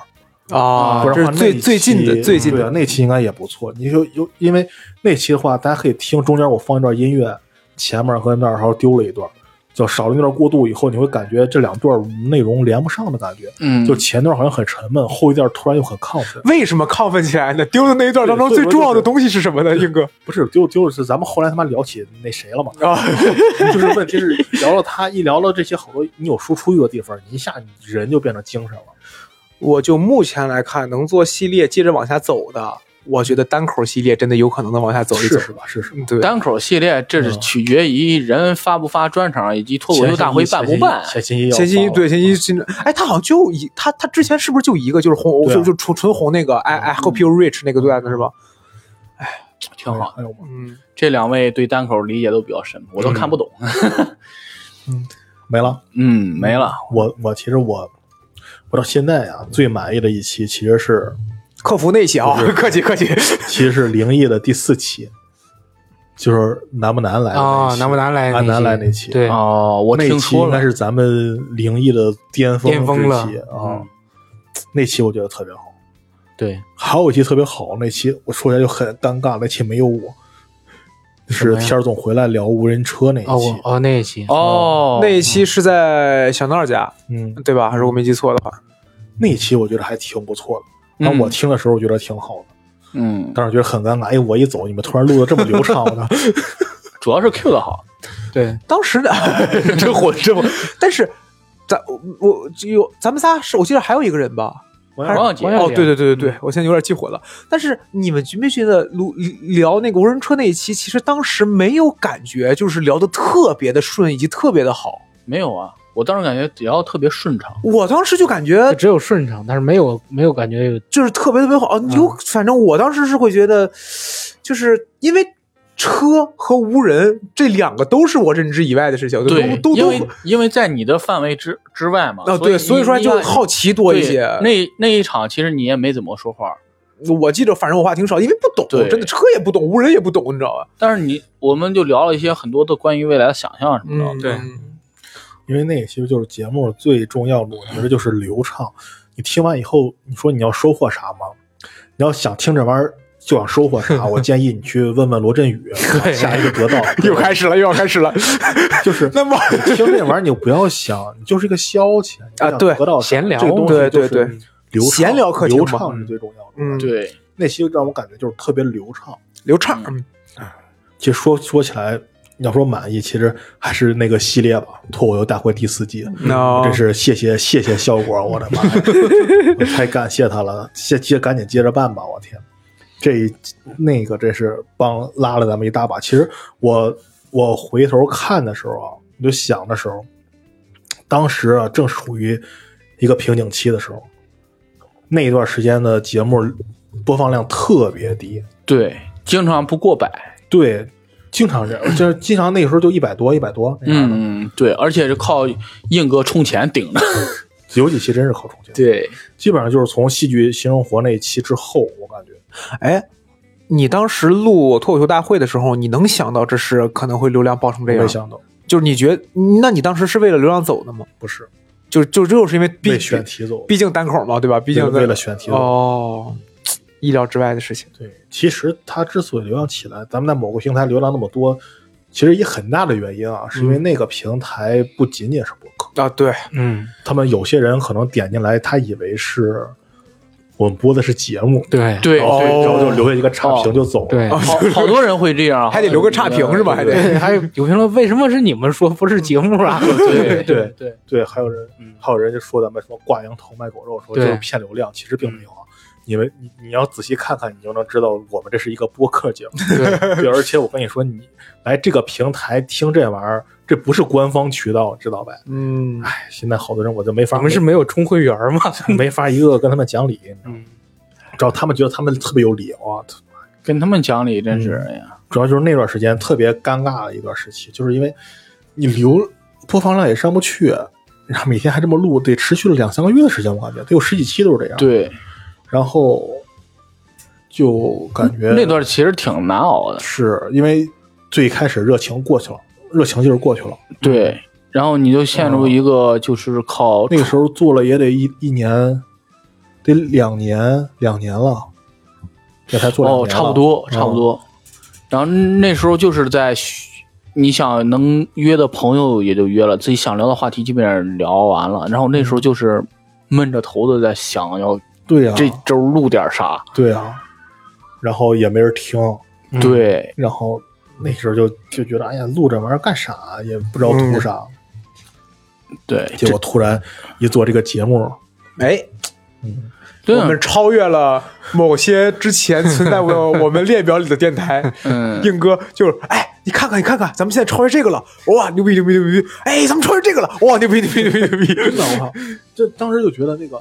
Speaker 5: 啊
Speaker 1: 不然
Speaker 5: 这
Speaker 1: 的
Speaker 5: 是
Speaker 1: 话
Speaker 5: 最
Speaker 1: 那
Speaker 5: 最近的
Speaker 1: 期
Speaker 5: 最近
Speaker 1: 对啊
Speaker 5: 的，
Speaker 1: 那期应该也不错。你说有因为那期的话，大家可以听中间我放一段音乐，前面和那儿还丢了一段儿，就少了那段过渡以后，你会感觉这两段内容连不上的感觉。
Speaker 2: 嗯，
Speaker 1: 就前段好像很沉闷，后一段突然又很亢奋。
Speaker 5: 为什么亢奋起来呢？丢的那一段当中
Speaker 1: 对
Speaker 5: 最
Speaker 1: 所以说
Speaker 5: 重要
Speaker 1: 就
Speaker 5: 的
Speaker 1: 是
Speaker 5: 东西是什么呢？硬哥
Speaker 1: 不是丢丢的是咱们后来他妈聊起那谁了嘛？
Speaker 5: 啊，
Speaker 1: 就是问题是聊了他一聊了这些好多你有输出欲的地方，你一下人就变成精神了。
Speaker 5: 我就目前来看，能做系列接着往下走的，我觉得单口系列真的有可能能往下走一走
Speaker 1: 是。是吧？是是吧。
Speaker 5: 嗯对，
Speaker 2: 单口系列这是取决于人发不发专场以及脱口秀大会办不办。
Speaker 1: 前期也有
Speaker 5: 前期
Speaker 1: 放
Speaker 5: 对前期新，哎，他好像就一他他之前是不是就一个就是红
Speaker 1: 对啊
Speaker 5: 就就纯纯红那个哎 I I hope you rich 那个段子是吧？
Speaker 2: 挺好，
Speaker 1: 还有吗？
Speaker 5: 嗯，
Speaker 2: 这两位对单口理解都比较深，我都看不懂。
Speaker 1: 没了。
Speaker 2: 嗯，没了。
Speaker 1: 我我其实我我到现在啊，最满意的一期其实是
Speaker 5: 客服那些啊，客气客气。
Speaker 1: 其实是灵异的第四期，就是难不难来的哎那一
Speaker 3: 啊，
Speaker 1: 期
Speaker 3: 难不难来？
Speaker 1: 啊难来
Speaker 3: 那
Speaker 1: 那
Speaker 3: 期
Speaker 1: 期
Speaker 3: 对，
Speaker 2: 哦，我
Speaker 1: 那
Speaker 2: 听
Speaker 1: 期
Speaker 2: 说
Speaker 1: 应该
Speaker 2: 了。
Speaker 1: 是咱们灵异的巅峰
Speaker 3: 巅峰了嗯
Speaker 1: 之期啊。那期我觉得特别好。
Speaker 3: 对，
Speaker 1: 还有一期特别好，那期我说起来就很尴尬，那期没有我，就是天儿总回来聊无人车那一
Speaker 3: 哦
Speaker 1: 期，
Speaker 3: 我哦那一期，
Speaker 2: 哦，
Speaker 5: <laughs> 那一期是在小闹家
Speaker 1: 嗯，
Speaker 5: 对吧？如果没记错的话，
Speaker 1: 那一期我觉得还挺不错的。
Speaker 2: 嗯
Speaker 1: 然后我听的时候，我觉得挺好的，
Speaker 2: 嗯，
Speaker 1: 但是觉得很尴尬。哎，我一走，你们突然录的这么流畅呢？
Speaker 2: 主要是 Q 的好。
Speaker 3: 对，
Speaker 5: 当时呢， <laughs>
Speaker 2: 这火这么
Speaker 5: 但是咱我只有咱们仨是，我记得还有一个人吧，
Speaker 1: 王 <laughs>
Speaker 5: 还是
Speaker 2: 王小姐
Speaker 5: 哦，对对对对对，我现在有点记混了。但是你们觉没觉得录聊那个无人车那一期，其实当时没有感觉，就是聊的特别的顺，以及特别的好。
Speaker 2: 没有啊，我当时感觉聊得特别顺畅，
Speaker 5: 我当时就感觉
Speaker 3: 就只有顺畅，但是没有没有感觉有
Speaker 5: 就是特别特别好。哦有，反正我当时是会觉得，就是因为车和无人这两个都是我认知以外的事情，
Speaker 2: 对，
Speaker 5: 都都
Speaker 2: 因
Speaker 5: 都
Speaker 2: 为因因为在你的范围之之外嘛，
Speaker 5: 啊，对，所以说
Speaker 2: 你
Speaker 5: 就
Speaker 2: 你
Speaker 5: 好奇多一些。
Speaker 2: 对那那一场其实你也没怎么说话，
Speaker 5: 我记得，反正我话挺少，因为不懂，
Speaker 2: 对
Speaker 5: 真的车也不懂，无人也不懂，你知道吧？
Speaker 2: 但是你我们就聊了一些很多的关于未来的想象什么的。
Speaker 5: 嗯，
Speaker 4: 对
Speaker 1: 因为那个其实就是节目最重要的，我觉得就是流畅。你听完以后，你说你要收获啥吗？你要想听这玩意儿就想收获啥，我建议你去问问罗振
Speaker 5: <laughs>
Speaker 1: 宇，下一个得到
Speaker 5: <laughs> 又开始了，又要开始了。
Speaker 1: 就是
Speaker 5: 那么，
Speaker 1: 你听这玩意儿，你就不要想，你就是一个消遣你
Speaker 5: 啊
Speaker 1: 想
Speaker 5: 对
Speaker 1: 得到啥
Speaker 3: 闲聊
Speaker 1: 这个东西
Speaker 5: 对
Speaker 1: 就是
Speaker 5: 对对
Speaker 1: 流畅
Speaker 5: 闲聊客厅嘛
Speaker 1: 流畅是最重要的。
Speaker 5: 嗯，，
Speaker 2: 对，
Speaker 1: 那期让我感觉就是特别流畅。
Speaker 5: 流畅，嗯
Speaker 1: 其实说说起来，你要说满意，其实还是那个系列吧，《脱口秀大会》第四季。
Speaker 5: 那
Speaker 1: 嗯真是谢谢谢谢效果，我的妈呀！我太感谢他了，接接赶紧接着办吧，我天！这一那个这是帮拉了咱们一大把。其实我我回头看的时候啊，我就想的时候，当时啊正属于一个瓶颈期的时候，那一段时间的节目播放量特别低，
Speaker 2: 对，经常不过百。
Speaker 1: 对，经常这样，就是经常那个时候就一百多一百多，那样的
Speaker 2: 嗯，嗯，对，而且是靠硬哥充钱顶 <laughs> 着。
Speaker 1: 有几期真是靠重庆，
Speaker 2: 对，
Speaker 1: 基本上就是从戏剧新生活那一期之后，我感觉。
Speaker 5: 哎，你当时录脱口秀大会的时候，你能想到这是可能会流量爆成这样
Speaker 1: 没
Speaker 5: 吗？
Speaker 1: 想到，
Speaker 5: 就是你觉得，那你当时是为了流量走的吗？
Speaker 1: 不是
Speaker 5: 就就就是因为毕
Speaker 1: 被选题走，
Speaker 5: 毕竟单口嘛，对吧？毕竟
Speaker 1: 为了选题走。
Speaker 5: 哦，意料之外的事情。
Speaker 1: 对，其实它之所以流量起来，咱们在某个平台流量那么多，其实也很大的原因啊，是因为那个平台不仅仅是博客，
Speaker 5: 啊，对，
Speaker 3: 嗯，
Speaker 1: 他们有些人可能点进来，他以为是我们播的是节目，
Speaker 3: 对
Speaker 2: 对，
Speaker 1: 然后
Speaker 2: 对
Speaker 1: 然后就留下一个差评就走了。
Speaker 3: 对，
Speaker 2: 好好多人会这样，啊
Speaker 5: 还得留个差评是吧？还得
Speaker 3: 对，还有有评论，为什么是你们说不是节目啊？
Speaker 2: 对
Speaker 1: 对
Speaker 2: 对，
Speaker 1: 对，还有人，还有人就说咱们什么挂羊头卖狗肉，说就
Speaker 3: 嗯对
Speaker 1: 是骗流量，其实并没有啊。你们你你要仔细看看，你就能知道我们这是一个播客节
Speaker 3: <laughs>
Speaker 1: 目。
Speaker 3: 对
Speaker 1: 对，而且我跟你说，你来这个平台听这玩意儿，这不是官方渠道，知道呗？
Speaker 5: 嗯，
Speaker 1: 哎，现在好多人我就没法，
Speaker 3: 我们是没有充会员嘛？
Speaker 1: 没法一个个跟他们讲理，你知道吗
Speaker 3: 嗯？
Speaker 1: 主要他们觉得他们特别有理由啊。
Speaker 2: 跟他们讲理真是哎呀，
Speaker 1: 主要就是那段时间特别尴尬的一段时期，就是因为你流播放量也上不去，然后每天还这么录，得持续了两三个月的时间，我感觉得有十几期都是这样。，
Speaker 2: 对，
Speaker 1: 然后就感
Speaker 5: 嗯
Speaker 1: 觉
Speaker 2: 那段其实挺难熬的。
Speaker 1: 是因为最开始热情过去了，热情就是过去了。
Speaker 2: 对，然后你就陷入一个就是靠
Speaker 1: 那个时候做了也得一一年，得两年，两年了，这才做两
Speaker 2: 哦，
Speaker 1: 年了
Speaker 2: 差不多，差不。
Speaker 1: 嗯
Speaker 2: 多。然后那时候就是在嘘你想能约的朋友也就约了，自己想聊的话题基本上聊完了。然后那时
Speaker 5: 嗯
Speaker 2: 候就是闷着头的在想要
Speaker 5: 啊
Speaker 1: 对呀、
Speaker 2: 这周录点啥，
Speaker 1: 对呀、然后也没人听，
Speaker 3: 嗯
Speaker 2: 对，
Speaker 1: 然后那时候就就觉得，哎呀，录这玩意儿干啥？啊也不知道图啥。
Speaker 2: 对，
Speaker 1: 结果突然一做这个节目，
Speaker 5: 哎，
Speaker 2: 这
Speaker 5: 我
Speaker 2: 对啊
Speaker 5: 们，超越了某些之前存在我 <laughs> 我们列表里的电台。
Speaker 2: 嗯，
Speaker 5: <laughs> 硬哥就是，哎，你看看，你看看，咱们现在超越这个了，哇，牛逼，牛逼，牛逼！哎，咱们超越这个了，哇，牛逼，牛逼，牛逼，牛逼！
Speaker 1: 真的，我靠！这当时就觉得那个，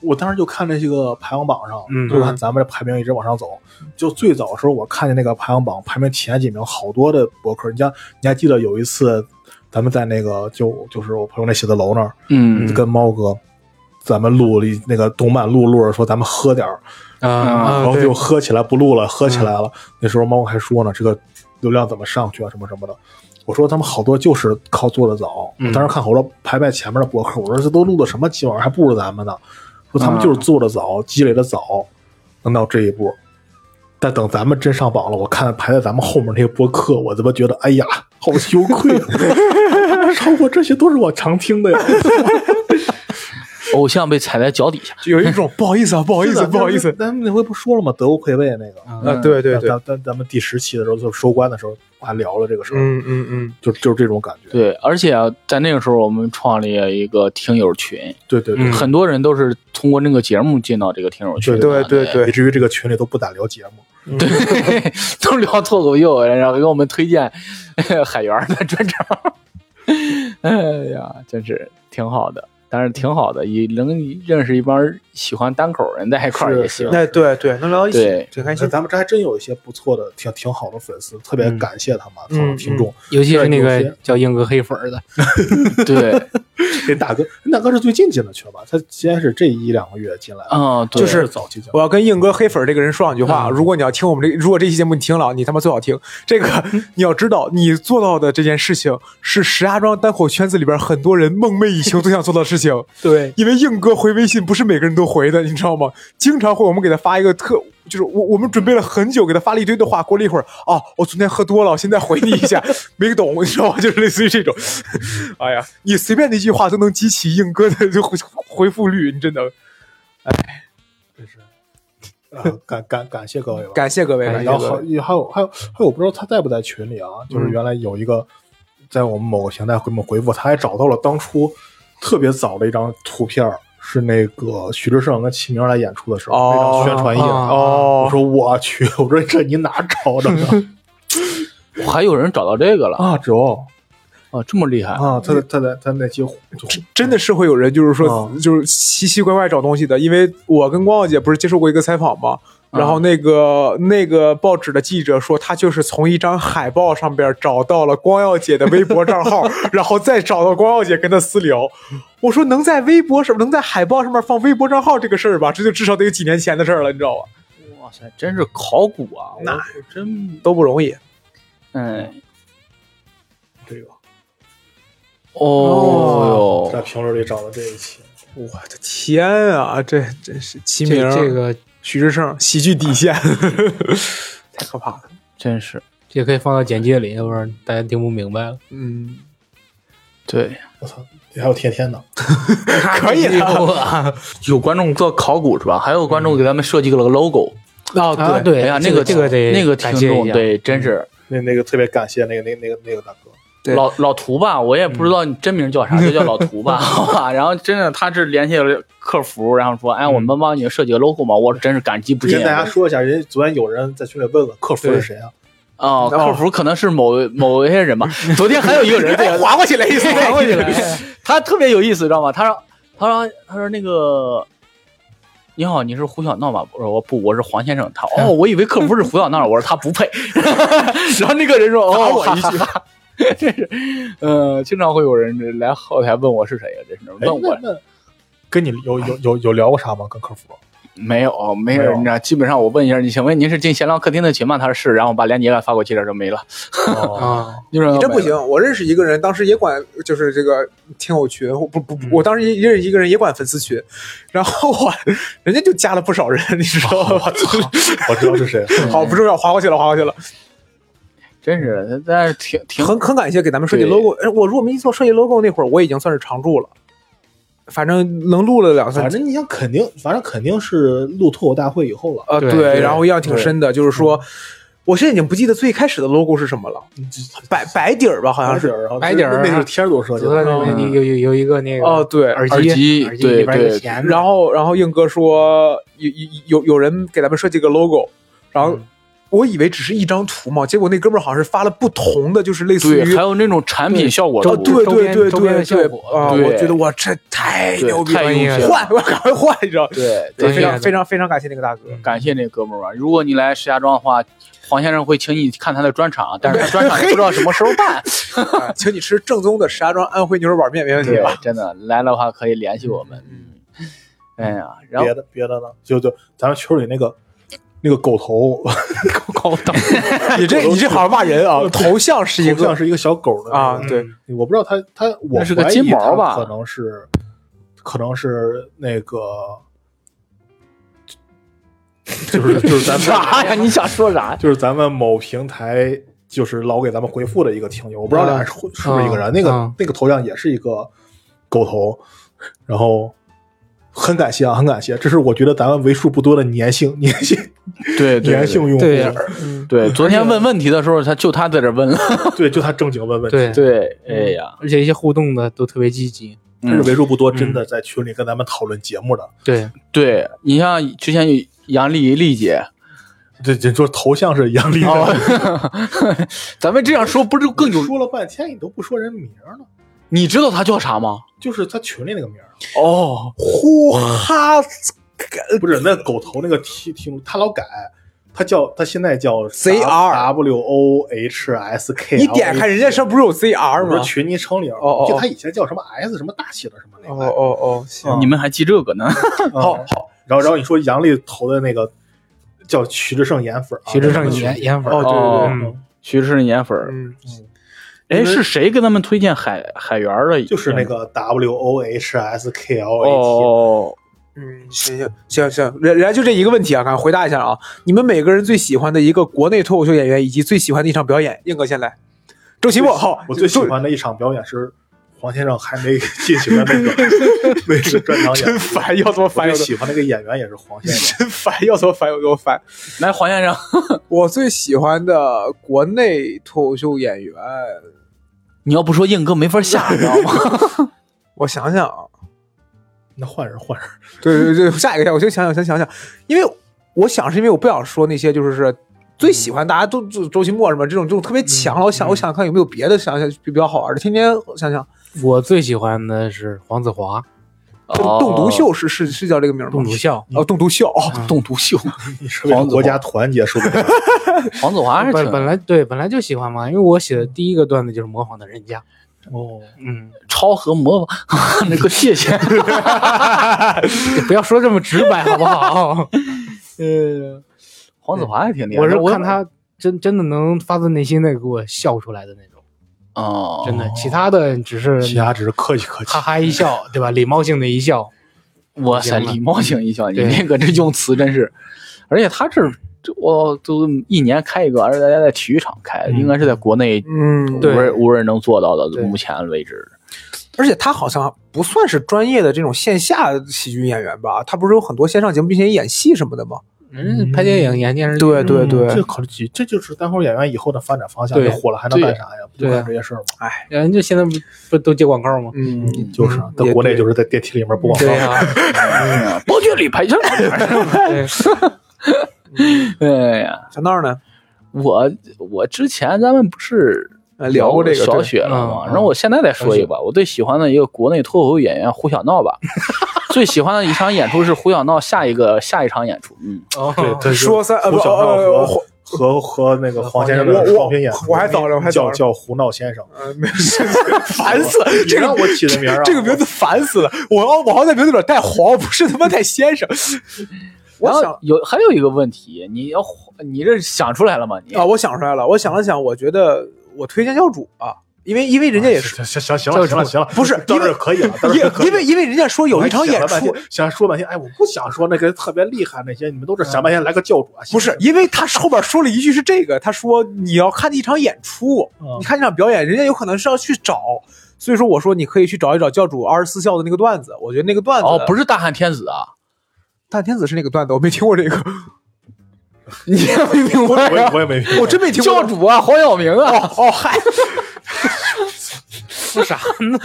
Speaker 1: 我当时就看这些个排行榜上，
Speaker 3: 嗯
Speaker 1: 就看咱们这排名一直往上走。就最早的时候，我看见那个排行榜排名前几名好多的博客，你像你还记得有一次，咱们在那个就就是我朋友那写字楼那儿，
Speaker 2: 嗯，
Speaker 1: 跟猫哥。咱们录了一那个动漫录录着说咱们喝点儿，
Speaker 3: 啊
Speaker 1: 然后
Speaker 3: 对
Speaker 1: 就喝起来不录了，喝
Speaker 5: 嗯
Speaker 1: 起来了。那时候猫哥还说呢，这个流量怎么上去啊，什么什么的。我说他们好多就是靠做的早。
Speaker 5: 嗯
Speaker 1: 我当时看好多排在前面的博客，我说这都录的什么鸡玩意儿，还不如咱们呢。说他们
Speaker 5: 嗯
Speaker 1: 就是做的早，积累的早，能到这一步。但等咱们真上榜了，我看排在咱们后面那些播客，我他妈觉得哎呀，好羞愧啊！ <laughs> 超过这些都是我常听的呀。
Speaker 2: 偶像被踩在脚底下，
Speaker 5: 就有一种 <laughs> 不好意思啊，不好意
Speaker 1: 是
Speaker 5: 思，
Speaker 1: 的
Speaker 5: 不好意
Speaker 1: 咱
Speaker 5: 思
Speaker 1: 们咱们那回不说了吗？德国魁北那个，
Speaker 5: 啊，对对对
Speaker 1: 咱咱咱们第十期的时候，就是收官的时候，还聊了这个事儿，
Speaker 5: 嗯嗯嗯，
Speaker 1: 就就是这种感觉。
Speaker 2: 对，而且啊在那个时候，我们创立了一个听友群，
Speaker 1: 对对对
Speaker 5: 嗯
Speaker 2: 很多人都是通过那个节目进到这个听友群的。
Speaker 5: 对对 <laughs> 对
Speaker 1: 以至于这个群里都不咋聊节目。
Speaker 2: 对， <laughs> 都聊脱口秀，然后给我们推荐海源的专场。哎呀，真是挺好的，但是挺好的，也能认识一帮喜欢单口人在一块儿也
Speaker 1: 是
Speaker 2: 行。
Speaker 5: 那对对，能聊到一起
Speaker 2: 对，
Speaker 5: 挺开心。
Speaker 1: 哎咱们这还真有一些不错的、挺挺好的粉丝，特别
Speaker 3: 嗯
Speaker 1: 感谢他们，
Speaker 5: 嗯
Speaker 1: 他们听众。
Speaker 3: 尤其是那
Speaker 1: 对
Speaker 3: 个
Speaker 1: 有些
Speaker 3: 叫硬哥黑粉儿的，
Speaker 2: 对，
Speaker 3: <laughs>
Speaker 5: 嗯
Speaker 1: 这大哥，大哥是最近进的群吧？他先是这一两个月进来的，
Speaker 2: 嗯，对
Speaker 5: 啊就是
Speaker 1: 早期进来的。
Speaker 5: 我要跟硬哥黑粉儿这个人说两句话。如果你要听我们这，如果这期节目你听了，你他妈最好听。 <laughs> 这个你要知道，你做到的这件事情是石家庄单口圈子里边很多人梦寐以求都想做到的事情。 <laughs>
Speaker 3: 对，
Speaker 5: 因为硬哥回微信不是每个人都回的，你知道吗？经常会我们给他发一个特，就是我我们准备了很久，给他发了一堆的话，过了一会儿啊，我昨天喝多了，我现在回你一 <laughs> 下，没懂，你知道吗？就是类似于这种，哎呀， <laughs> 你随便的一句话都能激起硬哥的就回回复率，你真的
Speaker 1: 真是，啊，感感感谢各位吧。
Speaker 5: 感谢各位，感谢
Speaker 1: 哎然后
Speaker 5: 各
Speaker 1: 好
Speaker 5: 位，
Speaker 1: 也还有还有还有，我不知道他在不在群里啊。就是
Speaker 5: 嗯
Speaker 1: 原来有一个在我们某个平台给我们回复，他还找到了当初特别早的一张图片儿，是那个徐志胜跟齐明来演出的时候、
Speaker 5: 哦
Speaker 1: 那张宣传页。
Speaker 3: 啊
Speaker 5: 哦
Speaker 1: 我说我去， <laughs> 我说这你哪找着的
Speaker 2: 还有人找到这个了
Speaker 1: 啊？周
Speaker 2: 啊，这么厉害！
Speaker 1: 啊，他在他在他那期就
Speaker 5: 真的是会有人就是说、
Speaker 1: 嗯
Speaker 5: 就是奇奇怪怪找东西的，因为我跟光耀姐不是接受过一个采访嘛，然后那个、那个报纸的记者说，他就是从一张海报上边找到了光耀姐的微博账号，然后再找到光耀姐跟她私聊。我说能在微博上能在海报上面放微博账号这个事儿吧，这就至少得有几年前的事儿了，你知道吧？
Speaker 2: 哇塞，真是考古啊！我
Speaker 5: 那
Speaker 2: 我真
Speaker 5: 都不容易。
Speaker 2: 嗯，
Speaker 1: 这个
Speaker 2: 哦
Speaker 1: 在
Speaker 2: 哟，
Speaker 1: 评论里找到这一期，
Speaker 5: 我的天啊，这真是齐
Speaker 3: 这
Speaker 5: 名儿
Speaker 3: 这个
Speaker 5: 徐志胜喜剧底线，太可怕了。
Speaker 2: 真是
Speaker 3: 这可以放到简介里，要不然大家听不明白了。
Speaker 5: 嗯，
Speaker 2: 对。
Speaker 1: 我操，还有天天呢。
Speaker 5: 可
Speaker 3: <laughs>
Speaker 5: 以的。
Speaker 3: 啊，
Speaker 2: 有观众做考古是吧？还有观众给咱们设计了个 logo。
Speaker 5: 哦，对，
Speaker 3: 嗯啊对，
Speaker 2: 哎呀，那
Speaker 3: 这个
Speaker 2: 这
Speaker 3: 这个得
Speaker 2: 那个
Speaker 3: 感
Speaker 2: 听
Speaker 3: 谢一
Speaker 2: 众
Speaker 3: 下，
Speaker 2: 对，真是
Speaker 1: 那那个特别感谢那个那个那个那个大哥，
Speaker 5: 对
Speaker 2: 老老涂吧，我也不知道你真名叫啥，就叫老涂吧，好吧。然后真的，他是联系了客服，然后说，哎，我们帮你设计个 logo 嘛，我真是感激不
Speaker 1: 跟
Speaker 2: 尽。
Speaker 1: 大家说一下，人家昨天有人在群里问了客服是谁啊？
Speaker 2: 哦，客服可能是某某
Speaker 1: <laughs>
Speaker 2: 些人吧。昨天还有一个人，对，
Speaker 5: 划过去了，意
Speaker 1: 哎
Speaker 5: 思划哎过去
Speaker 2: 哎
Speaker 5: 了。
Speaker 2: 他特别有意思，知道吗？他说，他说，他说那个，你好，你是胡小闹吧？我说我不，我是黄先生。他
Speaker 1: 嗯
Speaker 2: 哦，我以为客服是胡小闹，我说他不
Speaker 1: <laughs>
Speaker 2: 配。然后那个人说，哦，我一句。真是，呃，经常会有人来后台问我是谁呀、这是
Speaker 1: 哎
Speaker 2: 问我
Speaker 1: 那那跟你有有有有聊过啥吗？跟客 <laughs> 服？
Speaker 2: 没有没
Speaker 1: 没
Speaker 2: 有，
Speaker 1: 有
Speaker 2: 你知道，基本上我问一下，你请问您是进闲聊客厅的群吗？他说是，然后我把链接给他发过去，这就没了。
Speaker 1: 哦，
Speaker 3: 啊，
Speaker 2: 你
Speaker 5: 你这不行，，我认识一个人，当时也管就是这个听友群，我不不，不我当时也认识一个人也管粉丝群， <laughs> 然后我人家就加了不少人，你知道吗？ <laughs>
Speaker 1: 我知道是谁，
Speaker 5: 好，不重要，划过去了，划过去了。
Speaker 2: 真是，但是挺挺
Speaker 5: 很很感谢给咱们设计
Speaker 2: 对
Speaker 5: logo，哎，我如果没记错，设计 logo 那会儿我已经算是常驻了，反正能录了两三
Speaker 1: <laughs> 反正你想肯定，反正肯定是录脱口大会以后了，
Speaker 5: 呃，
Speaker 3: 对
Speaker 5: 对，
Speaker 3: 对
Speaker 5: 然后印象挺深的，就是说，我现在已经不记得最开始的 logo 是什么了，白白底儿吧，好
Speaker 1: 白
Speaker 5: 像
Speaker 1: 底
Speaker 5: 是。
Speaker 1: 儿，然后
Speaker 3: 白底儿
Speaker 1: 那那
Speaker 3: 啊
Speaker 1: 是天儿都设计
Speaker 3: 紫
Speaker 1: 的，
Speaker 3: 色那边有有有一个那个
Speaker 5: 哦，对，
Speaker 3: 耳
Speaker 2: 耳
Speaker 3: 机
Speaker 2: 机
Speaker 3: 耳
Speaker 2: 对
Speaker 3: 里边有
Speaker 2: 对
Speaker 1: 嗯
Speaker 3: 弦子，
Speaker 5: 然后，然后硬哥说有有有有人给咱们设计个 logo，然后我以为只是一张图嘛，结果那哥们儿好像是发了不同的，就是类似
Speaker 2: 对，
Speaker 5: 于
Speaker 2: 还有那种产品效果图
Speaker 5: 哦，对
Speaker 3: 周
Speaker 5: 对
Speaker 3: 边
Speaker 5: 对
Speaker 3: 周边
Speaker 5: 对
Speaker 3: 的效
Speaker 5: 对
Speaker 3: 果
Speaker 5: 啊！
Speaker 2: 对
Speaker 5: 我觉得哇，这太
Speaker 2: 对
Speaker 5: 牛逼
Speaker 2: 太
Speaker 5: 了，
Speaker 2: 用
Speaker 3: 心了
Speaker 5: 换， <laughs> 我赶快换一张。
Speaker 2: 对嗯
Speaker 5: 对，
Speaker 3: 专
Speaker 5: 非
Speaker 3: 业
Speaker 5: 常
Speaker 3: 的
Speaker 5: 非常非常感谢那个大哥，
Speaker 2: 感谢那哥们儿吧。如果你来石家庄的话，黄先生会请你看他的专场，但是他专场也不知 <laughs> 道什么时候办。
Speaker 5: 哎请你吃正宗的石家庄安徽牛肉板面，没问题啊
Speaker 2: 对
Speaker 5: 吧？，
Speaker 2: 真的来了的话可以联系我们。嗯，哎呀，然后
Speaker 1: 别的别的呢，就就咱们群里那个那个狗头，
Speaker 2: 高 <laughs> 档
Speaker 5: <laughs> 你这你这好好骂人啊！头像是一
Speaker 1: 头像
Speaker 5: 个
Speaker 1: 是嗯一个小狗的
Speaker 5: 啊
Speaker 1: 那，个
Speaker 5: 对，
Speaker 1: 我不知道他他我
Speaker 2: 那是个
Speaker 1: 怀疑
Speaker 2: 金毛
Speaker 1: 他
Speaker 2: 吧
Speaker 1: 可能是可能是那个。 <laughs> 就是就是咱们
Speaker 2: 啥哎呀？你想说啥？
Speaker 1: 就是咱们某平台就是老给咱们回复的一个听友，我不知道
Speaker 2: 啊
Speaker 1: 俩人是是不是一个人，
Speaker 3: 嗯
Speaker 1: 那个、
Speaker 3: 嗯
Speaker 1: 那个头像也是一个狗头，然后很感谢啊，很感谢，这是我觉得咱们为数不多的粘性、 <laughs> 粘性、
Speaker 2: 对对
Speaker 1: 粘性用户。
Speaker 3: 对呀
Speaker 2: 对，昨天问问题的时候，他就他在这问了。
Speaker 1: 对就他正经问问题，
Speaker 3: 对，
Speaker 2: 对， <laughs> 哎呀，
Speaker 3: 而且一些互动的都特别积极。
Speaker 1: 这是为数不多真
Speaker 2: 嗯
Speaker 1: 的在群里跟咱们讨论节目的。
Speaker 3: 对，
Speaker 2: 对你像之前有杨丽丽姐， <laughs>
Speaker 1: 这这说头像是杨丽的， <laughs>
Speaker 2: 咱们这样说不是哦更有？
Speaker 1: 说了半天你都不说人名儿呢，
Speaker 2: 你知道她叫啥吗？
Speaker 1: 就是他群里那个名儿，
Speaker 2: 哦，
Speaker 5: 呼哈
Speaker 1: 不是那狗头那个听听他老改。他叫他现在叫
Speaker 5: ZR
Speaker 1: W O H S K，
Speaker 5: 你点开人家上不是有 CR
Speaker 1: 我说
Speaker 5: 吗？
Speaker 1: 群昵称里，
Speaker 5: 哦哦
Speaker 1: 就他以前叫什么 S 什么大写的什么那
Speaker 5: 哦
Speaker 1: 个，
Speaker 5: 哦哦，行，
Speaker 2: 你们还记这个呢？
Speaker 1: 好好。然后然后你说杨笠投的那个叫徐志胜颜粉儿啊，
Speaker 3: 徐志胜
Speaker 1: 那个
Speaker 3: 研研粉儿，
Speaker 5: 哦对对对，
Speaker 3: 嗯，
Speaker 2: 徐志岩粉儿，
Speaker 5: 嗯，
Speaker 2: 哎，是谁给他们推荐海海源儿的？
Speaker 1: 就是那个 W O H S K L A T，
Speaker 2: 哦，
Speaker 5: 嗯，行行行行，人人家就这一个问题啊，看回答一下啊，你们每个人最喜欢的一个国内脱口秀演员，以及最喜欢的一场表演，硬哥先来。周奇墨，好，
Speaker 1: 我最喜
Speaker 5: 周
Speaker 1: 欢的一场表演是黄先生还没进行的
Speaker 5: <laughs>
Speaker 1: 那个那个专场演
Speaker 5: 真
Speaker 1: 出。
Speaker 5: 烦，要多
Speaker 1: 我
Speaker 5: 烦
Speaker 1: 最
Speaker 5: 有多
Speaker 1: 喜欢那个演员也是黄先生，
Speaker 5: <laughs> 真烦，要多烦有多烦。
Speaker 2: 来黄先生，
Speaker 5: 我最喜欢的国内脱口秀演员，
Speaker 2: 你要不说硬哥没法下，你知道吗？
Speaker 5: 我想想啊，
Speaker 1: 那换人换人，
Speaker 5: 对对对，下一个下一个，我先想想，先想想，因为我想是因为我不想说那些就是是最喜
Speaker 1: 嗯
Speaker 5: 欢大家都周周奇墨什么这种这种特别强了，我想我想看有没有别的想想比比较好玩的，天天想想
Speaker 3: 我最喜欢的是黄子华，
Speaker 5: 动
Speaker 2: 哦
Speaker 5: 动毒，秀是是是叫这个名儿吗？
Speaker 3: 栋笃笑，
Speaker 5: 哦，动毒秀，
Speaker 2: 冻毒秀，
Speaker 1: 你是为了国家团结 <laughs> 说的，
Speaker 2: 黄子华是
Speaker 3: 本本
Speaker 2: 挺
Speaker 3: 来对本来就喜欢嘛，因为我写的第一个段子就是模仿的人家。
Speaker 1: 哦，
Speaker 3: 嗯，
Speaker 2: 超和魔法 <laughs> 那个谢谢，
Speaker 3: 不要说这么直白好不好？ <laughs>
Speaker 2: 呃，黄子华还挺厉害，
Speaker 3: 我是
Speaker 2: 我
Speaker 3: 看他真真的能发自内心的给我笑出来的那种，
Speaker 2: 哦，
Speaker 3: 真的，其他的只是
Speaker 1: 其他只是客气客气
Speaker 5: 啊
Speaker 3: 哈。哈一笑，对吧？礼貌性的一笑，
Speaker 2: 哇塞，
Speaker 3: 行了
Speaker 2: 礼貌性一笑，你
Speaker 3: 对
Speaker 2: 这个这用词真是，而且他这这我都一年开一个，而且大家在体育场开，
Speaker 3: 嗯
Speaker 2: 应该是在国内
Speaker 5: 嗯
Speaker 2: 无
Speaker 3: 对
Speaker 2: 人无人能做到的，
Speaker 3: 对
Speaker 2: 目前为止。
Speaker 5: 而且他好像不算是专业的这种线下喜剧演员吧？他不是有很多线上节目，并且演戏什么的吗？
Speaker 3: 人家拍电影、演电视剧，
Speaker 5: 对对对，
Speaker 1: 嗯这考虑起，这就是单口演员以后的发展方向。
Speaker 3: 对
Speaker 1: 你火了还能干啥呀？不
Speaker 3: 对
Speaker 1: 就干这些事儿吗？
Speaker 3: 人家现在不不都接广告吗？
Speaker 5: 嗯，
Speaker 1: 就是啊，在
Speaker 5: 也
Speaker 1: 国内
Speaker 5: 对
Speaker 1: 就是在电梯里面播广告
Speaker 3: 对。呀、
Speaker 2: 包俊礼赔上 <laughs> 了，
Speaker 3: 对，
Speaker 2: 哎呀，
Speaker 5: 小闹呢？
Speaker 2: 我我之前咱们不是
Speaker 3: 啊
Speaker 5: 呃聊过这个
Speaker 2: 小
Speaker 5: 对
Speaker 2: 雪了吗？
Speaker 3: 嗯嗯嗯
Speaker 2: 然后我现在再说一个吧，我最喜欢的一个国内脱口秀演员胡小
Speaker 3: <laughs>
Speaker 2: 闹吧，最喜欢的一场演出是胡小闹下一个下一场演出，嗯，
Speaker 3: 哦，
Speaker 1: 对，
Speaker 5: <laughs>
Speaker 1: <laughs> 他是
Speaker 5: 说三呃
Speaker 1: 胡
Speaker 5: 不
Speaker 1: 小闹
Speaker 5: 呃
Speaker 1: 和和和那个黄先生的
Speaker 5: 我我
Speaker 1: 双拼演出，
Speaker 5: 我还早着我还早
Speaker 1: 叫
Speaker 5: 着
Speaker 1: 叫胡闹先生，
Speaker 5: 呃，没事，烦死了！
Speaker 1: 你
Speaker 5: 这
Speaker 1: 让
Speaker 5: 个
Speaker 1: 我起的名儿啊，
Speaker 5: <laughs> 这个名字烦死了！我要我好在名字里边带黄，不是他妈带先生。我
Speaker 2: 然
Speaker 5: 想
Speaker 2: 后有还有一个问题，你要你这想出来了吗？你
Speaker 5: 啊，我想出来了，我想了想，我觉得我推荐教主吧，因为因为人家也是
Speaker 1: 行行行行了行了行了，
Speaker 5: 不是
Speaker 1: 到
Speaker 5: 因
Speaker 1: 这
Speaker 5: 为
Speaker 1: 儿可以了，到这儿可以
Speaker 5: 因因为
Speaker 1: 了。
Speaker 5: 因为人家说有一场演
Speaker 1: 我还想了
Speaker 5: 出
Speaker 1: 半，天，想说半天，哎，我不想说那个特别厉害那些，你们都是想半天来个教主啊，
Speaker 5: 嗯不是，因为他后边说了一句是这个，他说你要看一场演出，
Speaker 1: 嗯
Speaker 5: 你看一场表演，人家有可能是要去找，所以说我说你可以去找一找教主二十四孝的那个段子，我觉得那个段子
Speaker 2: 哦，不
Speaker 5: 是
Speaker 2: 是大汉天子 <laughs> 啊，
Speaker 5: 大天子是那个段子，我没听过这个，
Speaker 2: 你也没明白
Speaker 1: 我也我也没明白
Speaker 5: 我真没听过
Speaker 2: 教主啊，黄晓明啊，
Speaker 5: 哦嗨，
Speaker 3: 说啥呢？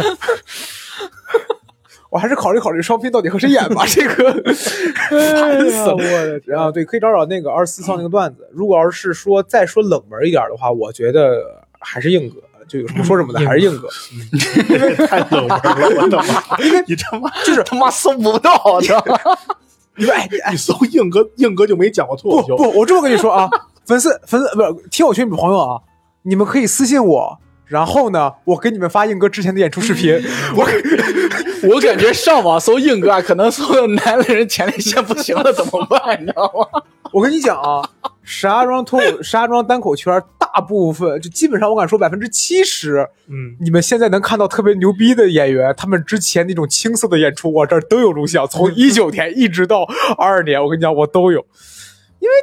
Speaker 5: 我还是考虑考虑双拼到底和谁演吧，这个烦死了。我的天啊，对，可以找找那个二十四孝那个段子。如果要是说再说冷门一点的话，我觉得还是硬哥，就有什么说什么的，还是硬哥。
Speaker 1: 太冷门 <laughs> 了，我的妈！你他妈
Speaker 2: 就是他妈搜不到，知道吗？
Speaker 5: 因为哎哎
Speaker 1: 你搜硬哥，硬哥就没讲过脱
Speaker 5: 不
Speaker 1: 口秀，
Speaker 5: 不，我这么跟你说啊，粉丝粉丝不是听友群里的朋友啊，你们可以私信我，然后呢，我给你们发硬哥之前的演出视频。我
Speaker 2: 我感觉上网搜硬哥，啊，可能搜到男的人前列腺不行了，怎么办？你知道吗？
Speaker 5: 我跟你讲啊，石家庄脱口石家庄单口圈大部分就基本上我敢说百分之七十，
Speaker 3: 嗯，
Speaker 5: 你们现在能看到特别牛逼的演员，他们之前那种青涩的演出，我这儿都有录像，从一九年一直到二二年，我跟你讲，我都有，因为。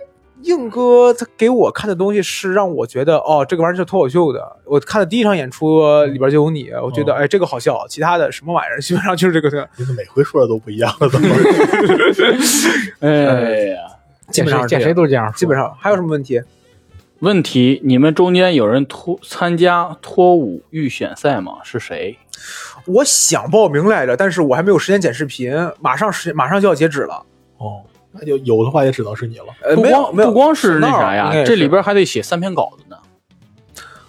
Speaker 5: 硬哥他给我看的东西是让我觉得哦，这个玩意儿是脱口秀的。我看的第一场演出里边就有你，我觉得、
Speaker 1: 哦
Speaker 5: 哎这个好笑，其他的什么玩意儿基本上就是这个，
Speaker 1: 你怎么每回说的都不一样了？ <laughs> 怎么？
Speaker 2: <laughs> 哎呀，
Speaker 5: 基
Speaker 3: 见
Speaker 5: 本上
Speaker 3: 谁
Speaker 5: 是这
Speaker 3: 见
Speaker 5: 样
Speaker 3: 谁都这样说，
Speaker 5: 基本上还有什么问题？
Speaker 2: 问题，你们中间有人脱参加脱舞预选赛吗？是谁？
Speaker 5: 我想报名来着，但是我还没有时间剪视频，马上时马上就要截止了。
Speaker 1: 哦，那就有的话也只能是你了。
Speaker 5: 呃，
Speaker 2: 不
Speaker 5: 没有
Speaker 2: 光
Speaker 5: 没有，
Speaker 2: 不光是那啥
Speaker 5: 闹应该
Speaker 2: 呀，
Speaker 5: 也
Speaker 2: 这
Speaker 5: 是
Speaker 2: 里边还得写三篇稿子呢。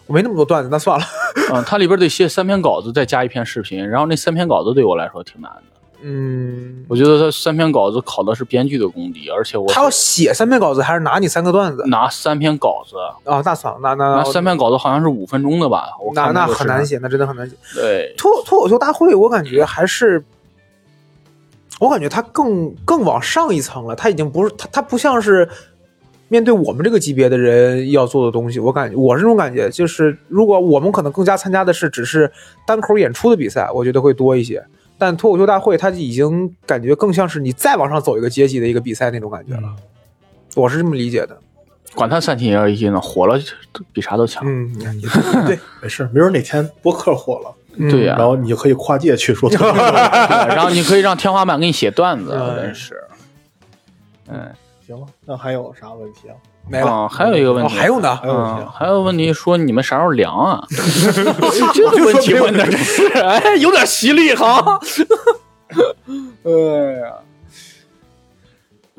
Speaker 5: 我没那么多段子，那算了。
Speaker 2: 啊，它里边得写三篇稿子，再加一篇视频。然后那三篇稿子对我来说挺难的，
Speaker 5: 嗯，
Speaker 2: 我觉得它三篇稿子考的是编剧的功底，而且我
Speaker 5: 他要写三篇稿子，还是拿你三个段子
Speaker 2: 拿三篇稿子，
Speaker 5: 啊？那算了，那那
Speaker 2: 拿三篇稿子好像是五分钟的吧？我
Speaker 5: 那
Speaker 2: 看
Speaker 5: 那
Speaker 2: 个
Speaker 5: 很
Speaker 2: 是
Speaker 5: 难。写，那真的很难写。
Speaker 2: 对，
Speaker 5: 脱脱口秀大会，我感觉还是，我感觉它更更往上一层了，它已经不是它它不像是面对我们这个级别的人要做的东西。我感觉我是这种感觉，就是如果我们可能更加参加的是只是单口演出的比赛，我觉得会多一些。但脱口秀大会，它已经感觉更像是你再往上走一个阶级的一个比赛那种感觉
Speaker 2: 嗯
Speaker 5: 了，我是这么理解的。
Speaker 2: 管他三七二十一呢，火了都比啥都强。 <laughs>
Speaker 5: 嗯，对，
Speaker 1: 没事，没准哪天播客火了，
Speaker 5: 嗯
Speaker 2: 对呀
Speaker 1: 然后你就可以跨界去说脱口秀。 <laughs>
Speaker 2: 然后你可以让天花板给你写段子，
Speaker 5: 嗯
Speaker 2: 真是。嗯，
Speaker 1: 行了，那还有啥问题啊？
Speaker 5: 没了。
Speaker 2: 啊还有一个问
Speaker 5: 哦，
Speaker 2: 题
Speaker 5: 还有
Speaker 2: <laughs>
Speaker 5: 呢
Speaker 1: 还，有问题
Speaker 2: 嗯，
Speaker 1: 啊？
Speaker 2: 还有问题说你们啥时候凉
Speaker 5: <laughs>
Speaker 2: 啊？这个问题问的真是，哎，有点犀利
Speaker 5: <laughs>
Speaker 2: 哈。哎呀，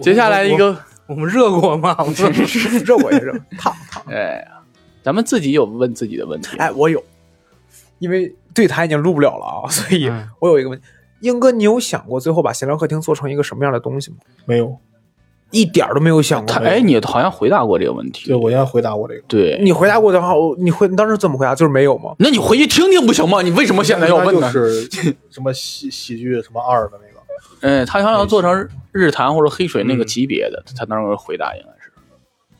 Speaker 2: 接下来一个，
Speaker 3: 我们热过吗？我们
Speaker 5: <laughs> 热火也
Speaker 2: <laughs>
Speaker 5: 热，烫烫。
Speaker 2: 哎呀，咱们自己有问自己的问题。
Speaker 5: 哎，我有，因为对谈已经录不了了啊，所以
Speaker 3: 嗯
Speaker 5: 我有一个问题，英哥，你有想过最后把闲聊客厅做成一个什么样的东西吗？
Speaker 1: 没有。
Speaker 5: 一点儿都没有想过
Speaker 2: 他。哎，你好像回答过这个问题
Speaker 1: 对，。我应该回答我这个。
Speaker 2: 对，
Speaker 5: 你回答过的话，我你回你当时怎么回答？就是没有吗？
Speaker 2: 那你回去听听不行吗？你为什么现在要问
Speaker 1: 就
Speaker 2: 呢？
Speaker 1: 是什么喜喜剧什么二的那个。 <laughs>
Speaker 2: 哎，他想要做成日坛或者黑水那个级别的，他当时回答应该是。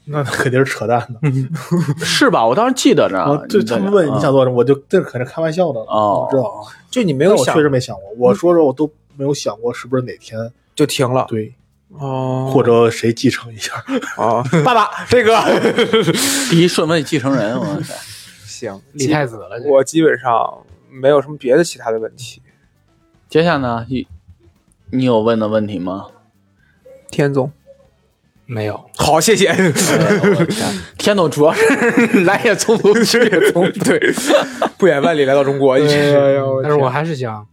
Speaker 1: 那肯定是扯淡的。
Speaker 2: 是吧？我当时记得呢。
Speaker 1: 嗯啊，就
Speaker 2: 你在
Speaker 1: 他们问你想
Speaker 2: 啊
Speaker 1: 做什么，我就这肯定开玩笑的了。
Speaker 2: 哦
Speaker 1: 我知道啊，
Speaker 5: 就你没
Speaker 1: 但
Speaker 5: 有
Speaker 1: 我
Speaker 5: 想
Speaker 1: 确实没想过。我说说，我都没有想过是不是哪天
Speaker 5: 就停了
Speaker 1: 对，
Speaker 5: 哦，
Speaker 1: 或者谁继承一下。
Speaker 5: 啊，爸爸这个
Speaker 2: 第一顺位继承人，哇塞！
Speaker 1: <laughs>
Speaker 5: 行，
Speaker 3: 李太子了，这
Speaker 5: 我基本上没有什么别的其他的问题。
Speaker 2: 接下来呢，你你有问的问题吗？
Speaker 5: 天总，
Speaker 3: 没有，
Speaker 5: 好，
Speaker 1: <laughs>
Speaker 5: 谢谢。
Speaker 2: 天总主要是来也匆匆，去也匆匆。对，
Speaker 5: 不远万里来到中国，一直
Speaker 1: 哎
Speaker 5: 是。
Speaker 3: 但是我还是想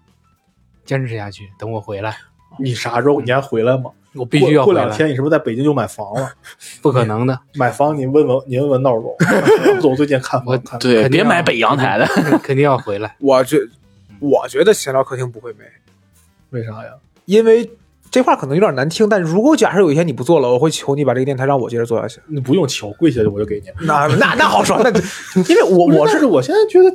Speaker 3: 坚持下去，等我回来，
Speaker 1: 你啥时候你还回来吗？
Speaker 3: 我必须要
Speaker 1: 过过
Speaker 3: 回
Speaker 1: 两
Speaker 3: 来，
Speaker 1: 天你是不是在北京就买房了？
Speaker 3: 不可能的，
Speaker 1: 买房你问问你问问闹总，闹总最近看
Speaker 3: 我
Speaker 1: 房看
Speaker 2: 对，
Speaker 3: 肯定
Speaker 2: 别
Speaker 3: 啊
Speaker 2: 买北阳台的。
Speaker 3: 肯定要回来。
Speaker 5: 我觉我觉得闲聊客厅不会没。
Speaker 1: 为啥呀？
Speaker 5: 因为这话可能有点难听，但如果假设有一天你不做了，我会求你把这个电台让我接着做下去。
Speaker 1: 你不用求，跪下去我就给你。
Speaker 5: 那那那好说，那因为我
Speaker 1: 我
Speaker 5: 我
Speaker 1: 是
Speaker 5: 是
Speaker 1: 我现在觉得，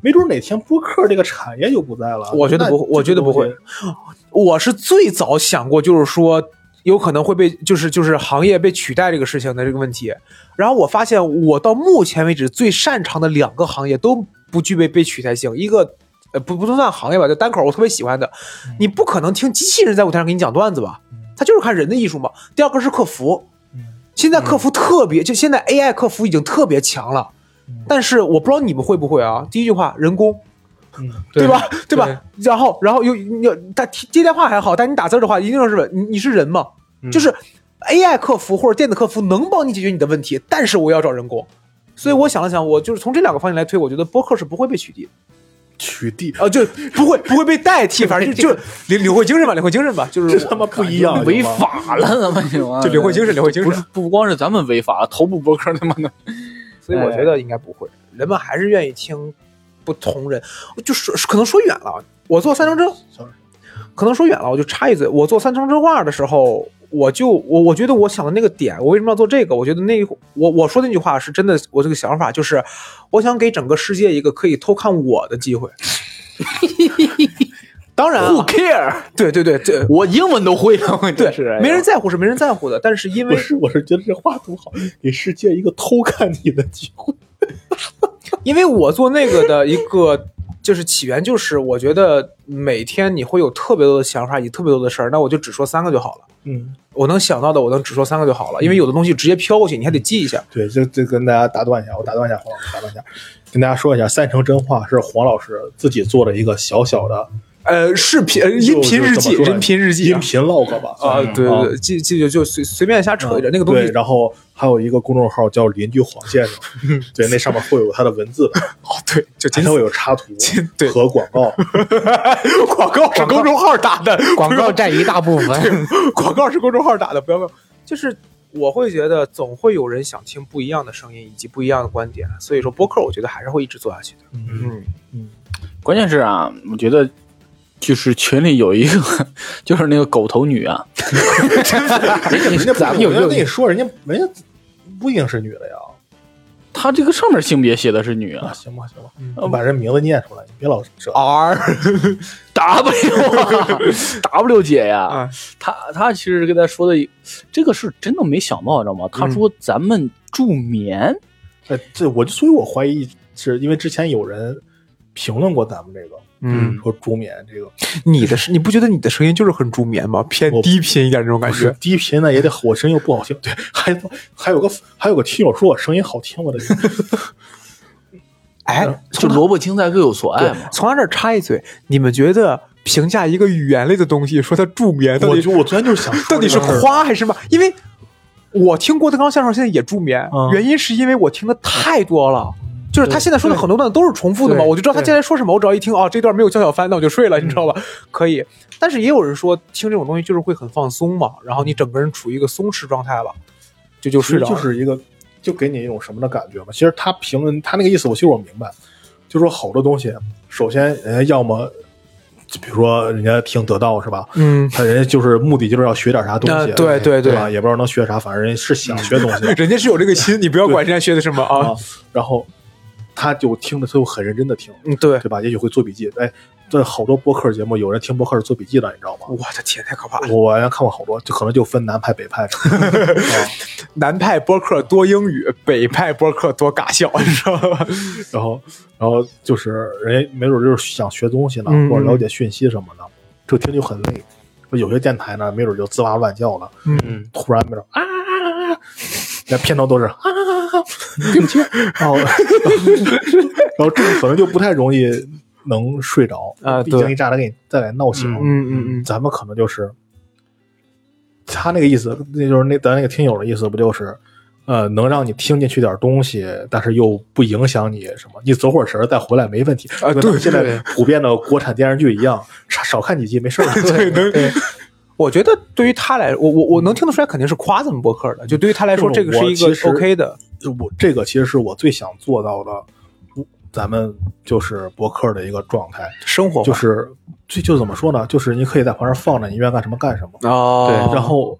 Speaker 1: 没准哪天播客这个产业就不在了。
Speaker 5: 我觉得不会
Speaker 1: 那
Speaker 5: 我觉得不
Speaker 1: 这
Speaker 5: 会
Speaker 1: 个东西
Speaker 5: 我是最早想过，就是说有可能会被就是就是行业被取代这个事情的这个问题。然后我发现我到目前为止最擅长的两个行业都不具备被取代性，一个。呃，不不算行业吧，就单口我特别喜欢的，
Speaker 1: 嗯
Speaker 5: 你不可能听机器人在舞台上给你讲段子吧，他就是看人的艺术嘛。第二个是客服，
Speaker 1: 嗯
Speaker 5: 现在客服特别，就现在 AI 客服已经特别强了，
Speaker 1: 嗯
Speaker 5: 但是我不知道你们会不会啊。第一句话，人工，对吧？对吧？然后，然后又你要他接接电话还好，但你打字的话，一定是你你是人嘛，就是 AI 客服或者电子客服能帮你解决你的问题，但是我要找人工。所以我想了想，我就是从这两个方面来推，我觉得播客是不会被取缔的，
Speaker 1: 取缔，
Speaker 5: 呃，就不会不会被代替，反 <laughs> 正就就是领领会精神吧，领会精神吧，就是
Speaker 1: 这他妈不一样，
Speaker 2: 违法了，咱们就
Speaker 5: 就领会精神，领会精
Speaker 2: 不
Speaker 5: 神
Speaker 2: 是。不光是咱们违法，头部博客他妈的
Speaker 5: 所以
Speaker 2: 哎
Speaker 5: 我觉得应该不会，人们还是愿意听不同人。就说可能说远了，我做三张真
Speaker 1: ，sorry，
Speaker 5: 可能说远了，我就插一嘴，我做三张真话的时候，我就我我觉得我想的那个点，我为什么要做这个？我觉得那我我说那句话是真的，我这个想法就是，我想给整个世界一个可以偷看我
Speaker 2: <laughs>
Speaker 5: 的机会。当然啊、
Speaker 2: ，Who care？
Speaker 5: 对对对对
Speaker 2: 我英文都会了，我真
Speaker 5: 对
Speaker 2: 是哎，呀
Speaker 5: 没人在乎是没人在乎的，但是因
Speaker 1: 不
Speaker 5: 为
Speaker 1: 是，我是觉得这话多好，给世界一个偷看你的机会。
Speaker 5: 因为我做那个的一个 <laughs> 就是起源就是我觉得每天你会有特别多的想法，也特别多的事儿，那我就只说三个就好了。
Speaker 1: 嗯，
Speaker 5: 我能想到的，我能只说三个就好了，因为有的东西直接飘过去，你还得记一下。
Speaker 1: 对，这这跟大家打断一下，我打断一下黄老师，打断一下，跟大家说一下，《三城真话》是黄老师自己做的一个小小的嗯
Speaker 5: 呃，视
Speaker 1: <laughs>
Speaker 5: 频、呃音频日记、
Speaker 1: 就就这么说来嗯
Speaker 5: 人频日记
Speaker 1: 音
Speaker 5: 啊，
Speaker 1: 频 log 吧，
Speaker 5: 啊，
Speaker 1: 算是
Speaker 5: 对
Speaker 1: 啊
Speaker 5: 对对，记记就就随随便瞎扯一点，那个东
Speaker 1: 嗯对
Speaker 5: 西
Speaker 1: 然后还有一个公众号叫“邻居黄先
Speaker 5: <laughs>
Speaker 1: 生”，对，那上面会有他的文字的，
Speaker 5: 哦， <laughs> 对，就仅
Speaker 1: 还
Speaker 5: 此
Speaker 1: 会有插图
Speaker 5: 仅 <laughs> 对
Speaker 1: 和广告。
Speaker 5: 广告是公众号打的，
Speaker 3: 广告占一大部分。
Speaker 5: <laughs> 广告是公众号打的，不要不要。就是我会觉得总会有人想听不一样的声音以及不一样的观点，所以说播客我觉得还是会一直做下去的。嗯，
Speaker 2: 关键是啊，我觉得就是群里有一个，就是那个狗头女啊，
Speaker 1: 人家不
Speaker 3: 咱们
Speaker 1: 是，
Speaker 3: 有
Speaker 1: 我就
Speaker 3: 有
Speaker 1: 跟你说，人家人家不一定是女的呀。
Speaker 2: 她这个上面性别写的是女
Speaker 1: 啊，
Speaker 2: 啊
Speaker 1: 行吧，行吧，
Speaker 5: 嗯
Speaker 1: 你把这名字念出来，你别老这。
Speaker 5: 啊
Speaker 2: <laughs>
Speaker 5: R
Speaker 2: ，W 啊 W 姐呀、
Speaker 5: 啊
Speaker 2: 她她其实跟她说的，这个是真的没想到，知道吗？她说咱们助眠，
Speaker 1: 哎，这我就所以，我怀疑是因为之前有人评论过咱们这个，
Speaker 5: 嗯，
Speaker 1: 说助眠这个
Speaker 5: 你的声你不觉得你的声音就是很助眠吗？偏
Speaker 1: 我
Speaker 5: 低频一点那种感
Speaker 1: 不
Speaker 2: 嗯
Speaker 1: 是
Speaker 5: 觉。
Speaker 1: 哎低频呢，也得我声音又不好听。对， <laughs> 还还有个还有个听友说我声音好听，我的
Speaker 5: <laughs>
Speaker 1: 天，
Speaker 5: 哎，
Speaker 2: 嗯就萝卜青菜各有所爱嘛。
Speaker 5: 从他这儿插一嘴，你们觉得评价一个语言类的东西，说它助眠，到
Speaker 1: 我
Speaker 5: 底
Speaker 1: 就我昨天就是想说
Speaker 5: 到底是
Speaker 1: 这个事儿
Speaker 5: 夸还是骂？因为我听郭德纲相声现在也助眠，
Speaker 1: 嗯
Speaker 5: 原因是因为我听的太多了。就是他现在说的很多段都是重复的嘛，
Speaker 3: 对
Speaker 5: 我就知道他现在说什么。我只要一听啊，这段没有叫小帆，那我就睡了，你知道
Speaker 1: 嗯
Speaker 5: 吧？ <laughs> 可以。但是也有人说听这种东西就是会很放松嘛，然后你整个人处于一个松弛状态了，就就
Speaker 1: 其实
Speaker 5: 睡着了。
Speaker 1: 就是一个，就给你一种什么的感觉嘛。其实他评论他那个意思，我其实我明白，就说好多东西，首先人家要么，就比如说人家听得到是吧？
Speaker 5: 嗯， <laughs>
Speaker 1: 他人家就是目的就是要学点啥东
Speaker 5: 啊
Speaker 1: 西，
Speaker 5: 对
Speaker 1: 对
Speaker 5: 对对
Speaker 1: 吧？也不知道能学啥，反正人家是想学东
Speaker 5: <laughs>
Speaker 1: 西
Speaker 5: 人家是有这个心，你不要管人家学的什么啊
Speaker 1: 啊。。然后他就听着，他就很认真的听，
Speaker 5: 嗯，对。
Speaker 1: 对吧？也许会做笔记。哎，这好多播客节目，有人听播客是做笔记的，你知道吗
Speaker 5: 我？的天，太可怕了！
Speaker 1: 我原来看过好多，就可能就分南派北派什
Speaker 5: <laughs>
Speaker 1: 么的啊
Speaker 5: 南派播客多英语，北派播客多尬笑，你知道吧？
Speaker 1: 然后，然后就是人家没准就是想学东西呢，
Speaker 5: 嗯
Speaker 1: 或者了解讯息什么的，这听就很累。有些电台呢，没准就滋哇乱叫了，
Speaker 5: 嗯，
Speaker 1: 突然没准啊，那片头都
Speaker 5: <laughs>
Speaker 1: 是啊，听不清，然后，然后这个可能就不太容易能睡着
Speaker 5: 啊
Speaker 1: 一
Speaker 5: 对
Speaker 1: 惊一乍的给你再来闹醒。
Speaker 5: 嗯嗯嗯
Speaker 1: 咱们可能就是他那个意思，那就是那咱那个听友的意思，不就是呃，能让你听进去点东西，但是又不影响你什么，你走会儿神儿再回来没问题
Speaker 5: 啊
Speaker 1: 就跟
Speaker 5: 对
Speaker 1: 咱们现在
Speaker 3: 对
Speaker 1: 普遍的国产电视剧一样，少少看几集没事儿。
Speaker 5: <laughs> 对，能。我觉得对于他来，我我我能听得出来，肯定是夸咱们播客的。就对于他来说，
Speaker 1: 就是
Speaker 5: 这个是一
Speaker 1: 我其实
Speaker 5: 个 OK 的。
Speaker 1: 我这个其实是我最想做到的，咱们就是博客的一个状态，
Speaker 5: 生活化
Speaker 1: 就是就就怎么说呢？就是你可以在旁边放着，你愿意干什么干什么。
Speaker 5: 哦，
Speaker 3: 对
Speaker 1: 然后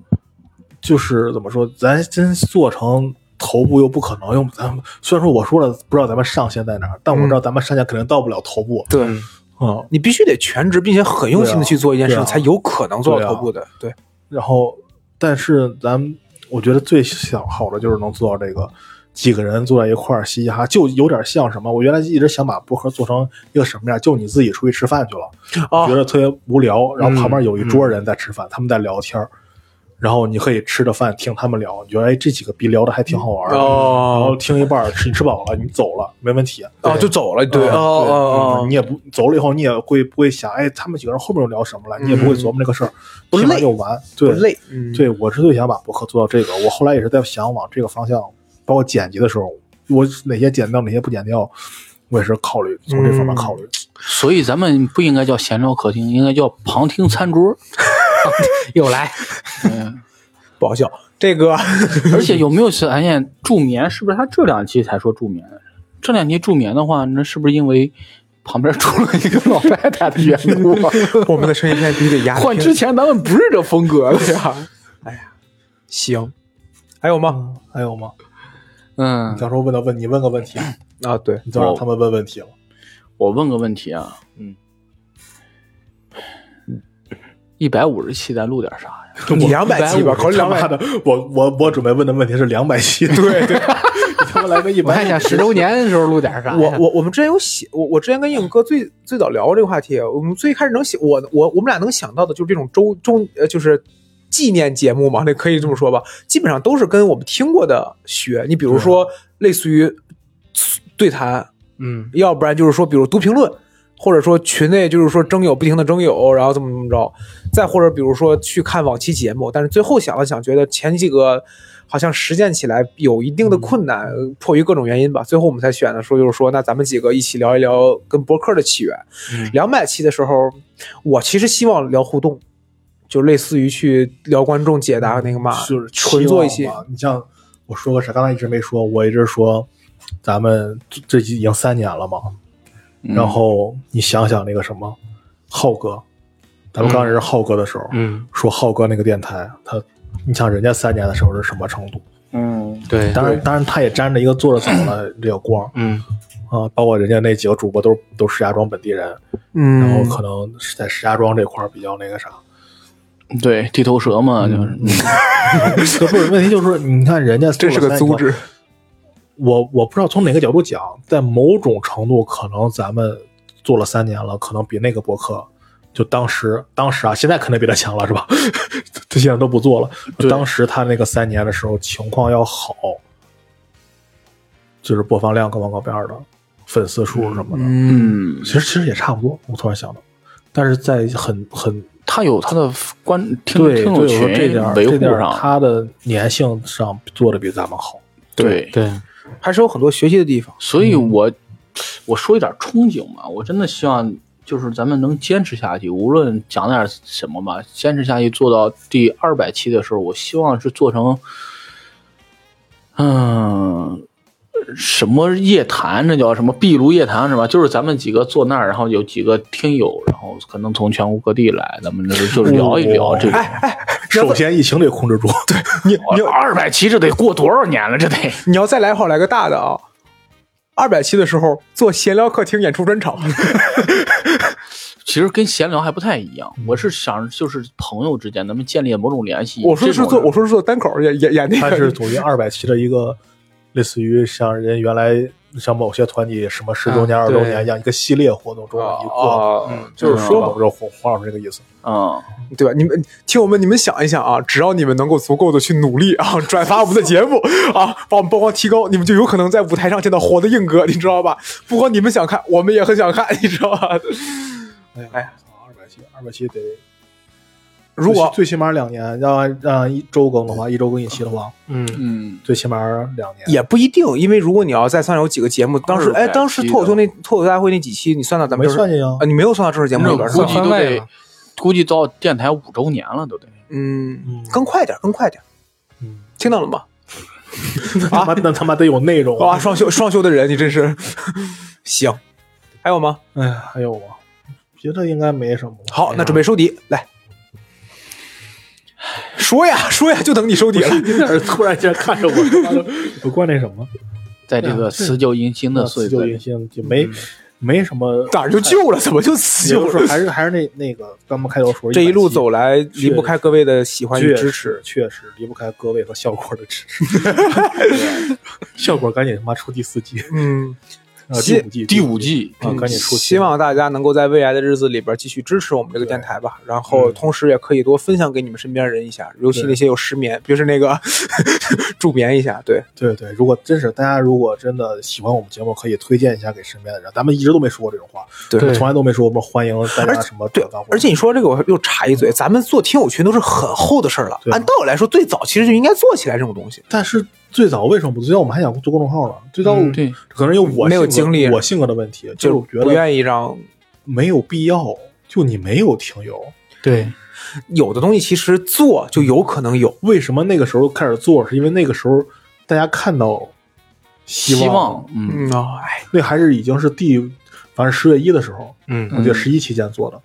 Speaker 1: 就是怎么说，咱真做成头部又不可能，用咱们虽然说我说了不知道咱们上限在哪儿，但我知道
Speaker 5: 嗯
Speaker 1: 咱们上限肯定到不了头部。
Speaker 5: 对
Speaker 1: 嗯，
Speaker 5: 你必须得全职，并且很用心的去做一件
Speaker 1: 对
Speaker 5: 事情，
Speaker 1: 啊
Speaker 5: 才有可能做到头部的。对，
Speaker 1: 然后但是咱们我觉得最想好的就是能做到这个。几个人坐在一块儿嘻嘻哈哈，就有点像什么？我原来一直想把播客做成一个什么样，就你自己出去吃饭去了，
Speaker 5: 哦嗯
Speaker 1: 觉得特别无聊，然后旁边有一桌人在吃饭，他们在聊天儿，然后你可以吃着饭听他们聊，你觉得哎这几个逼聊的还挺好玩儿的，然后
Speaker 5: 哦
Speaker 1: 听一半儿吃，你吃饱了，你走了，没问题。
Speaker 5: 哦，就走了。
Speaker 1: 嗯
Speaker 5: 对，哦哦
Speaker 1: 嗯
Speaker 5: 哦
Speaker 1: 你，也不走了以后，你也会不会想，哎，他们几个人后面又聊什么了？你也不会琢磨这个事儿，
Speaker 5: 嗯不
Speaker 1: 听完
Speaker 5: 累
Speaker 1: 就完。
Speaker 5: 不
Speaker 1: 对，
Speaker 5: 累。嗯，
Speaker 1: 对我是最想把博客做到这个。我后来也是在想往这个方向，包括剪辑的时候，我哪些剪掉，哪些不剪掉，我也是考虑从这方
Speaker 5: 嗯
Speaker 1: 面考虑。
Speaker 2: 所以咱们不应该叫闲聊客厅，应该叫旁听餐桌。
Speaker 3: 又来，
Speaker 5: 不好笑。这 <laughs> 个
Speaker 2: <laughs> 而且有没有发现助眠？是不是他这两期才说助眠？这两期助眠的话，那是不是因为旁边住了一个老太太的缘故？
Speaker 5: 我们的声音现在必须得压得
Speaker 2: 换
Speaker 5: 偏
Speaker 2: 之前咱们不是这风格的呀。
Speaker 5: 行。还有吗？
Speaker 1: 还有吗？
Speaker 2: 嗯，
Speaker 1: 到时候问到问你问个问题，
Speaker 5: 啊，对， <laughs>
Speaker 1: 你再让他们问问题了。
Speaker 2: <laughs> 我问个问题啊，嗯，一百五十期咱录点啥呀？
Speaker 5: <laughs> 你两百期吧，考虑两
Speaker 1: 他 <laughs> 妈
Speaker 5: 百 <laughs>
Speaker 1: 的，我我我准备问的问题是两百期，对对，他妈来个一
Speaker 3: 我还
Speaker 1: 百
Speaker 3: 想十周年的时候录点啥呀？
Speaker 5: 我我我们之前有写，我我之前跟硬哥最最早聊过这个话题，我们最开始能想我我我们俩能想到的就是这种周周呃就是纪念节目嘛，那可以这么说吧，基本上都是跟我们听过的学，你比
Speaker 3: 啊
Speaker 5: 如说类似于对谈，
Speaker 3: 嗯，
Speaker 5: 要不然就是说，比如读评论，或者说群内就是说征友不停的征友，然后怎么怎么着，再或者比如说去看往期节目，但是最后想了想，觉得前几个好像实践起来有一定的困难，呃迫于各种原因吧，最后我们才选的说就是说，那咱们几个一起聊一聊跟博客的起源。两百期的时候，我其实希望聊互动。就类似于去聊观众解答那个嘛，
Speaker 1: 就是
Speaker 5: 纯做一
Speaker 1: 期
Speaker 5: 些
Speaker 1: 望吧。你像我说个啥，刚才一直没说，我一直说咱们这这已经三年了嘛。
Speaker 2: 嗯
Speaker 5: 嗯
Speaker 1: 然后你想想那个什么，浩哥，咱们刚认识浩哥的时候，
Speaker 3: 嗯，
Speaker 1: 说浩哥那个电台，他你想人家三年的时候是什么程度？
Speaker 2: 嗯，
Speaker 3: 对，
Speaker 1: 当然，当然他也沾着一个做的早的这个光
Speaker 3: 嗯
Speaker 1: 啊，包括人家那几个主播都都石家庄本地人，
Speaker 5: 嗯，
Speaker 1: 然后可能是在石家庄这块儿比较那个啥。 <laughs>
Speaker 2: 对，地头蛇嘛，就是
Speaker 1: 可不是问题，就是说你看人家
Speaker 5: 这是个
Speaker 1: 组
Speaker 5: 组织，
Speaker 1: 我我不知道从哪个角度讲，在某种程度，可能咱们做了三年了，可能比那个博客，就当时当时啊，现在肯定比他强了，是吧？他现在都不做了。
Speaker 2: 对
Speaker 1: 当时他那个三年的时候，情况要好，就是播放量各方各面的，粉丝数什么的，
Speaker 5: 嗯，
Speaker 2: 嗯，
Speaker 1: 其实其实也差不多。我突然想到，但是在很很
Speaker 2: 他有他的观听
Speaker 1: 对
Speaker 2: 听
Speaker 1: 对
Speaker 2: 友
Speaker 1: 我说这
Speaker 2: 群
Speaker 1: 点儿
Speaker 2: 维
Speaker 1: 这
Speaker 2: 护
Speaker 1: 点儿
Speaker 2: 上，
Speaker 1: 他的粘性上做的比咱们好。
Speaker 2: 对，
Speaker 3: 对，
Speaker 5: 还是有很多学习的地方。
Speaker 2: 所以我、我说一点憧憬吧，我真的希望就是咱们能坚持下去，无论讲点什么吧，坚持下去做到第二百期的时候，我希望是做成，嗯。什么夜谈？那叫什么壁炉夜谈是吧？就是咱们几个坐那儿，然后有几个听友，然后可能从全国各地来，咱们就是就是聊一聊这种。
Speaker 1: 首先，疫情得控制住，对，
Speaker 2: 二百期这得过多少年了？这得
Speaker 5: 你要再来好来个大的啊！二百期的时候做闲聊客厅演出专场，
Speaker 2: 其实跟闲聊还不太一样。我是想就是朋友之间咱们建立某种联系。
Speaker 5: <laughs> 我说的是
Speaker 2: 这种
Speaker 5: 做，我说是做单口演演演那
Speaker 1: 它
Speaker 5: 个，
Speaker 1: 是组于二百期的一个，类似于像人原来像某些团体什么十周年、
Speaker 5: 啊
Speaker 1: 二
Speaker 5: 对
Speaker 1: 十周年一样一个系列活动中的一个，
Speaker 5: 啊
Speaker 3: 嗯
Speaker 5: 就是说
Speaker 1: 我
Speaker 5: 嘛，
Speaker 1: 这黄黄老师这个意思。
Speaker 2: 嗯，
Speaker 5: 对吧？你们听我们，你们想一想啊，只要你们能够足够的去努力啊， <laughs> 转发我们的节目 <laughs> 啊，把我们曝光提高，你们就有可能在舞台上见到活的硬哥，你 <laughs> 知道吧？不光你们想看，我们也很想看，你知道吧？ <laughs> 哎呀，
Speaker 1: 二百期，二百期得
Speaker 5: 如果
Speaker 1: 最起码两年，让让一周更的话，一周更一期的话，
Speaker 3: 嗯
Speaker 2: 嗯，
Speaker 1: 最起码两年。
Speaker 5: 也不一定，因为如果你要再算有几个节目，当时哎，
Speaker 2: 200
Speaker 5: 当时脱口秀那脱口秀大会那几期，你算到咱们
Speaker 1: 没
Speaker 5: 就是
Speaker 1: 算进去啊
Speaker 5: 啊，，你没有算到正式节目
Speaker 2: 那
Speaker 5: 里边儿是
Speaker 2: 估
Speaker 5: 吧
Speaker 2: 计都
Speaker 3: 番外
Speaker 2: 得
Speaker 3: 了
Speaker 2: 估计到电台五周年了，都得。
Speaker 5: 嗯
Speaker 1: 嗯，
Speaker 5: 更快点儿，更快点儿，
Speaker 1: 嗯，
Speaker 5: 听到了吗？
Speaker 1: 他
Speaker 5: <laughs>
Speaker 1: 妈那他妈得有内容啊
Speaker 5: 哇，！ <laughs> 双休双休的人，你真 <laughs> 是行。还有吗？
Speaker 1: 哎呀，还有吗？别的应该没
Speaker 5: <laughs>
Speaker 1: 什么了。
Speaker 5: 好，那准备收底，来说呀说呀，就等你收底了。
Speaker 1: 你在
Speaker 5: <laughs>
Speaker 1: 这突然间看着 <laughs> 我，他妈的我怪那什么？
Speaker 2: 在这个辞旧迎新的岁
Speaker 1: 辞旧
Speaker 2: 月
Speaker 1: 迎
Speaker 2: 里，
Speaker 1: 新就没没什么
Speaker 5: 嗯哪儿就旧了，怎么就死
Speaker 1: 也就
Speaker 5: 就是了？
Speaker 1: 还是还是那那个咱们开头说
Speaker 5: <laughs> 这一路走
Speaker 1: 来，
Speaker 5: 来，离不开各位的喜欢与
Speaker 1: 确
Speaker 5: 支
Speaker 1: 实
Speaker 5: 持。
Speaker 1: 确实离不开各位和效果的支持。
Speaker 5: <laughs>
Speaker 1: 效果赶紧他妈出第四季，
Speaker 5: 嗯，
Speaker 1: 呃，
Speaker 5: 希
Speaker 1: 第五季，
Speaker 2: 第五季，
Speaker 1: 啊，赶紧出。
Speaker 5: 嗯希望大家能够在未来的日子里边继续支持我们这个电台吧，然后同时也可以多分享给你们身边人一下，尤其那些有失眠，就是那个 <laughs> 助眠一下，对，
Speaker 1: 对对，如果真是大家如果真的喜欢我们节目，可以推荐一下给身边的人。咱们一直都没说过这种话，
Speaker 5: 对
Speaker 1: 我们从来都没说我们欢迎大家什么
Speaker 5: 对
Speaker 1: 转发或，者
Speaker 5: 而且你说这个，我又插一嘴，咱们做听友群都是很厚的事儿了。
Speaker 1: 对
Speaker 5: 按道理来说，最早其实就应该做起来这种东西。
Speaker 1: 但是最早为什么不做？最早我们还想做公众号呢。最早
Speaker 2: 对，
Speaker 1: 可能有我
Speaker 5: 嗯没
Speaker 1: 性
Speaker 5: 有
Speaker 1: 格
Speaker 5: 精力
Speaker 1: 我性格的问题，就
Speaker 5: 就是是
Speaker 1: 我觉
Speaker 5: 不
Speaker 1: 得
Speaker 5: 愿意让
Speaker 1: 没有必要。就你没有听友，
Speaker 3: 对，
Speaker 5: 有的东西，其实做就有可能有。
Speaker 1: 为什么那个时候开始做，是因为那个时候大家看到希
Speaker 2: 希望，嗯，
Speaker 5: 嗯啊，哎，
Speaker 1: 那还是已经是第，反正十月一的时候，
Speaker 3: 嗯
Speaker 1: 我记得十一期间做的，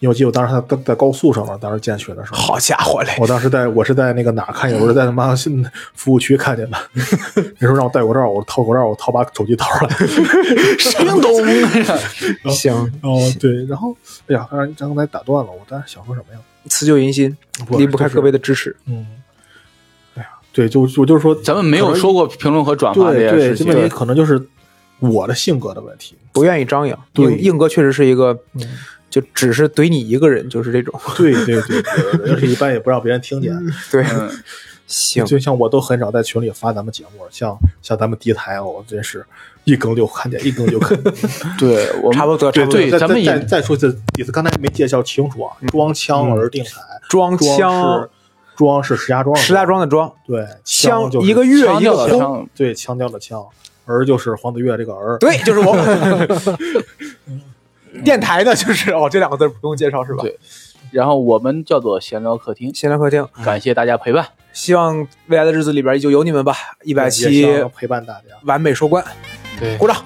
Speaker 1: 因为我记得我当时在在在高速上嘛，当时建群的时
Speaker 2: <laughs>
Speaker 1: 候，
Speaker 5: 好家伙嘞！
Speaker 1: 我当时在我是在那个哪儿看见，我是在他妈新服务区看见的，
Speaker 2: <laughs>
Speaker 1: 那时候让我戴口罩，我掏口罩，我掏把手机掏出来，
Speaker 2: <laughs> 叮咚，
Speaker 5: 行，
Speaker 1: 哦对，然后哎呀，刚才刚才打断了，我当时想说什么呀？
Speaker 5: 辞旧迎新，离不开各位的支持。
Speaker 1: 嗯，哎呀，对，就我就是说，
Speaker 2: <laughs> 咱们没有说过评论和转发这
Speaker 1: 对
Speaker 2: 件
Speaker 1: 对，
Speaker 2: 事
Speaker 1: 这
Speaker 2: 情。
Speaker 1: 问题可能就是我的性格的问题。
Speaker 5: 不愿意张扬。
Speaker 1: 对
Speaker 5: 硬硬哥确实是一个，就只是怼你一个人，就是这种。
Speaker 1: 对对对对对，而且一般也不让别人听见。
Speaker 5: 对， <laughs>
Speaker 2: 嗯
Speaker 5: 行，
Speaker 1: 就像我都很少在群里发咱们节目，像像咱们第一台，啊我真是一更就看见，一更就看见。
Speaker 2: 对我们
Speaker 5: 差不多，差
Speaker 2: 对
Speaker 5: 不多。
Speaker 2: 对，
Speaker 1: 再
Speaker 2: 咱们
Speaker 1: 再再
Speaker 2: 也
Speaker 1: 再说一次，意思刚才没介绍清楚啊，装腔而定台，
Speaker 5: 装
Speaker 1: 装
Speaker 5: 腔
Speaker 1: 是，装是石家庄的，
Speaker 5: 石家庄的庄，
Speaker 1: 对
Speaker 5: 腔
Speaker 1: 就是
Speaker 5: 一个 <laughs> 月
Speaker 2: 腔
Speaker 5: 一
Speaker 2: 调
Speaker 5: 个
Speaker 2: 的
Speaker 5: 空，
Speaker 2: 腔
Speaker 1: 对腔调的腔，儿就是黄子悦这个儿，
Speaker 5: 对，就是我。 <laughs> 电台呢，就是哦，这两个字不用介绍是吧？
Speaker 2: 对然后我们叫做闲聊客厅，
Speaker 5: 闲聊客厅，
Speaker 2: 感谢大家陪伴，
Speaker 5: 希望未来的日子里边依旧有你们吧。一百
Speaker 1: 也希
Speaker 5: 期
Speaker 1: 望能陪伴大家。
Speaker 5: 完美收官，
Speaker 3: 对
Speaker 5: 鼓掌。